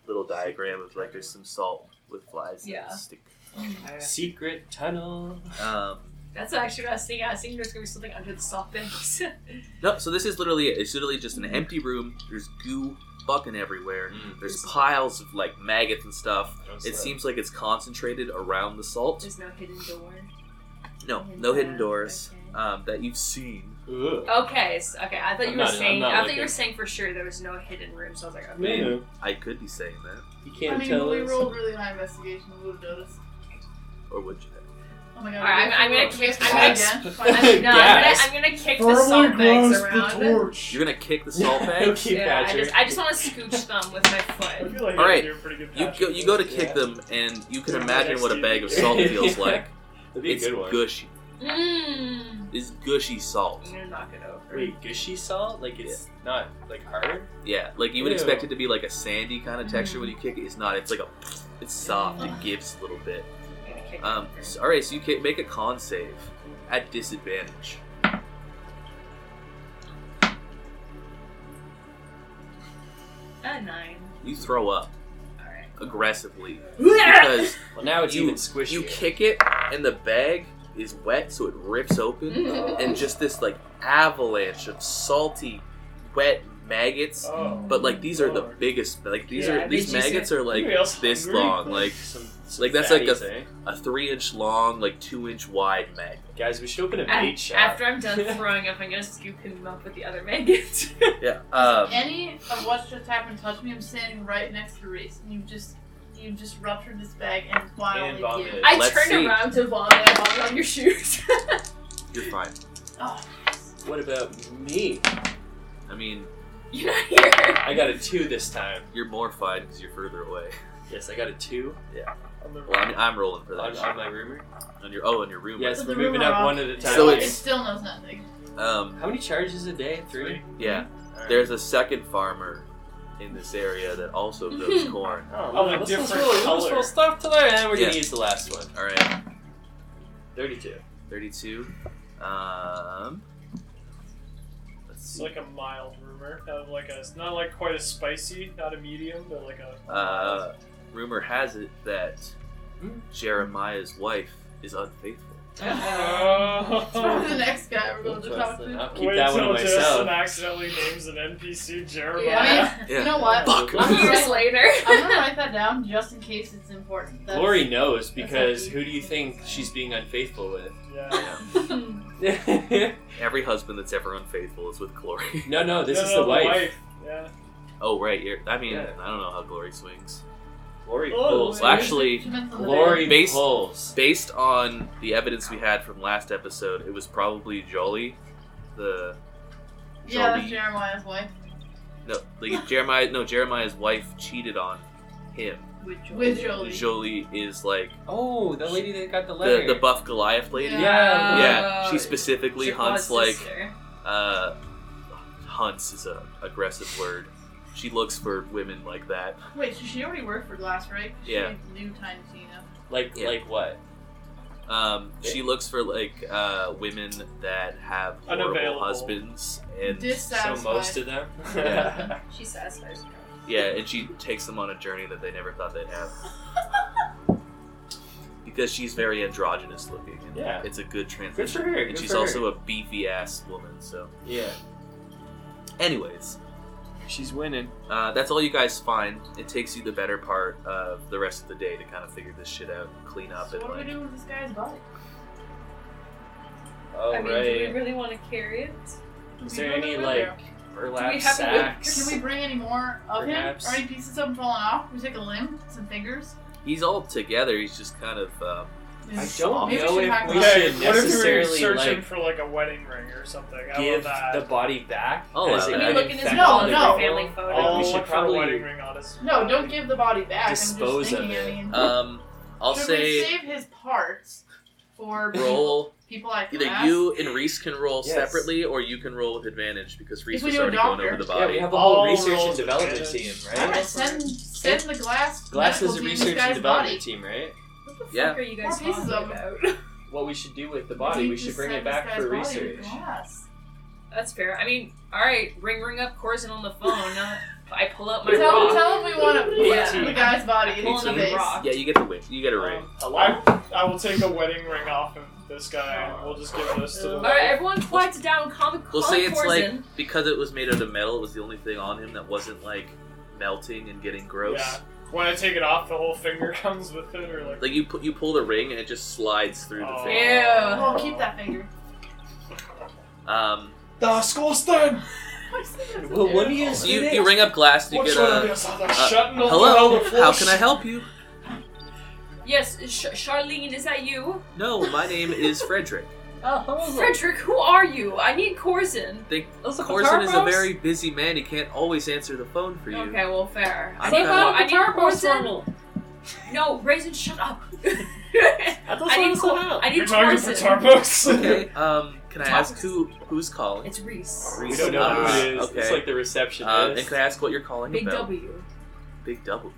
Speaker 1: little diagram of like there's some salt with flies. and
Speaker 3: Yeah.
Speaker 1: Stick.
Speaker 5: pine.
Speaker 12: Secret tunnel.
Speaker 1: Um,
Speaker 3: That's actually what I was thinking. I was thinking there's gonna be something under the soft banks.
Speaker 1: no, so this is literally it. It's literally just an empty room. There's goo fucking everywhere.
Speaker 12: Mm.
Speaker 1: There's piles of like maggots and stuff.
Speaker 12: Don't
Speaker 1: It
Speaker 12: sweat.
Speaker 1: seems like it's concentrated around the salt.
Speaker 3: There's no hidden door.
Speaker 1: No,
Speaker 3: Hidden
Speaker 1: no hidden
Speaker 3: path,
Speaker 1: doors
Speaker 3: okay.
Speaker 1: um, that you've seen.
Speaker 4: Oh.
Speaker 12: Ugh.
Speaker 3: Okay, so, okay. I thought
Speaker 12: I'm
Speaker 3: you
Speaker 12: not-
Speaker 3: were
Speaker 12: I'm
Speaker 3: saying.
Speaker 12: not
Speaker 3: I thought you
Speaker 12: looking.
Speaker 3: were saying for sure there was no hidden room. So I was like, okay.
Speaker 6: Man,
Speaker 1: I could be saying that,
Speaker 6: you
Speaker 4: I
Speaker 6: can't
Speaker 4: mean,
Speaker 6: tell
Speaker 4: we
Speaker 6: us.
Speaker 4: rolled really high investigation. We would have noticed.
Speaker 1: or would you?
Speaker 4: Oh my god.
Speaker 3: Alright, I'm- I'm gonna kick- I'm
Speaker 6: gonna-
Speaker 3: I'm, no, I'm gonna,
Speaker 6: Gas.
Speaker 3: I'm gonna kick the salt bags around.
Speaker 1: You're gonna kick the salt bags.
Speaker 6: Keep
Speaker 3: yeah, I
Speaker 6: Thatcher.
Speaker 3: just, I just want to scooch them with my
Speaker 5: I
Speaker 3: foot.
Speaker 5: feel like
Speaker 1: All
Speaker 5: I
Speaker 1: right.
Speaker 5: do a pretty good
Speaker 1: You
Speaker 5: patch
Speaker 1: go,
Speaker 5: of
Speaker 1: you go to
Speaker 5: this.
Speaker 1: kick them, and you can
Speaker 5: Yeah.
Speaker 1: imagine what a bag of salt feels like.
Speaker 12: That'd be
Speaker 1: It's
Speaker 12: a good one.
Speaker 1: gushy.
Speaker 3: Mmm.
Speaker 1: It's gushy
Speaker 3: I'm
Speaker 1: salt.
Speaker 3: gonna knock it over.
Speaker 12: Wait, gushy salt? Like it's not like hard?
Speaker 1: Yeah, like you would
Speaker 12: Ew.
Speaker 1: expect it to be like a sandy kind of texture when you kick it. It's not. It's like a. It's soft. It gives a little bit.
Speaker 3: I'm gonna kick
Speaker 1: Um.
Speaker 3: it
Speaker 1: so- all right. So you can make a con save at disadvantage.
Speaker 3: over. A Uh, nine.
Speaker 1: You throw up
Speaker 3: All right.
Speaker 1: aggressively because
Speaker 12: Well, now it's
Speaker 1: You-
Speaker 12: even squishier.
Speaker 1: You kick it, and the bag is wet, so it rips
Speaker 3: Mm.
Speaker 1: open, and just this like avalanche of salty, wet maggots.
Speaker 5: Oh.
Speaker 1: But like these are the
Speaker 5: Lord.
Speaker 1: biggest. Like these
Speaker 3: Yeah,
Speaker 1: are these
Speaker 3: they just-
Speaker 1: maggots are like
Speaker 5: Anybody else
Speaker 1: this
Speaker 5: hungry?
Speaker 1: long, like
Speaker 12: some, some
Speaker 1: like, that's like
Speaker 12: fatties,
Speaker 1: a-
Speaker 12: eh?
Speaker 1: a three inch long, like two inch wide maggot.
Speaker 12: guys. We should open a
Speaker 3: Af-
Speaker 12: bait
Speaker 1: uh,
Speaker 12: shop.
Speaker 3: After I'm done throwing up, I'm gonna scoop him up with the other maggots.
Speaker 1: Yeah. Um,
Speaker 4: Any of what's just happened touched me. I'm standing right next to Reese, and you just you just ruptured this bag and wildly
Speaker 12: vomited.
Speaker 4: giggled.
Speaker 3: I
Speaker 1: Let's
Speaker 3: turned
Speaker 1: see.
Speaker 3: around to vomit. I vomit on your shoes.
Speaker 1: you're fine.
Speaker 4: Oh,
Speaker 12: What about me?
Speaker 1: I mean,
Speaker 3: You're not here.
Speaker 12: I got a two this time.
Speaker 1: you're more fine because you're further away.
Speaker 12: Yes, I got a two
Speaker 5: On the
Speaker 1: Well, I mean, I'm rolling for that.
Speaker 12: on,
Speaker 1: shit.
Speaker 12: on my rumor.
Speaker 1: On your oh, on your room.
Speaker 12: Yes,
Speaker 4: Put
Speaker 12: we're
Speaker 4: the
Speaker 12: moving
Speaker 4: rumor
Speaker 12: up
Speaker 4: off.
Speaker 12: one at a time.
Speaker 1: So
Speaker 4: it
Speaker 1: it's-
Speaker 4: still knows nothing.
Speaker 1: Um.
Speaker 12: How many charges a day? Three.
Speaker 1: Yeah.
Speaker 12: Alright.
Speaker 1: There's a second farmer in this area that also grows corn.
Speaker 12: Oh,
Speaker 5: Of
Speaker 12: wow,
Speaker 5: a
Speaker 12: this
Speaker 5: different
Speaker 12: is really
Speaker 5: color.
Speaker 12: useful stuff today, and we're
Speaker 1: Yeah.
Speaker 12: gonna use the last one.
Speaker 1: All right.
Speaker 12: Thirty-two.
Speaker 1: 32. Um, let's
Speaker 5: It's
Speaker 1: see.
Speaker 5: like a mild rumor, kind of like a, it's not like quite a spicy, not a medium, but like a.
Speaker 1: Uh, rumor has it that Jeremiah's wife is unfaithful.
Speaker 4: Let's move to the
Speaker 5: Oh.
Speaker 4: next guy. We're going to talk to.
Speaker 12: I'll keep
Speaker 5: Wait
Speaker 12: that one to
Speaker 5: till Justin
Speaker 12: myself.
Speaker 5: accidentally names an NPC Jeremiah.
Speaker 3: Yeah.
Speaker 4: I mean,
Speaker 1: Yeah.
Speaker 4: you know what?
Speaker 1: Fuck.
Speaker 4: I'm gonna
Speaker 3: Years
Speaker 4: write-
Speaker 3: later.
Speaker 4: I'm gonna write that down just in case it's important. That's,
Speaker 12: Lori knows because
Speaker 4: that's
Speaker 12: who do you think she's being unfaithful with?
Speaker 5: Yeah.
Speaker 12: no,
Speaker 1: Every husband that's ever unfaithful is with Glory.
Speaker 12: no, this
Speaker 5: No,
Speaker 12: is
Speaker 5: no,
Speaker 12: the wife.
Speaker 5: Yeah.
Speaker 1: Oh, right. You're, I mean,
Speaker 12: Yeah.
Speaker 1: I don't know how Glory swings.
Speaker 12: Lori
Speaker 5: Oh,
Speaker 12: pulls.
Speaker 1: Well, actually,
Speaker 4: She meant something.
Speaker 12: Lori
Speaker 1: Based-
Speaker 12: pulls.
Speaker 1: based on the evidence we had from last episode, it was probably Jolie, the.
Speaker 4: Yeah, that's
Speaker 1: Jolie-
Speaker 4: Jeremiah's wife.
Speaker 1: No, like Jeremiah. No, Jeremiah's wife cheated on him.
Speaker 3: With
Speaker 4: With Jolie.
Speaker 1: Jolie is like
Speaker 12: Oh, the lady that got the
Speaker 1: the,
Speaker 12: letter.
Speaker 1: the buff Goliath lady.
Speaker 4: Yeah. Uh,
Speaker 1: Yeah, she specifically hunts like
Speaker 3: Sister.
Speaker 1: uh, hunts is a aggressive word. She looks for women like that.
Speaker 4: Wait, so she already worked for Glass, right?
Speaker 1: Yeah.
Speaker 4: She knew Tiny Tina.
Speaker 12: like
Speaker 1: Yeah.
Speaker 12: like what?
Speaker 1: Um, she looks for like uh, women that have horrible
Speaker 5: Unavailable.
Speaker 1: husbands, and
Speaker 4: Dissatisfied.
Speaker 12: So most of them.
Speaker 1: Yeah.
Speaker 3: She satisfies me.
Speaker 1: yeah, and she takes them on a journey that they never thought they'd have. Because she's very androgynous looking, and
Speaker 12: Yeah.
Speaker 1: it's a good
Speaker 12: Good for
Speaker 1: transition.
Speaker 12: her.
Speaker 1: and
Speaker 12: good
Speaker 1: she's
Speaker 12: for her.
Speaker 1: also a beefy ass woman. So,
Speaker 12: yeah.
Speaker 1: anyways,
Speaker 12: She's winning.
Speaker 1: uh, that's all you guys find. It takes you the better part of the rest of the day to kind of figure this shit out, and clean up,
Speaker 4: So
Speaker 1: and
Speaker 4: what do
Speaker 1: like
Speaker 4: we do with this guy's body?
Speaker 6: All
Speaker 3: I
Speaker 6: right.
Speaker 3: mean, do we really want to carry it?
Speaker 6: Is
Speaker 4: Do we
Speaker 6: there
Speaker 4: really live
Speaker 6: any like
Speaker 4: there?
Speaker 3: Do we
Speaker 6: burlap
Speaker 3: have a wood-
Speaker 6: sacks?
Speaker 4: Can we bring any more of
Speaker 6: Perhaps.
Speaker 4: him? Are any pieces of him falling off? Can we take a limb, some fingers.
Speaker 1: He's all together. He's just kind of. Um,
Speaker 6: I
Speaker 4: Maybe
Speaker 6: don't
Speaker 4: we
Speaker 6: know
Speaker 4: should
Speaker 6: if
Speaker 4: hide
Speaker 6: we
Speaker 4: them.
Speaker 5: Okay,
Speaker 6: should
Speaker 5: what if you were
Speaker 6: necessarily
Speaker 5: searching
Speaker 6: like
Speaker 5: for like a wedding ring or something? I
Speaker 6: give
Speaker 5: love
Speaker 6: the
Speaker 5: that.
Speaker 6: body back.
Speaker 1: I'll
Speaker 6: as
Speaker 1: allow
Speaker 6: it
Speaker 1: that.
Speaker 3: Maybe look in his
Speaker 6: infected
Speaker 4: No,
Speaker 3: wallet
Speaker 4: no.
Speaker 3: for family
Speaker 5: I'll
Speaker 3: photo.
Speaker 6: we should
Speaker 5: look for a
Speaker 6: probably-
Speaker 5: wedding ring on his.
Speaker 4: No, don't give the body back.
Speaker 6: Dispose of
Speaker 4: I'm just thinking,
Speaker 6: it.
Speaker 4: I mean,
Speaker 1: um, I'll
Speaker 4: should we
Speaker 1: say
Speaker 4: save his parts for people,
Speaker 1: roll.
Speaker 4: people like
Speaker 1: Either
Speaker 4: that?
Speaker 1: you and Reese can roll
Speaker 6: Yes.
Speaker 1: separately, or you can roll with advantage because Reese
Speaker 4: If we
Speaker 1: was
Speaker 4: do a
Speaker 1: already going
Speaker 4: doctor.
Speaker 1: over the
Speaker 6: Yeah,
Speaker 1: body.
Speaker 6: we have a whole
Speaker 5: All
Speaker 6: research and
Speaker 5: roles
Speaker 6: development
Speaker 5: advantage.
Speaker 6: team,
Speaker 4: All
Speaker 6: right?
Speaker 4: right, send send the glass.
Speaker 6: Glass is a
Speaker 4: medical team to this
Speaker 6: research
Speaker 4: guy's
Speaker 6: and
Speaker 4: body.
Speaker 6: development team, right?
Speaker 3: What the fuck
Speaker 1: Yeah.
Speaker 3: are you guys
Speaker 4: More
Speaker 3: talking
Speaker 4: pieces of
Speaker 3: about?
Speaker 6: What we should do with the
Speaker 4: We
Speaker 6: body,
Speaker 4: need
Speaker 6: we
Speaker 4: to
Speaker 6: should bring
Speaker 4: send
Speaker 6: it
Speaker 4: this
Speaker 6: back
Speaker 4: guy's
Speaker 6: for
Speaker 4: body with
Speaker 6: research.
Speaker 4: glass.
Speaker 3: That's fair. I mean, all right, ring ring up Corzin on the phone. Not I pull up my
Speaker 4: Tell,
Speaker 3: rock.
Speaker 4: tell him we want to
Speaker 3: Yeah.
Speaker 4: the guy's body in
Speaker 3: Pulling
Speaker 4: the
Speaker 3: up
Speaker 4: base.
Speaker 3: the rock.
Speaker 1: Yeah, you get the win. You get a ring.
Speaker 5: Um, I, I will take a wedding ring off of this guy and we'll just give this to the
Speaker 3: All right,
Speaker 5: wife.
Speaker 3: everyone, quiet down. Calm,
Speaker 4: Oh.
Speaker 3: calm
Speaker 1: We'll say it's like
Speaker 3: Corzin.
Speaker 1: because it was made out of metal, it was the only thing on him that wasn't like melting and getting gross.
Speaker 5: Yeah. When I take it off, the whole finger comes with it, or like.
Speaker 1: Like you, pu- you pull the ring and it just slides through the
Speaker 5: Oh.
Speaker 1: thing.
Speaker 3: Ew.
Speaker 4: Oh, keep that finger.
Speaker 1: Um,
Speaker 5: The Skolstein!
Speaker 6: Well, what do you
Speaker 1: so you, you ring up glass and you
Speaker 5: What's
Speaker 1: get
Speaker 5: wrong
Speaker 1: a
Speaker 5: with you?
Speaker 1: uh,
Speaker 5: Shutting the
Speaker 1: hello.
Speaker 5: world afloat.
Speaker 1: How can I help you?
Speaker 3: Yes, Sh- Charlene, is that you?
Speaker 1: No, my name is Frederick.
Speaker 9: Oh, that was a,
Speaker 3: Frederick, who are you? I need Corzin.
Speaker 9: that's a guitar
Speaker 1: Corson is a
Speaker 9: box?
Speaker 1: very busy man. He can't always answer the phone for you.
Speaker 3: Okay, well, fair. I
Speaker 1: I'm
Speaker 3: need,
Speaker 9: Take
Speaker 1: kinda-
Speaker 3: Cor-
Speaker 9: out a
Speaker 3: I need
Speaker 9: guitar box for
Speaker 3: Corzin.
Speaker 9: me.
Speaker 3: No, Raisin, shut up.
Speaker 9: That's what
Speaker 3: I
Speaker 9: I
Speaker 3: need,
Speaker 9: was
Speaker 3: Cor-
Speaker 9: about.
Speaker 3: I
Speaker 5: You're
Speaker 3: need
Speaker 5: talking for
Speaker 3: Corzin.
Speaker 5: Tarpos?
Speaker 1: Okay. Um, can I ask
Speaker 3: Thomas.
Speaker 1: who who's calling?
Speaker 3: It's Reese.
Speaker 6: We don't know who it is.
Speaker 1: Okay.
Speaker 6: It's like the receptionist.
Speaker 1: Uh, and can I ask what you're calling
Speaker 3: Big
Speaker 1: about?
Speaker 3: W.
Speaker 1: Big double.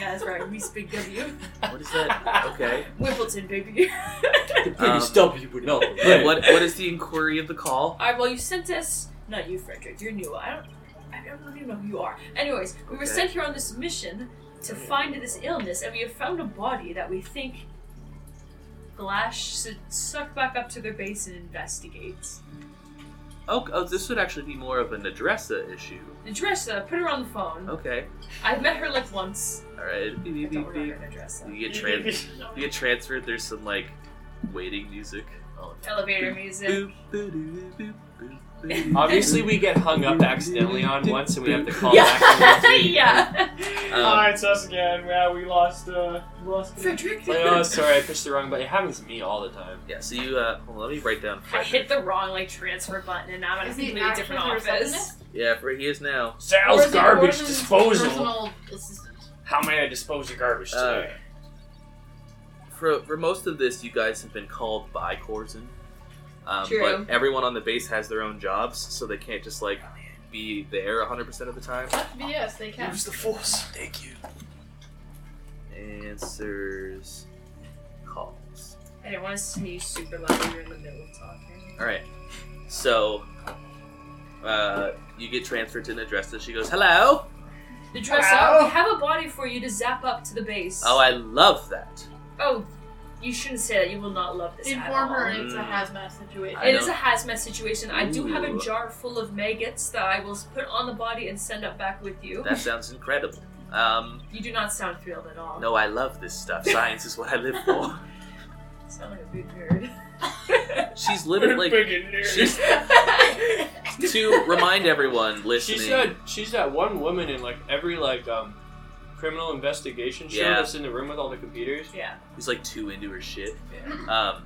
Speaker 3: Yeah, that's right. Reese Big W.
Speaker 1: What is that? Okay.
Speaker 3: Wimbledon, baby.
Speaker 6: the
Speaker 1: biggest
Speaker 6: W would know.
Speaker 1: And what what is the inquiry of the call?
Speaker 3: All right, well, you sent us. Not you, Frederick. You're new. I don't. I don't even know who you are. Anyways, we were
Speaker 1: Okay.
Speaker 3: sent here on this mission to find this illness, and we have found a body that we think Glass should suck back up to their base and investigate.
Speaker 1: Oh, oh, this would actually be more of an addressa issue.
Speaker 3: Address her. uh, Put her on the phone.
Speaker 1: Okay.
Speaker 3: I've met her like once.
Speaker 1: All right. Beep,
Speaker 3: I
Speaker 1: beep,
Speaker 3: don't
Speaker 1: beep,
Speaker 3: remember
Speaker 1: beep.
Speaker 3: an address.
Speaker 1: You get trans. You get transferred. There's some like waiting music. Oh,
Speaker 3: Elevator music.
Speaker 1: boop, boop, boop, boop, boop, boop.
Speaker 6: Obviously, we get hung up accidentally on once, and we have to call back.
Speaker 3: Yeah,
Speaker 6: and repeat.
Speaker 3: yeah.
Speaker 1: Um,
Speaker 5: Alright, it's us again. Yeah, we lost, uh. We lost.
Speaker 3: Frederick.
Speaker 6: Like, oh, sorry, I pushed the wrong button. It happens to me all the time.
Speaker 1: yeah. So you uh, hold on, let me write down.
Speaker 3: I hit
Speaker 1: Frederick.
Speaker 3: the wrong like transfer button, and now I'm in a
Speaker 4: Is he
Speaker 3: completely
Speaker 4: actually
Speaker 3: different
Speaker 4: the
Speaker 3: office.
Speaker 4: receptionist?
Speaker 1: Yeah, for he is now.
Speaker 4: Or
Speaker 6: Sal's
Speaker 4: is he
Speaker 6: garbage
Speaker 4: Gordon's
Speaker 6: disposal.
Speaker 4: personal assistant?
Speaker 6: How may I dispose of garbage
Speaker 1: Uh,
Speaker 6: today?
Speaker 1: for for most of this, you guys have been called by Corzin. Um,
Speaker 3: True.
Speaker 1: But everyone on the base has their own jobs, so they can't just like be there 100% of the time.
Speaker 4: BS, they can.
Speaker 5: Use the force.
Speaker 1: Answers calls.
Speaker 3: I didn't want to sneeze super loud. You're in the middle of talking.
Speaker 1: All right. So uh, you get transferred to an address, and she goes, "Hello."
Speaker 3: The dress
Speaker 5: Hello?
Speaker 3: up. We have a body for you to zap up to the base.
Speaker 1: Oh, I love that.
Speaker 3: Oh, you shouldn't say that. You will not love this at all.
Speaker 4: Inform her it's a
Speaker 1: Mm.
Speaker 4: hazmat situation.
Speaker 1: I
Speaker 3: It is a
Speaker 1: don't-
Speaker 3: hazmat situation. I do have a
Speaker 1: Ooh.
Speaker 3: jar full of maggots that I will put on the body and send up back with you.
Speaker 1: That sounds incredible. Um,
Speaker 3: You do not sound thrilled at all.
Speaker 1: no, I love this stuff. Science is what I live for.
Speaker 3: Sound like a big nerd.
Speaker 1: She's
Speaker 5: We're
Speaker 1: living like
Speaker 5: big in here.
Speaker 1: she's to remind everyone listening.
Speaker 6: She's that she's that one woman in like every like um criminal investigation show
Speaker 1: Yeah.
Speaker 6: that's in the room with all the computers.
Speaker 3: yeah.
Speaker 1: He's like too into her shit. Um,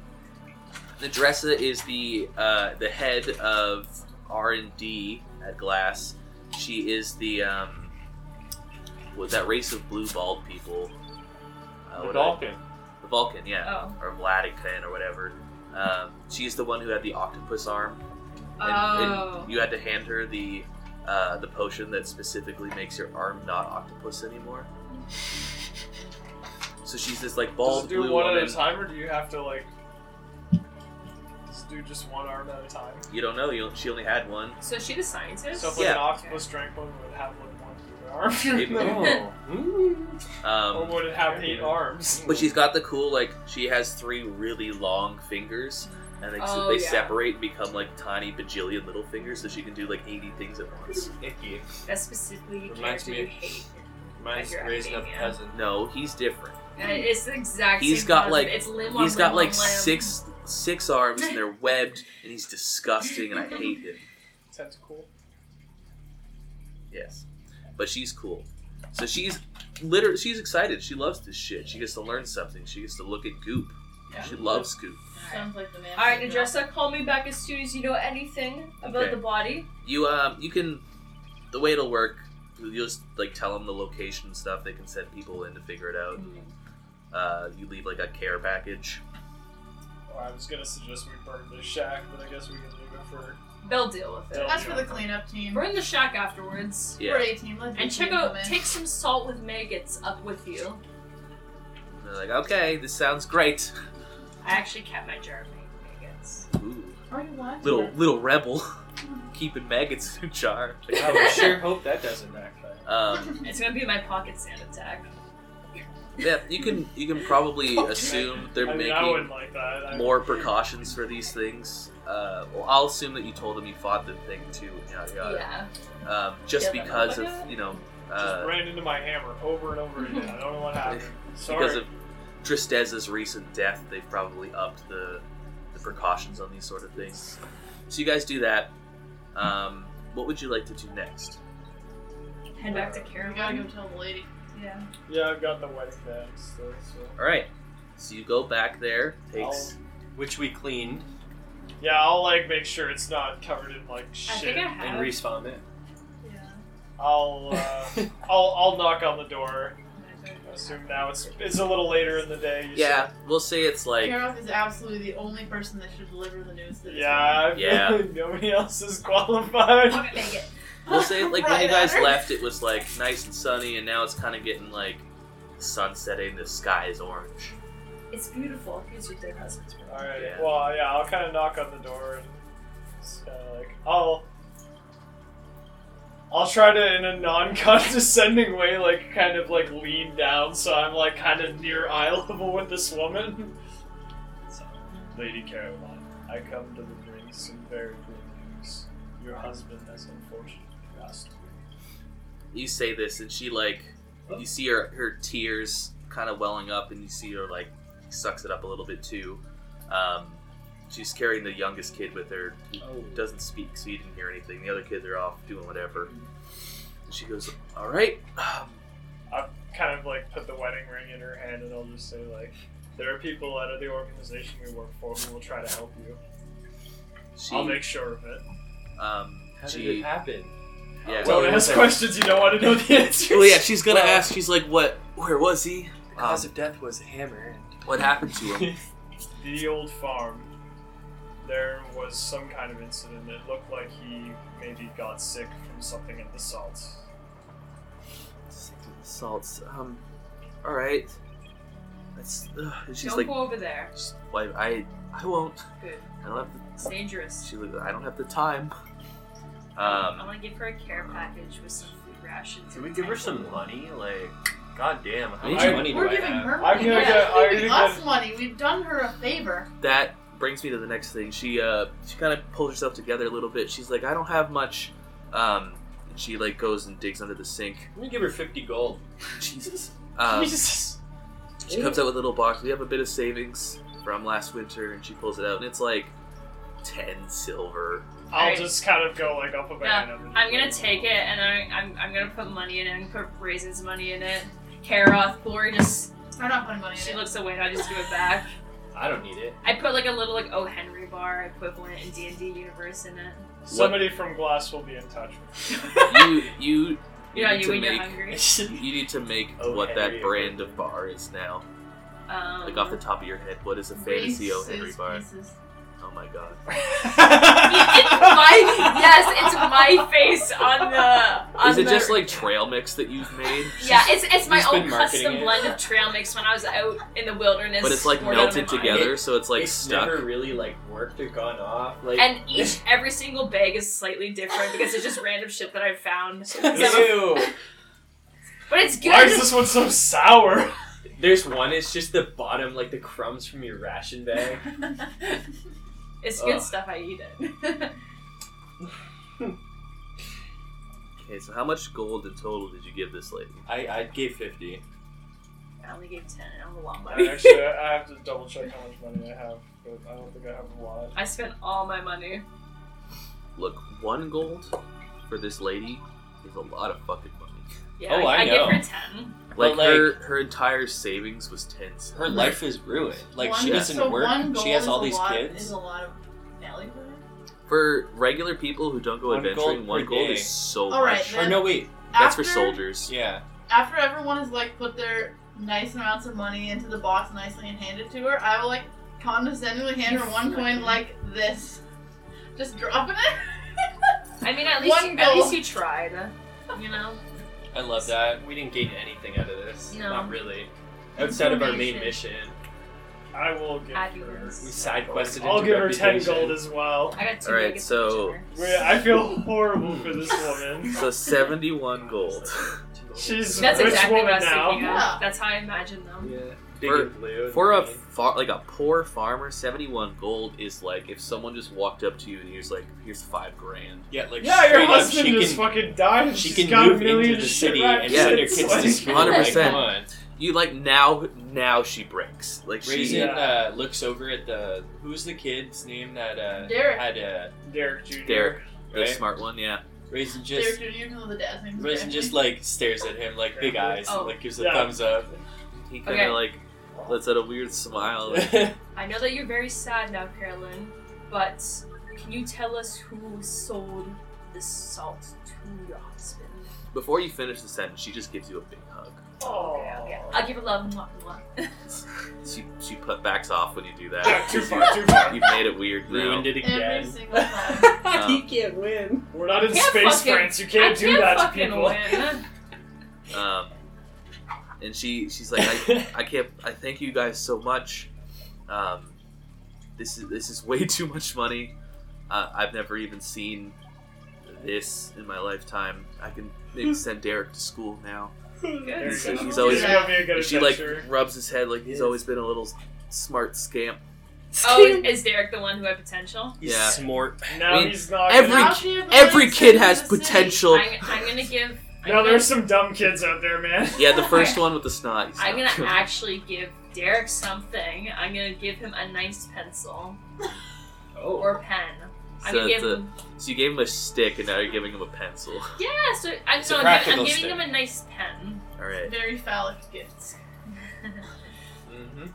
Speaker 1: the Dressa is the uh, the head of R and D at Glass. She is the um, was that race of blue bald people? Uh,
Speaker 6: The
Speaker 1: what are
Speaker 6: dolphin.
Speaker 1: they- the Vulcan, yeah,
Speaker 3: Oh.
Speaker 1: or Vladican or whatever. Um, she's the one who had the octopus arm, and,
Speaker 3: Oh.
Speaker 1: and you had to hand her the uh, the potion that specifically makes your arm not octopus anymore. So she's this like
Speaker 5: Does
Speaker 1: bald
Speaker 5: it do
Speaker 1: blue
Speaker 5: one
Speaker 1: woman.
Speaker 5: at a time, or do you have to, like. Just do just one arm at a time?
Speaker 1: You don't know. You she only had one.
Speaker 3: So she's a scientist.
Speaker 5: So if like
Speaker 1: Yeah.
Speaker 5: an octopus drank one, would it have like one human arm?
Speaker 1: Maybe.
Speaker 5: or
Speaker 1: Um,
Speaker 5: would it have eight arms?
Speaker 1: but she's got the cool like she has three really long fingers, and they,
Speaker 3: Oh,
Speaker 1: they
Speaker 3: yeah.
Speaker 1: separate and become like tiny bajillion little fingers, so she can do like eighty things at once.
Speaker 6: icky.
Speaker 3: That's specifically a
Speaker 6: Reminds
Speaker 3: character
Speaker 6: me
Speaker 3: you
Speaker 6: of-
Speaker 3: hate.
Speaker 6: Mine's
Speaker 3: Like your
Speaker 6: raising up
Speaker 3: academia.
Speaker 6: peasant.
Speaker 1: No, he's different.
Speaker 3: And it's the exact
Speaker 1: He's
Speaker 3: same
Speaker 1: got,
Speaker 3: concept.
Speaker 1: like-
Speaker 3: it's limb on
Speaker 1: He's got
Speaker 3: limb
Speaker 1: like
Speaker 3: on limb.
Speaker 1: six six arms and they're webbed, and he's disgusting, and I hate him.
Speaker 5: Sounds cool.
Speaker 1: Yes, but she's cool. So she's literally she's excited. She loves this shit. She gets to learn something. She gets to look at goop. She loves goop.
Speaker 4: Sounds like the man.
Speaker 3: Alright, Nadressa, call me back as soon as you know anything about
Speaker 1: Okay.
Speaker 3: the body.
Speaker 1: You um you can the way it'll work. You just like tell them the location and stuff. They can send people in to figure it out. Uh, you leave like a care package.
Speaker 5: Oh, I was gonna suggest we burn the shack, but I guess we can leave it for.
Speaker 3: They'll deal with it.
Speaker 5: They'll-
Speaker 4: That's for the cleanup team.
Speaker 3: Burn the shack afterwards.
Speaker 1: Yeah.
Speaker 4: We're 18. Let's
Speaker 3: And
Speaker 4: be
Speaker 3: check out,
Speaker 4: human.
Speaker 3: take some salt with maggots up with you.
Speaker 1: And they're like, okay, this sounds great.
Speaker 3: I actually kept my jar of mag- maggots.
Speaker 1: Ooh,
Speaker 4: Are you lying?
Speaker 1: little little rebel, keeping maggots in a jar.
Speaker 6: I
Speaker 5: oh,
Speaker 6: would sure hope that doesn't backfire.
Speaker 1: Um,
Speaker 3: It's gonna be my pocket sand attack.
Speaker 1: yeah, you can you can probably assume they're
Speaker 5: I mean, I uh,
Speaker 1: making
Speaker 5: wouldn't like that. I,
Speaker 1: more precautions for these things. Uh, well, I'll assume that you told him you fought the thing too. Yada yada.
Speaker 3: Yeah.
Speaker 1: Um, just
Speaker 4: Yeah,
Speaker 1: because
Speaker 3: but-
Speaker 1: of you know
Speaker 5: just
Speaker 1: uh,
Speaker 5: ran into my hammer over and over again. I don't know what happened. Sorry.
Speaker 1: because of Tristez's recent death, they've probably upped the, the precautions on these sort of things. So you guys do that. Um, what would you like to do next?
Speaker 3: Head back to
Speaker 4: We gotta go
Speaker 3: Caravan.
Speaker 4: tell the lady.
Speaker 3: Yeah.
Speaker 5: yeah, I've got the wedding band still. So.
Speaker 1: All right. So you go back there. Takes
Speaker 5: Oh,
Speaker 12: Which we cleaned
Speaker 5: Yeah, I'll like make sure it's not covered in like shit.
Speaker 3: I think I
Speaker 12: and
Speaker 3: have.
Speaker 12: respawned it.
Speaker 5: I'll uh, I'll I'll knock on the door. I assume now it's it's a little later in the day. you
Speaker 1: yeah. We'll say it's like
Speaker 4: Karoth is absolutely the only person that should deliver the news. To
Speaker 5: said.
Speaker 4: this
Speaker 5: Yeah. I-
Speaker 1: Yeah.
Speaker 5: Nobody else is qualified.
Speaker 3: Pocket maggot.
Speaker 1: we'll say like when you
Speaker 4: Right
Speaker 1: guys
Speaker 4: after.
Speaker 1: left, it was like nice and sunny, and now it's kind of getting like sun setting. The sky is orange.
Speaker 3: It's beautiful. Here's your dead husband's room.
Speaker 5: All right.
Speaker 1: Yeah.
Speaker 5: Well, yeah. I'll kind of knock on the door and just kind of like I'll I'll try to in a non-condescending way, like kind of like lean down so I'm like kind of near eye level with this woman. So, Lady Caroline, I come to bring some very good news. Your husband has unfortunately passed away.
Speaker 1: you say this and she like you see her her tears kind of welling up and you see her like sucks it up a little bit too um, she's carrying the youngest kid with her who doesn't speak so you didn't hear anything the other kids are off doing whatever and she goes all right
Speaker 5: Kind of like put the wedding ring in her hand and I'll just say like, there are people out of the organization we work for who will try to help you.
Speaker 1: she
Speaker 5: I'll make sure of it.
Speaker 1: um
Speaker 6: How did it
Speaker 1: she
Speaker 6: happen?
Speaker 1: yeah
Speaker 6: Well,
Speaker 5: Don't
Speaker 6: it was
Speaker 5: ask
Speaker 6: a-
Speaker 5: questions you don't want to know the answers.
Speaker 1: well yeah she's gonna
Speaker 6: well-
Speaker 1: ask she's like what where was he
Speaker 6: The
Speaker 1: um,
Speaker 6: cause of death was a hammer. And
Speaker 1: what happened to him
Speaker 5: the old farm. There was some kind of incident. It looked like he maybe got sick from something in the salt.
Speaker 1: salts um all right that's ugh. And she's
Speaker 3: Don't
Speaker 1: like
Speaker 3: go over there.
Speaker 1: Just, why I I won't.
Speaker 3: Good.
Speaker 1: I don't have
Speaker 3: It's
Speaker 1: the,
Speaker 3: dangerous.
Speaker 1: she, I don't have the time.
Speaker 3: I'm
Speaker 1: Um,
Speaker 3: gonna give her a care package with some food rations.
Speaker 12: Can we
Speaker 3: and
Speaker 12: give her
Speaker 3: tents.
Speaker 12: some money? Like, goddamn, how
Speaker 6: I-
Speaker 12: much money do
Speaker 4: We're
Speaker 12: I
Speaker 4: giving
Speaker 12: have?
Speaker 4: her
Speaker 5: I'm
Speaker 4: money.
Speaker 5: gonna
Speaker 4: Yeah,
Speaker 5: get-
Speaker 4: she's
Speaker 5: I'm
Speaker 4: giving
Speaker 5: gonna
Speaker 4: us money. We've done her a favor.
Speaker 1: that brings me to the next thing. She uh she kind of pulls herself together a little bit. She's like, I don't have much. Um, and she like goes and digs under the sink.
Speaker 6: Let me give her fifty gold.
Speaker 1: Jesus. Um, she comes out with a little box. We have a bit of savings from last winter, and she pulls it out, and it's like ten silver.
Speaker 5: I'll
Speaker 3: Alright.
Speaker 5: just kind of go like up a
Speaker 3: Yeah,
Speaker 5: banana. and-
Speaker 3: I'm gonna take it and I, I'm, I'm gonna put money in it and put raisins money in it. Karoth, Glory just
Speaker 4: I'm not putting money in
Speaker 3: she
Speaker 4: it.
Speaker 3: looks away and I just give it back.
Speaker 12: I don't need it.
Speaker 3: I put like a little like O Henry bar equivalent in D and D universe in it.
Speaker 5: Somebody from Glass will be in touch with me.
Speaker 1: You you. you
Speaker 3: You know,
Speaker 1: need
Speaker 3: you
Speaker 1: to
Speaker 3: when you're
Speaker 1: make-
Speaker 3: hungry.
Speaker 1: You need to make
Speaker 12: Oh,
Speaker 1: what
Speaker 12: Henry
Speaker 1: that brand of bar is now.
Speaker 3: Um,
Speaker 1: Like off the top of your head, what is a fantasy O Henry
Speaker 4: Reese's
Speaker 1: bar?
Speaker 4: Pieces.
Speaker 1: Oh my god.
Speaker 3: it's my yes, it's my face on the. On
Speaker 1: Is it
Speaker 3: the-
Speaker 1: just like trail mix that you've made?
Speaker 3: Yeah, it's it's my
Speaker 6: She's been
Speaker 3: own
Speaker 6: marketing
Speaker 3: custom
Speaker 6: it.
Speaker 3: blend of trail mix when I was out in the wilderness.
Speaker 1: But it's like
Speaker 3: bored out of
Speaker 1: melted
Speaker 3: my mind.
Speaker 1: together, so it's like
Speaker 6: it's
Speaker 1: stuck.
Speaker 6: never really like worked or gone off. Like
Speaker 3: And each every single bag is slightly different because it's just random shit that I've found.
Speaker 6: Ew.
Speaker 3: But it's good.
Speaker 5: Why is this one so sour?
Speaker 6: There's one. It's just the bottom, like the crumbs from your ration bag.
Speaker 3: It's good
Speaker 6: Ugh.
Speaker 3: stuff. I eat it.
Speaker 1: Okay, so how much gold in total did you give this lady?
Speaker 12: I, I gave 50.
Speaker 3: I only gave ten. I don't know what
Speaker 5: I actually, I have to double check how much money I have, but I don't think I have a lot.
Speaker 3: I spent all my money.
Speaker 1: Look, one gold for this lady is a lot of fucking money.
Speaker 3: Yeah,
Speaker 6: Oh, I
Speaker 3: I
Speaker 6: know.
Speaker 3: give her ten.
Speaker 1: Like,
Speaker 6: But, like-
Speaker 1: her, her entire savings was ten. cents.
Speaker 6: Her life is ruined. Like
Speaker 4: One-
Speaker 6: she doesn't
Speaker 4: so
Speaker 6: work.
Speaker 4: one
Speaker 6: She
Speaker 4: gold
Speaker 6: has
Speaker 4: is
Speaker 6: all
Speaker 4: a
Speaker 6: these
Speaker 4: lot-
Speaker 6: kids.
Speaker 4: Is a lot of value. to it?
Speaker 1: for regular people who don't go
Speaker 6: One
Speaker 1: adventuring.
Speaker 6: gold
Speaker 1: one
Speaker 6: per
Speaker 1: gold
Speaker 6: day.
Speaker 1: is so
Speaker 4: All right,
Speaker 1: much.
Speaker 4: then.
Speaker 6: Or no, wait.
Speaker 1: That's for
Speaker 4: After-
Speaker 1: soldiers.
Speaker 6: Yeah.
Speaker 4: After everyone has like put their nice amounts of money into the box nicely and handed to her, I will like condescendingly hand her one coin like this, just dropping it.
Speaker 3: I mean, at least
Speaker 4: One
Speaker 3: you, at least
Speaker 4: gold.
Speaker 3: you tried. You know.
Speaker 6: I love that. We didn't gain anything out of this.
Speaker 3: No.
Speaker 6: Not really. Outside of our main mission,
Speaker 5: I will give her.
Speaker 3: Fabulous.
Speaker 6: we side quested.
Speaker 5: I'll
Speaker 6: into
Speaker 5: give her ten
Speaker 6: reputation.
Speaker 5: gold as well.
Speaker 3: I got two.
Speaker 1: All right,
Speaker 3: biggest
Speaker 1: so-
Speaker 3: picture.
Speaker 5: Wait, I feel horrible for this woman.
Speaker 1: So seventy-one gold.
Speaker 5: She's
Speaker 3: That's
Speaker 5: a rich
Speaker 3: exactly what
Speaker 5: woman
Speaker 3: I was
Speaker 5: now.
Speaker 3: thinking of.
Speaker 4: Yeah.
Speaker 3: That's how I imagine them.
Speaker 6: Yeah. Big
Speaker 1: For-
Speaker 6: and blue. and
Speaker 1: For a
Speaker 6: green.
Speaker 1: far, like a poor farmer, seventy-one gold is like if someone just walked up to you and here's like, here's five grand.
Speaker 6: yeah, like
Speaker 5: Yeah, your
Speaker 6: straight up,
Speaker 5: husband
Speaker 6: she
Speaker 5: just
Speaker 6: can-
Speaker 5: fucking died. and
Speaker 6: she
Speaker 5: she's
Speaker 6: can
Speaker 5: got
Speaker 6: move
Speaker 5: a million
Speaker 6: into the city and
Speaker 1: Yeah.
Speaker 6: send her kids to
Speaker 5: kids.
Speaker 6: school.
Speaker 1: 100%.
Speaker 6: Like, come on.
Speaker 1: You like now, now she breaks. Like she,
Speaker 6: Raisin
Speaker 5: Yeah.
Speaker 6: uh, looks over at the who's the kid's name that uh,
Speaker 4: Derek.
Speaker 6: had uh,
Speaker 5: Derek Jr.
Speaker 1: Derek, the
Speaker 6: Right?
Speaker 1: smart one, yeah.
Speaker 6: Raisin
Speaker 4: They're
Speaker 6: just
Speaker 4: doing even though the dad's name's
Speaker 6: Raisin
Speaker 4: Derek.
Speaker 6: just like stares at him like big eyes
Speaker 3: Oh.
Speaker 6: and like gives a
Speaker 5: Yeah.
Speaker 6: thumbs up.
Speaker 1: He kind of
Speaker 3: Okay.
Speaker 1: like lets out a weird smile. like,
Speaker 3: I know that you're very sad now, Carolyn, but can you tell us who sold the salt to your husband?
Speaker 1: Before you finish the sentence, she just gives you a big hug.
Speaker 5: Oh.
Speaker 3: Okay, okay. I'll give a love mwah, mwah.
Speaker 1: She she put backs off when you do that.
Speaker 5: Yeah, too far, too far.
Speaker 1: You've made it weird now.
Speaker 6: Ruined it
Speaker 4: every
Speaker 6: again.
Speaker 4: single time.
Speaker 1: Um,
Speaker 13: can't win.
Speaker 5: We're not in
Speaker 3: Can't
Speaker 5: space,
Speaker 3: fucking-
Speaker 5: France. You
Speaker 3: I
Speaker 5: can't do that to
Speaker 3: fucking
Speaker 5: people.
Speaker 3: win.
Speaker 1: Um, and she she's like,
Speaker 6: Oh,
Speaker 1: I, I can't. I thank you guys so much. Um, this is this is way too much money. Uh, I've never even seen this in my lifetime. I can maybe send Derek to school now.
Speaker 5: There you
Speaker 1: So
Speaker 5: go.
Speaker 1: she's always-
Speaker 5: She's gonna be a good
Speaker 1: And she like
Speaker 5: adventurer.
Speaker 1: rubs his head like he's always been a little smart scamp.
Speaker 3: Oh, is Derek the one who had potential?
Speaker 6: He's
Speaker 1: Yeah.
Speaker 6: smart.
Speaker 5: Now
Speaker 1: I mean,
Speaker 5: he's not.
Speaker 1: every-
Speaker 5: gonna-
Speaker 4: Now she is the
Speaker 1: Every
Speaker 4: best
Speaker 1: kid
Speaker 4: in
Speaker 1: has
Speaker 4: the city.
Speaker 1: potential.
Speaker 3: I'm, I'm gonna give. I'm
Speaker 5: Now
Speaker 3: gonna,
Speaker 5: there's some dumb kids out there, man.
Speaker 1: Yeah, the first one with the snot. he's
Speaker 3: I'm
Speaker 1: not-
Speaker 3: gonna actually give Derek something. I'm gonna give him a nice pencil
Speaker 6: Oh.
Speaker 3: or pen. I'm
Speaker 1: So,
Speaker 3: gonna give
Speaker 1: it's a-
Speaker 3: him.
Speaker 1: so you gave him a stick, and now you're giving him a pencil.
Speaker 3: Yeah, so I'm,
Speaker 6: It's
Speaker 3: no,
Speaker 6: a
Speaker 3: I'm, giving-
Speaker 6: practical
Speaker 3: I'm giving
Speaker 6: stick.
Speaker 3: him a nice pen.
Speaker 1: All right.
Speaker 4: Very phallic gifts.
Speaker 6: hmm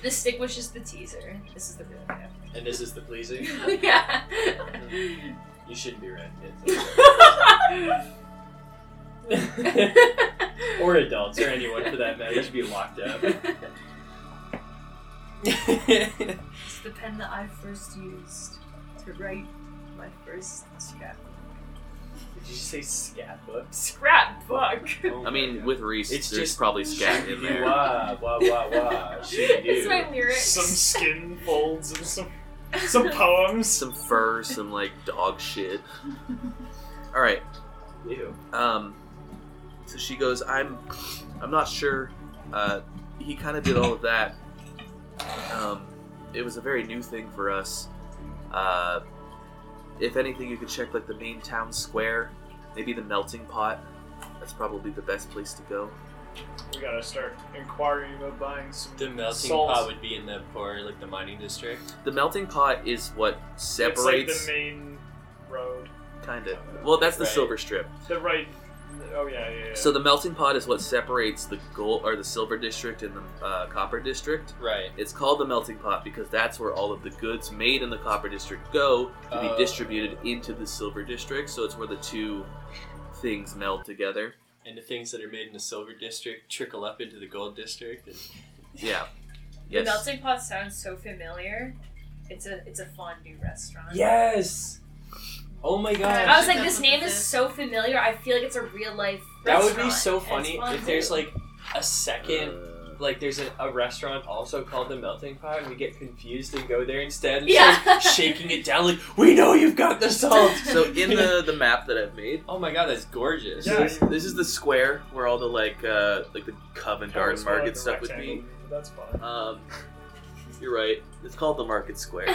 Speaker 3: The stick was just the teaser. This is the real gift.
Speaker 6: And this is the pleasing.
Speaker 3: yeah.
Speaker 6: You shouldn't be around kids.
Speaker 3: Or
Speaker 6: or adults, or anyone for that matter. You should be locked up.
Speaker 3: It's the pen that I first used to write my first scrapbook.
Speaker 6: Did you say scat books?
Speaker 3: Scrapbook.
Speaker 6: Oh
Speaker 1: I
Speaker 6: my
Speaker 1: mean,
Speaker 6: God.
Speaker 1: with Reese,
Speaker 6: It's
Speaker 1: there's
Speaker 6: just
Speaker 1: probably scat in there.
Speaker 6: Wah, wah, wah, wah. Oh, She
Speaker 3: It's
Speaker 6: do.
Speaker 3: my lyrics.
Speaker 5: Some skin folds and some some poems.
Speaker 1: some fur, some like dog shit. All right.
Speaker 6: Ew.
Speaker 1: Um, so she goes, "I'm, I'm not sure." Uh, he kind of did all of that. Um, it was a very new thing for us. Uh, if anything, you could check like the main town square, maybe the melting pot. That's probably the best place to go.
Speaker 5: We gotta start inquiring about buying some.
Speaker 6: The melting
Speaker 5: Salt.
Speaker 6: pot would be in the poor, like the mining district.
Speaker 1: The melting pot is what
Speaker 5: It's like
Speaker 1: separates,
Speaker 5: the main road.
Speaker 1: kind of. Well, that's the
Speaker 6: Right.
Speaker 1: silver strip.
Speaker 5: The right. Oh yeah, yeah. yeah.
Speaker 1: So the melting pot is what separates the gold or the silver district and the uh, copper district.
Speaker 6: Right.
Speaker 1: It's called the melting pot because that's where all of the goods made in the copper district go to be
Speaker 6: Oh.
Speaker 1: distributed into the silver district. So it's where the two things meld together.
Speaker 6: And the things that are made in the silver district trickle up into the gold district. And
Speaker 1: Yeah.
Speaker 3: The
Speaker 1: Yes.
Speaker 3: melting pot sounds so familiar. It's a it's a fondue restaurant.
Speaker 6: yes. Oh my gosh.
Speaker 3: I was like,
Speaker 4: That's
Speaker 3: this
Speaker 4: what
Speaker 3: name
Speaker 4: this
Speaker 3: is
Speaker 4: is.
Speaker 3: so familiar. I feel like it's a real life.
Speaker 6: That would be
Speaker 3: restaurant,
Speaker 6: so
Speaker 3: and it's
Speaker 6: funny
Speaker 3: fondue.
Speaker 6: if there's like a second,
Speaker 1: Uh,
Speaker 6: like there's a, a restaurant also called the Melting Pot, and we get confused and go there instead. And
Speaker 3: Yeah.
Speaker 6: start shaking it down, like we know you've got the salt.
Speaker 1: Uh, so in the the map that I've made,
Speaker 6: oh my god, that's gorgeous.
Speaker 5: Yeah.
Speaker 1: this, this is the square where all the like uh like the Covent
Speaker 5: That
Speaker 1: Garden
Speaker 5: was more like
Speaker 1: Market
Speaker 5: the
Speaker 1: stuff would be.
Speaker 5: rectangle, but That's fine.
Speaker 1: Um, you're right. It's called the Market Square.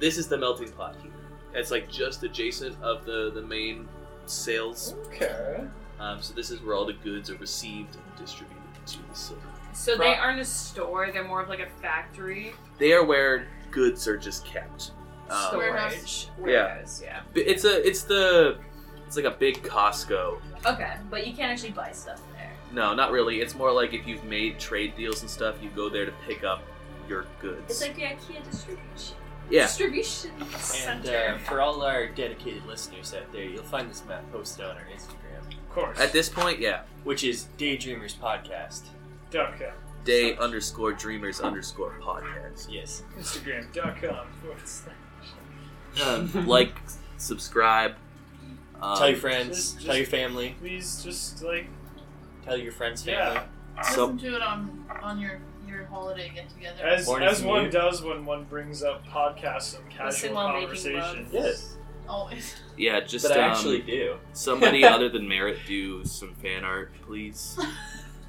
Speaker 1: this is the melting pot here. It's like just adjacent of the the main sales.
Speaker 5: Okay.
Speaker 1: Um, so this is where all the goods are received and distributed. Jesus.
Speaker 3: So they aren't a store; they're more of like a factory
Speaker 1: They are where goods are just kept. Um,
Speaker 3: storage.
Speaker 1: Yeah.
Speaker 3: Warehouse, yeah.
Speaker 1: it's a it's the it's like a big Costco.
Speaker 3: Okay, but you can't actually buy stuff there.
Speaker 1: No, not really. It's more like if you've made trade deals and stuff, you go there to pick up your goods.
Speaker 3: It's like the IKEA distribution.
Speaker 1: yeah.
Speaker 3: Distribution
Speaker 6: And
Speaker 3: center.
Speaker 6: uh, for all our dedicated listeners out there, you'll find this map posted on our Instagram,
Speaker 5: Of course.
Speaker 1: At this point, yeah.
Speaker 6: which is Daydreamers Podcast.
Speaker 5: Dot.com.
Speaker 1: Day underscore dreamers underscore podcast.
Speaker 6: Yes.
Speaker 5: Instagram.com. forward slash-
Speaker 1: Um, like, subscribe. Um,
Speaker 6: tell your friends.
Speaker 5: just-
Speaker 6: tell your family.
Speaker 5: Please just like
Speaker 6: Tell your friends' family.
Speaker 5: yeah.
Speaker 1: So
Speaker 4: Listen to it on on your your holiday get together.
Speaker 5: As,
Speaker 6: Morning
Speaker 5: as
Speaker 6: to
Speaker 5: one
Speaker 6: you.
Speaker 5: does when one brings up podcasts
Speaker 3: Listen
Speaker 5: and casual
Speaker 3: while making
Speaker 5: conversation.
Speaker 3: love.
Speaker 6: Yes.
Speaker 4: Always.
Speaker 1: yeah, just
Speaker 6: But I
Speaker 1: um,
Speaker 6: actually do.
Speaker 1: somebody other than Merritt do some fan art, please.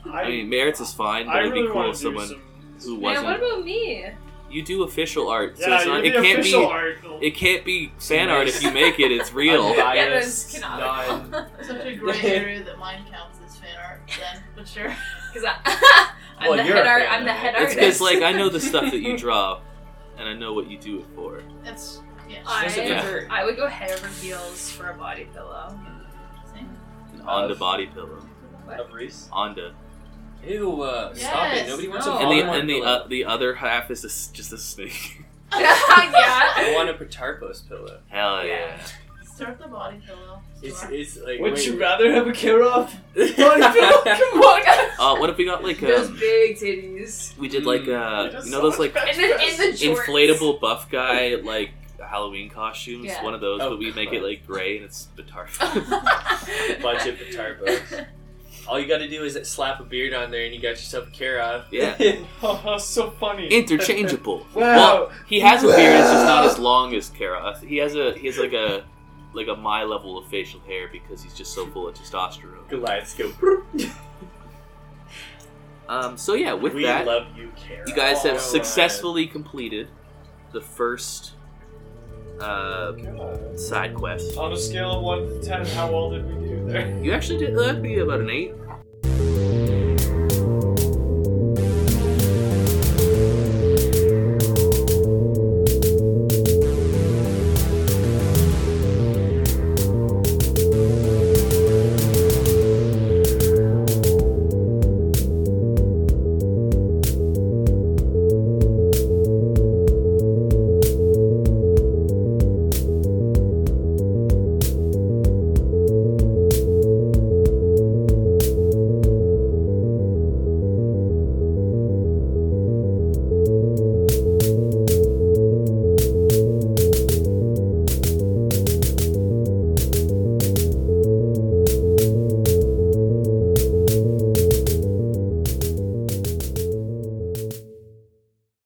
Speaker 1: I mean, Merritt's is fine, but
Speaker 5: I
Speaker 1: it'd
Speaker 5: really
Speaker 1: be cool
Speaker 5: want
Speaker 1: if
Speaker 5: to do
Speaker 1: someone
Speaker 5: some-
Speaker 1: who
Speaker 3: Man,
Speaker 1: wasn't.
Speaker 3: what about me?
Speaker 1: you do official art, so
Speaker 5: yeah,
Speaker 1: it's not,
Speaker 5: you
Speaker 1: it
Speaker 5: do
Speaker 1: can't
Speaker 5: official
Speaker 1: be.
Speaker 5: art.
Speaker 1: It can't be
Speaker 6: Some
Speaker 1: fan art
Speaker 6: nice-
Speaker 1: if you make it. It's real.
Speaker 6: Unbiased,
Speaker 3: Yeah, that's
Speaker 6: non.
Speaker 3: canonical.
Speaker 4: Such a gray area that mine counts as fan art. Then, but sure.
Speaker 3: Because I, I'm
Speaker 6: Well,
Speaker 3: the
Speaker 6: you're
Speaker 3: head
Speaker 6: a
Speaker 3: art.
Speaker 6: fan
Speaker 3: I'm the
Speaker 6: of it.
Speaker 3: head
Speaker 1: It's
Speaker 3: artist.
Speaker 1: because like I know the stuff that you draw, and I know what you do it for.
Speaker 4: That's yeah.
Speaker 6: There's a
Speaker 3: I,
Speaker 6: different-
Speaker 3: I would go head over heels for a body pillow.
Speaker 4: Same.
Speaker 1: An Onda body pillow.
Speaker 6: Of Reese.
Speaker 1: Onda.
Speaker 6: Ew. Uh, Stop it.
Speaker 4: Yes,
Speaker 6: Nobody wants
Speaker 3: no.
Speaker 6: a
Speaker 1: And the
Speaker 6: Voldemort
Speaker 1: and the
Speaker 6: pillow.
Speaker 1: uh, the other half is a s just a snake.
Speaker 6: I
Speaker 3: yeah.
Speaker 6: want a Patarpos pillow.
Speaker 1: Hell
Speaker 3: Yeah.
Speaker 1: yeah.
Speaker 4: Start the body pillow.
Speaker 6: It's
Speaker 4: Sure.
Speaker 6: it's like.
Speaker 14: Would
Speaker 6: wait,
Speaker 14: you rather have a killer off?
Speaker 3: Come on.
Speaker 1: Uh, what if we got like
Speaker 3: Those
Speaker 1: um,
Speaker 3: big titties.
Speaker 1: we did like
Speaker 5: It
Speaker 1: uh,
Speaker 5: does
Speaker 1: you know
Speaker 5: so
Speaker 1: those
Speaker 5: much
Speaker 1: like
Speaker 3: In the, in the jorts.
Speaker 1: inflatable buff guy like Halloween costumes,
Speaker 3: Yeah.
Speaker 1: one of those,
Speaker 6: Oh,
Speaker 1: but we make
Speaker 6: crap.
Speaker 1: it like gray and it's guitar.
Speaker 6: bunch of Patarpos. All you gotta do is slap a beard on there, and you got yourself a killer off.
Speaker 1: yeah,
Speaker 5: Oh, so funny.
Speaker 1: interchangeable.
Speaker 5: wow.
Speaker 1: He has a beard; it's just not as long as Kara. He has a he has like a like a my level of facial hair because he's just so full of testosterone.
Speaker 6: Goliaths go.
Speaker 1: Um, so yeah, with
Speaker 6: we
Speaker 1: that,
Speaker 6: love you, Kara. Oh,
Speaker 1: you guys have
Speaker 6: Alright.
Speaker 1: successfully completed the first uh, side quest.
Speaker 5: On a scale of one to ten, how well did we do there?
Speaker 1: You actually did that'd be about an eight.